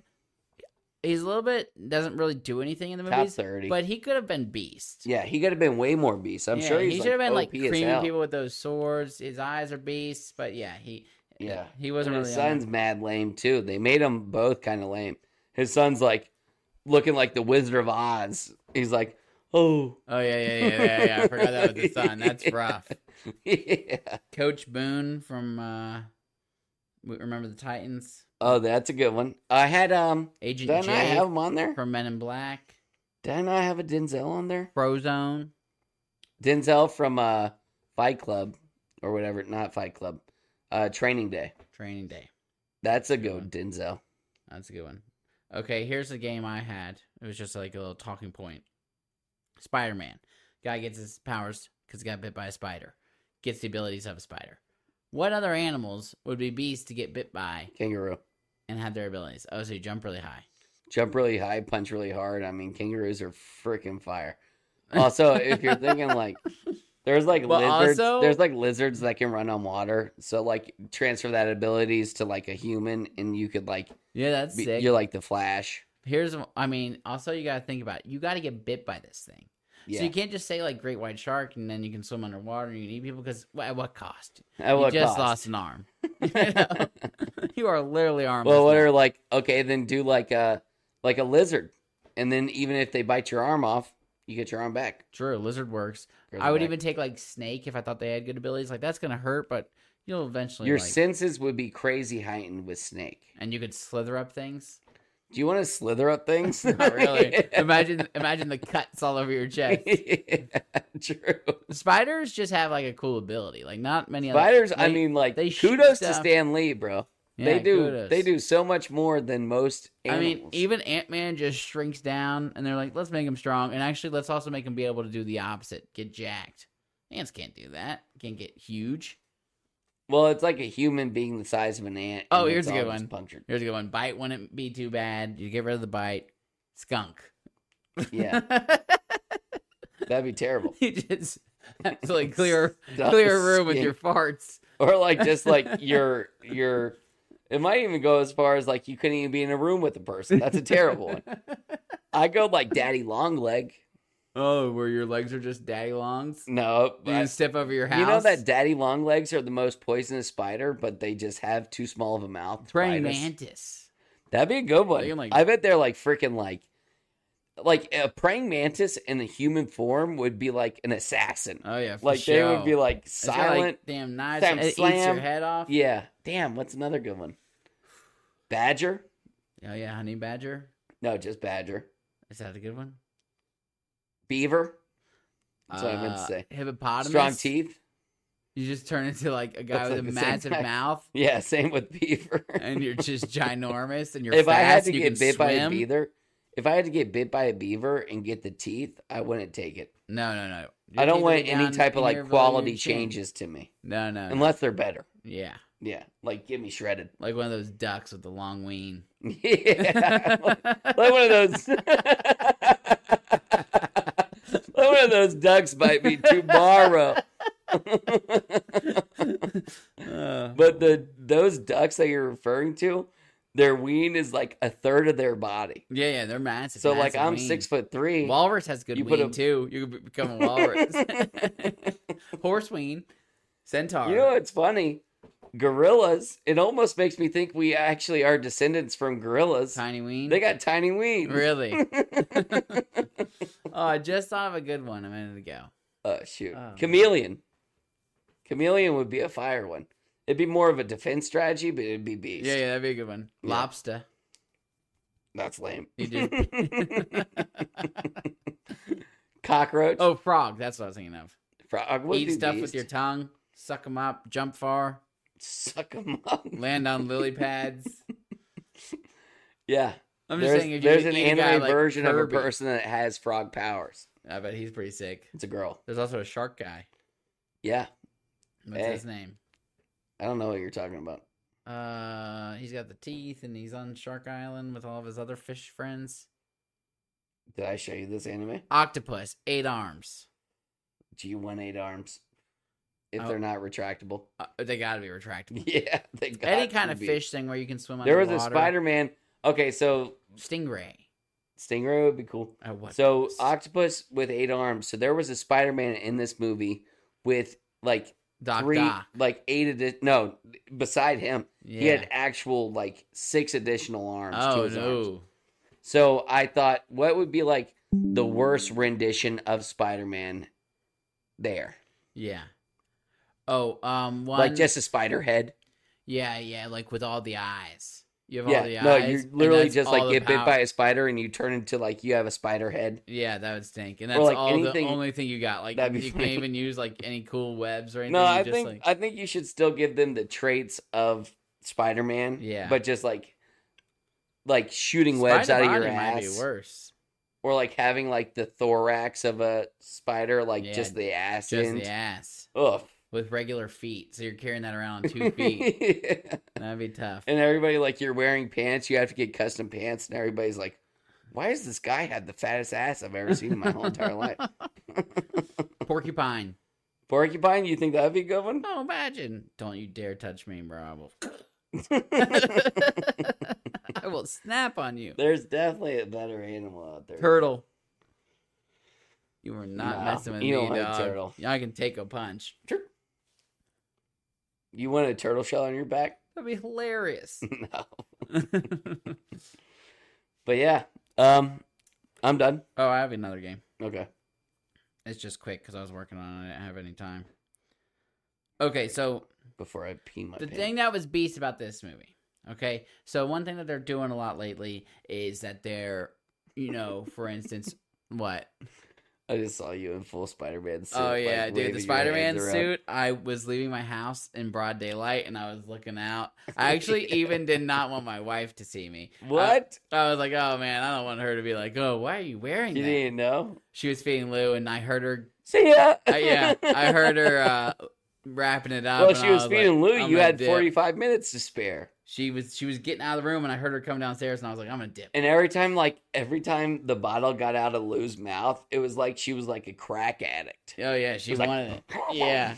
Speaker 1: He's a little bit doesn't really do anything in the
Speaker 2: top
Speaker 1: movies,
Speaker 2: thirty,
Speaker 1: but he could have been Beast.
Speaker 2: yeah, he could have been way more beast. I'm
Speaker 1: Yeah,
Speaker 2: sure he's
Speaker 1: he
Speaker 2: like,
Speaker 1: should have been like
Speaker 2: OP as
Speaker 1: creaming
Speaker 2: hell.
Speaker 1: people with those swords. His eyes are beasts, but yeah, he
Speaker 2: Yeah.
Speaker 1: he wasn't
Speaker 2: And
Speaker 1: really.
Speaker 2: his
Speaker 1: on
Speaker 2: son's mad lame too. They made them both kind of lame. His son's like looking like the Wizard of Oz. He's like, oh,
Speaker 1: that. Oh yeah, yeah, yeah, yeah, yeah. I forgot that was his son. That's rough.
Speaker 2: yeah.
Speaker 1: Coach Boone from uh, we- remember the Titans.
Speaker 2: oh, that's a good one. I had um,
Speaker 1: Agent
Speaker 2: didn't I
Speaker 1: J
Speaker 2: have him on there?
Speaker 1: from Men in Black.
Speaker 2: Didn't I have a Denzel on there?
Speaker 1: Frozone.
Speaker 2: Denzel from uh Fight Club or whatever, not Fight Club, uh Training Day.
Speaker 1: Training Day.
Speaker 2: That's a good one, Denzel.
Speaker 1: That's a good one. Okay, here's the game I had. It was just like a little talking point. Spider Man. Guy gets his powers because he got bit by a spider. Gets the abilities of a spider. What other animals would be beasts to get bit by
Speaker 2: Kangaroo.
Speaker 1: and have their abilities? Oh, so you jump really high.
Speaker 2: Jump really high, punch really hard. I mean, kangaroos are freaking fire. Also, if you're thinking like there's like
Speaker 1: But
Speaker 2: lizards,
Speaker 1: also-
Speaker 2: there's like lizards that can run on water. So like transfer that abilities to like a human, and you could like
Speaker 1: Yeah, that's
Speaker 2: be,
Speaker 1: sick.
Speaker 2: you're like the Flash.
Speaker 1: Here's, I mean, also you got to think about it. You got to get bit by this thing.
Speaker 2: Yeah,
Speaker 1: So you can't just say like great white shark and then you can swim underwater and you can eat people because at what cost?
Speaker 2: At
Speaker 1: you
Speaker 2: what
Speaker 1: just
Speaker 2: cost?
Speaker 1: lost an arm. you, know? You are literally armless.
Speaker 2: Well, what
Speaker 1: now.
Speaker 2: are like okay? Then do like a like a lizard, and then even if they bite your arm off, you get your arm back.
Speaker 1: True, lizard works.
Speaker 2: Grows
Speaker 1: I would
Speaker 2: back.
Speaker 1: even take like snake if I thought they had good abilities. Like that's gonna hurt, but you'll eventually
Speaker 2: your
Speaker 1: like,
Speaker 2: senses would be crazy heightened with snake.
Speaker 1: and you could slither up things.
Speaker 2: Do you want to slither up things?
Speaker 1: Not really. imagine imagine the cuts all over your chest.
Speaker 2: True.
Speaker 1: Spiders just have like a cool ability. Like not many other
Speaker 2: Spiders. I
Speaker 1: they-
Speaker 2: mean, like
Speaker 1: they shoot
Speaker 2: kudos to
Speaker 1: stuff.
Speaker 2: Stan Lee, bro. they
Speaker 1: Yeah,
Speaker 2: do.
Speaker 1: kudos.
Speaker 2: They do so much more than most.
Speaker 1: I
Speaker 2: Animals.
Speaker 1: mean, even Ant Man just shrinks down, and they're like, "Let's make him strong," and actually, let's also make him be able to do the opposite: get jacked. Ants can't do that. Can't get huge.
Speaker 2: well, it's like a human being the size of an ant.
Speaker 1: Oh,
Speaker 2: and
Speaker 1: here's a
Speaker 2: it's
Speaker 1: good
Speaker 2: all just
Speaker 1: one.
Speaker 2: Punctured.
Speaker 1: Here's a good one: bite wouldn't be too bad. You get rid of the bite. Skunk.
Speaker 2: Yeah, that'd be terrible.
Speaker 1: you just absolutely clear
Speaker 2: Stuff
Speaker 1: clear
Speaker 2: is
Speaker 1: room with
Speaker 2: skin-
Speaker 1: your farts.
Speaker 2: or like just like your your. It might even go as far as like you couldn't even be in a room with a person. That's a terrible one. I go like Daddy Longleg.
Speaker 1: Oh, where your legs are just daddy longs?
Speaker 2: No,
Speaker 1: You
Speaker 2: I-
Speaker 1: can step over your house.
Speaker 2: Mm, you know that Daddy Longlegs are the most poisonous spider, but they just have too small of a mouth. to
Speaker 1: praying
Speaker 2: bite us.
Speaker 1: mantis.
Speaker 2: That'd be a good
Speaker 1: They
Speaker 2: one.
Speaker 1: can, like-
Speaker 2: I bet they're like freaking like like a praying mantis in the human form would be like an assassin.
Speaker 1: Oh yeah, for
Speaker 2: like they would be
Speaker 1: sure.
Speaker 2: like
Speaker 1: It's got,
Speaker 2: silent.
Speaker 1: like, damn knives.
Speaker 2: Sam
Speaker 1: and it eats
Speaker 2: Slam.
Speaker 1: your head off.
Speaker 2: yeah. Damn, what's another good one? Badger?
Speaker 1: Oh yeah, honey badger.
Speaker 2: No, just badger.
Speaker 1: Is that a good one?
Speaker 2: Beaver? That's what I meant to
Speaker 1: Uh,
Speaker 2: say.
Speaker 1: Hippopotamus.
Speaker 2: Strong teeth?
Speaker 1: You just turn into like a guy
Speaker 2: That's
Speaker 1: with
Speaker 2: like
Speaker 1: a
Speaker 2: the same
Speaker 1: massive
Speaker 2: guy.
Speaker 1: mouth,
Speaker 2: Yeah, same with beaver.
Speaker 1: and you're just ginormous, and you're
Speaker 2: if
Speaker 1: fast.
Speaker 2: I had to
Speaker 1: and you
Speaker 2: get
Speaker 1: can
Speaker 2: bit by a
Speaker 1: swim.
Speaker 2: beaver, if I had to get bit by a beaver and get the teeth, I wouldn't take it.
Speaker 1: No, no, no.
Speaker 2: I
Speaker 1: Your
Speaker 2: don't
Speaker 1: teeth
Speaker 2: want
Speaker 1: are
Speaker 2: any
Speaker 1: down
Speaker 2: type of
Speaker 1: in
Speaker 2: like
Speaker 1: here below your
Speaker 2: quality
Speaker 1: chin.
Speaker 2: changes to me,
Speaker 1: No, no, no.
Speaker 2: unless they're better.
Speaker 1: yeah,
Speaker 2: Yeah, like give me shredded.
Speaker 1: like one of those ducks with the long wing.
Speaker 2: Yeah, like one of those. Let one of those ducks bite me tomorrow.
Speaker 1: Uh,
Speaker 2: but the those ducks that you're referring to, their ween is like a third of their body.
Speaker 1: yeah, yeah, they're massive.
Speaker 2: So like
Speaker 1: massive
Speaker 2: I'm
Speaker 1: wings.
Speaker 2: six foot three.
Speaker 1: Walrus has good
Speaker 2: You put
Speaker 1: wing
Speaker 2: a-
Speaker 1: too. You could become a walrus. Horse wing, centaur.
Speaker 2: You know it's funny? Gorillas. It almost makes me think we actually are descendants from gorillas.
Speaker 1: tiny wing.
Speaker 2: They got tiny wings.
Speaker 1: really. oh, I just thought of a good one a minute ago.
Speaker 2: Oh shoot,
Speaker 1: Oh, man.
Speaker 2: chameleon. Chameleon would be a fire one. It'd be more of a defense strategy, but it'd be beast.
Speaker 1: Yeah, yeah, that'd be a good one.
Speaker 2: Yeah.
Speaker 1: Lobster.
Speaker 2: That's lame.
Speaker 1: You just
Speaker 2: Cockroach.
Speaker 1: oh frog. That's what I was thinking of.
Speaker 2: frog would
Speaker 1: Eat
Speaker 2: be
Speaker 1: stuff with
Speaker 2: beast.
Speaker 1: your tongue. Suck them up. Jump far.
Speaker 2: suck 'em up.
Speaker 1: Land on lily pads.
Speaker 2: Yeah,
Speaker 1: I'm just
Speaker 2: there's,
Speaker 1: saying. If you
Speaker 2: there's
Speaker 1: could
Speaker 2: an
Speaker 1: eat a guy
Speaker 2: anime
Speaker 1: like
Speaker 2: version of a
Speaker 1: Kirby-
Speaker 2: person that has frog powers.
Speaker 1: I bet he's pretty sick.
Speaker 2: It's a girl.
Speaker 1: There's also a shark guy.
Speaker 2: Yeah,
Speaker 1: What's
Speaker 2: Hey.
Speaker 1: his name?
Speaker 2: I don't know what you're talking about.
Speaker 1: Uh, he's got the teeth, and he's on Shark Island with all of his other fish friends.
Speaker 2: Did I show you this anime?
Speaker 1: Octopus, eight arms.
Speaker 2: G18 arms. If
Speaker 1: Oh.
Speaker 2: they're not retractable.
Speaker 1: Uh, they got to be retractable.
Speaker 2: Yeah, they got
Speaker 1: Any
Speaker 2: to
Speaker 1: kind of
Speaker 2: be.
Speaker 1: fish thing where you can swim.
Speaker 2: There was a
Speaker 1: underwater.
Speaker 2: Spider Man. Okay, so
Speaker 1: stingray.
Speaker 2: Stingray would be cool.
Speaker 1: Or what?
Speaker 2: so octopus with eight arms. So there was a Spider Man in this movie with like
Speaker 1: Doc
Speaker 2: three,
Speaker 1: Doc.
Speaker 2: like eight addi- No, beside him,
Speaker 1: Yeah.
Speaker 2: he had actual like six additional arms. to
Speaker 1: oh
Speaker 2: his arms.
Speaker 1: no.
Speaker 2: So I thought, what would be like the worst rendition of Spider Man? There,
Speaker 1: Yeah. Oh, um, one.
Speaker 2: like just a spider head.
Speaker 1: Yeah, yeah, like with all the eyes. You have all the
Speaker 2: Yeah,
Speaker 1: eyes.
Speaker 2: no, you
Speaker 1: and
Speaker 2: literally
Speaker 1: that's
Speaker 2: just
Speaker 1: all
Speaker 2: like
Speaker 1: the
Speaker 2: get bit
Speaker 1: power.
Speaker 2: by a spider and you turn into like you have a spider head.
Speaker 1: Yeah, that would stink, and that's
Speaker 2: like,
Speaker 1: all
Speaker 2: anything-
Speaker 1: the only thing you got. Like
Speaker 2: That'd be
Speaker 1: you
Speaker 2: funny.
Speaker 1: can't even use like any cool webs or anything.
Speaker 2: No,
Speaker 1: you
Speaker 2: I
Speaker 1: just,
Speaker 2: think
Speaker 1: like-
Speaker 2: I think you should still give them the traits of Spider Man.
Speaker 1: Yeah.
Speaker 2: But just like like shooting webs out of your
Speaker 1: Spider-Body might be
Speaker 2: ass.
Speaker 1: worse.
Speaker 2: Or like having like the thorax of a spider, like
Speaker 1: Yeah,
Speaker 2: just the ass
Speaker 1: Just
Speaker 2: end.
Speaker 1: the ass
Speaker 2: Ugh.
Speaker 1: with regular feet, so you're carrying that around on two feet. That'd be tough.
Speaker 2: and everybody like you're wearing pants, you have to get custom pants, and everybody's like, Why does this guy have the fattest ass I've ever seen in my whole entire life?
Speaker 1: Porcupine.
Speaker 2: Porcupine, you think that'd be a good one?
Speaker 1: Oh, imagine! Don't you dare touch me, bro. I will. I will snap on you.
Speaker 2: There's definitely a better animal out there.
Speaker 1: Turtle. You were not
Speaker 2: Nah,
Speaker 1: messing with
Speaker 2: you
Speaker 1: me,
Speaker 2: don't like
Speaker 1: dog.
Speaker 2: turtle.
Speaker 1: I can take a punch.
Speaker 2: You want a turtle shell on your back?
Speaker 1: That'd be hilarious.
Speaker 2: no. But yeah, um, I'm done.
Speaker 1: Oh, I have another game.
Speaker 2: Okay.
Speaker 1: It's just quick because I was working on it. I didn't have any time. Okay, so
Speaker 2: Before I pee my
Speaker 1: the
Speaker 2: pants.
Speaker 1: thing that was beast about this movie, okay? So one thing that they're doing a lot lately is that they're, you know, for instance, what?
Speaker 2: I just saw you in full Spider-Man suit.
Speaker 1: oh
Speaker 2: like,
Speaker 1: yeah, dude,
Speaker 2: waving
Speaker 1: the
Speaker 2: your
Speaker 1: Spider-Man
Speaker 2: hands around.
Speaker 1: suit. I was leaving my house in broad daylight and I was looking out. I actually even did not want my wife to see me. I-
Speaker 2: What?
Speaker 1: I, was like, oh man, I don't want her to be like, oh, why are you wearing
Speaker 2: you
Speaker 1: that?
Speaker 2: didn't know?
Speaker 1: She was feeding Lou, and I heard her
Speaker 2: See ya.
Speaker 1: I, yeah, I heard her uh, wrapping it up.
Speaker 2: Well,
Speaker 1: and
Speaker 2: she
Speaker 1: I
Speaker 2: was feeding
Speaker 1: like,
Speaker 2: Lou.
Speaker 1: I'm
Speaker 2: You
Speaker 1: gonna
Speaker 2: had
Speaker 1: dip.
Speaker 2: 45 minutes to spare.
Speaker 1: She was she was getting out of the room, and I heard her come downstairs, and I was like, I'm gonna dip.
Speaker 2: And every time, like, every time the bottle got out of Lou's mouth, it was like she was like a crack addict.
Speaker 1: Oh yeah, she
Speaker 2: was like-
Speaker 1: wanted it. Yeah.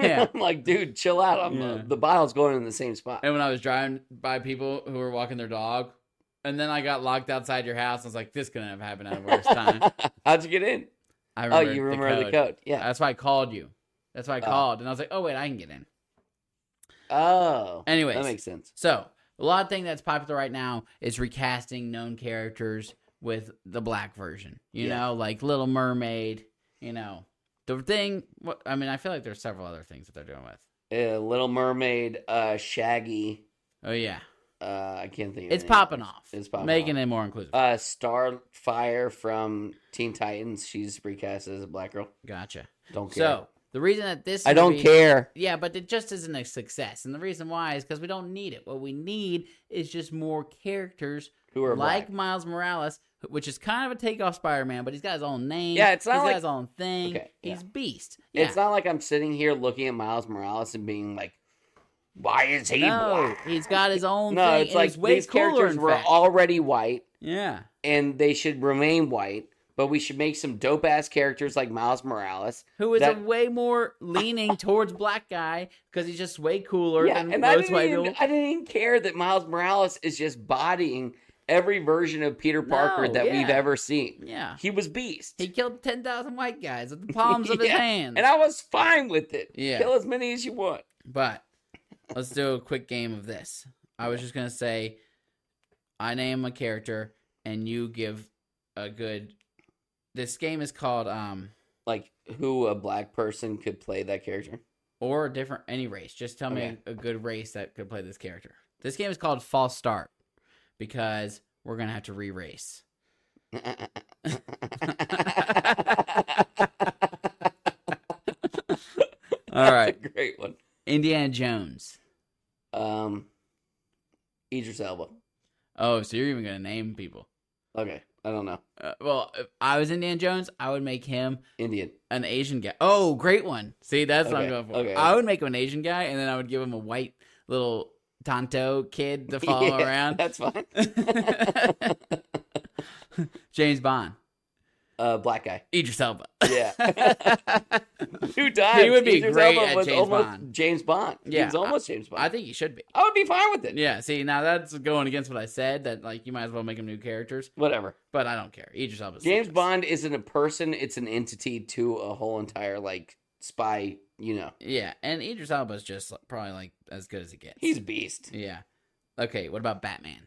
Speaker 1: Yeah.
Speaker 2: I'm like, dude, chill out. I'm, uh,
Speaker 1: Yeah.
Speaker 2: the bottle's going in the same spot.
Speaker 1: And when I was driving by people who were walking their dog, and then I got locked outside your house, I was like, this couldn't have happened at a worse time.
Speaker 2: How'd you get in?
Speaker 1: I
Speaker 2: Oh,
Speaker 1: remembered
Speaker 2: you remember the code. Yeah.
Speaker 1: That's why I called you. That's why I
Speaker 2: Oh.
Speaker 1: called, and I was like, oh wait, I can get in.
Speaker 2: Oh.
Speaker 1: Anyways,
Speaker 2: That makes sense.
Speaker 1: So, a lot of thing that's popular right now is recasting known characters with the black version. You
Speaker 2: Yeah.
Speaker 1: know, like Little Mermaid. You know, the thing. What I mean, I feel like there's several other things that they're doing with.
Speaker 2: Uh, Little Mermaid, uh, Shaggy.
Speaker 1: Oh yeah,
Speaker 2: Uh, I can't think of
Speaker 1: it's
Speaker 2: any
Speaker 1: popping
Speaker 2: others.
Speaker 1: off.
Speaker 2: It's popping
Speaker 1: making
Speaker 2: off.
Speaker 1: it more inclusive.
Speaker 2: Uh, Starfire from Teen Titans. She's recast as a black girl.
Speaker 1: gotcha.
Speaker 2: Don't care.
Speaker 1: So the reason that this
Speaker 2: I don't
Speaker 1: movie-
Speaker 2: care.
Speaker 1: Yeah, but it just isn't a success, and the reason why is because we don't need it. What we need is just more characters
Speaker 2: Who are
Speaker 1: like
Speaker 2: black?
Speaker 1: Miles Morales, which is kind of a take off Spider Man, but he's got his own name.
Speaker 2: Yeah, it's not
Speaker 1: he's got
Speaker 2: like-
Speaker 1: his own thing.
Speaker 2: Okay, yeah.
Speaker 1: He's beast. Yeah.
Speaker 2: It's not like I'm sitting here looking at Miles Morales and being like, "Why is he
Speaker 1: no,
Speaker 2: black?"
Speaker 1: he's got his own
Speaker 2: No,
Speaker 1: thing.
Speaker 2: it's
Speaker 1: and
Speaker 2: like
Speaker 1: it's way
Speaker 2: these
Speaker 1: cooler,
Speaker 2: characters
Speaker 1: in
Speaker 2: were
Speaker 1: fact.
Speaker 2: already white,
Speaker 1: Yeah,
Speaker 2: and they should remain white. But we should make some dope ass characters like Miles Morales.
Speaker 1: who is
Speaker 2: That-
Speaker 1: a way more leaning towards black guy because he's just way cooler
Speaker 2: yeah,
Speaker 1: than
Speaker 2: and I
Speaker 1: Rose
Speaker 2: didn't, even,
Speaker 1: Whitehill.
Speaker 2: I didn't even care that Miles Morales is just bodying every version of Peter Parker
Speaker 1: No,
Speaker 2: that we've
Speaker 1: yeah.
Speaker 2: ever seen.
Speaker 1: Yeah,
Speaker 2: He was beast.
Speaker 1: he killed ten thousand white guys with the palms of his
Speaker 2: Yeah,
Speaker 1: hands.
Speaker 2: and I was fine with it.
Speaker 1: Yeah.
Speaker 2: Kill as many as you want.
Speaker 1: But let's do a quick game of this. I was just gonna say, I name a character and you give a good. This game is called um
Speaker 2: Like who a black person could play that character.
Speaker 1: or a different any race. Just tell me
Speaker 2: Okay.
Speaker 1: a, a good race that could play this character. This game is called False Start because we're gonna have to re-race. All right,
Speaker 2: That's a great one.
Speaker 1: Indiana Jones.
Speaker 2: Um Idris Elba.
Speaker 1: Oh, so you're even gonna name people?
Speaker 2: Okay. I don't know.
Speaker 1: Uh, well, if I was Indiana Jones, I would make him
Speaker 2: Indian.
Speaker 1: an Asian guy. Oh, great one. See, that's what I'm
Speaker 2: Okay,
Speaker 1: going for.
Speaker 2: okay,
Speaker 1: I
Speaker 2: okay.
Speaker 1: would make him an Asian guy, and then I would give him a white little Tonto kid to follow
Speaker 2: Yeah,
Speaker 1: around.
Speaker 2: That's fine.
Speaker 1: James Bond,
Speaker 2: Uh black guy.
Speaker 1: Idris Elba.
Speaker 2: Yeah. Two times.
Speaker 1: would be
Speaker 2: Idris
Speaker 1: great
Speaker 2: Elba
Speaker 1: at
Speaker 2: was
Speaker 1: James
Speaker 2: almost
Speaker 1: Bond.
Speaker 2: James Bond.
Speaker 1: Yeah,
Speaker 2: He was almost James Bond.
Speaker 1: I think he should be.
Speaker 2: I would be fine with it.
Speaker 1: Yeah. See, now that's going against what I said. That like you might as well make him new characters,
Speaker 2: Whatever.
Speaker 1: but I don't care. Idris Elba.
Speaker 2: James Bond isn't a person, it's an entity to a whole entire like spy, you know.
Speaker 1: Yeah, and Idris Elba's just like, probably like as good as it gets.
Speaker 2: He's a beast.
Speaker 1: yeah. Okay. What about Batman?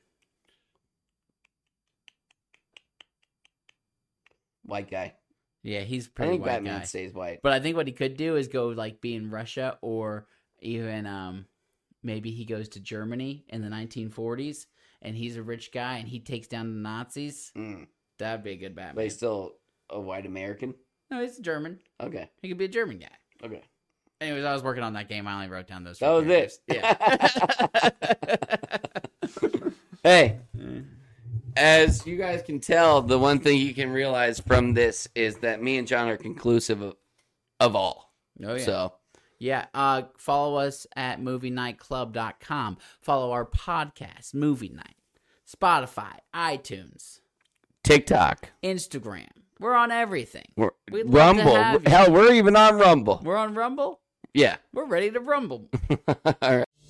Speaker 2: White guy.
Speaker 1: Yeah, he's
Speaker 2: I
Speaker 1: pretty
Speaker 2: think
Speaker 1: white
Speaker 2: Batman
Speaker 1: guy.
Speaker 2: stays white.
Speaker 1: But I think what he could do is go like be in Russia or even um maybe he goes to Germany in the 1940s and he's a rich guy and he takes down the Nazis.
Speaker 2: Mm.
Speaker 1: That'd be a good
Speaker 2: But
Speaker 1: Batman.
Speaker 2: he's still a white American.
Speaker 1: no, he's German.
Speaker 2: Okay.
Speaker 1: He could be a German guy.
Speaker 2: Okay.
Speaker 1: Anyways, I was working on that game. I only wrote down those.
Speaker 2: That
Speaker 1: few
Speaker 2: was it.
Speaker 1: characters.
Speaker 2: Hey,
Speaker 1: Yeah. Mm.
Speaker 2: as you guys can tell, the one thing you can realize from this is that me and John are conclusive of, of all.
Speaker 1: oh yeah.
Speaker 2: So
Speaker 1: Yeah, uh, follow us at movienightclub.com. Follow our podcast, Movie Night, Spotify, iTunes,
Speaker 2: TikTok,
Speaker 1: Instagram. We're on everything.
Speaker 2: we're,
Speaker 1: We'd love to
Speaker 2: Rumble.
Speaker 1: have you.
Speaker 2: Hell, we're even on Rumble.
Speaker 1: We're on Rumble.
Speaker 2: Yeah.
Speaker 1: We're ready to rumble.
Speaker 2: all right.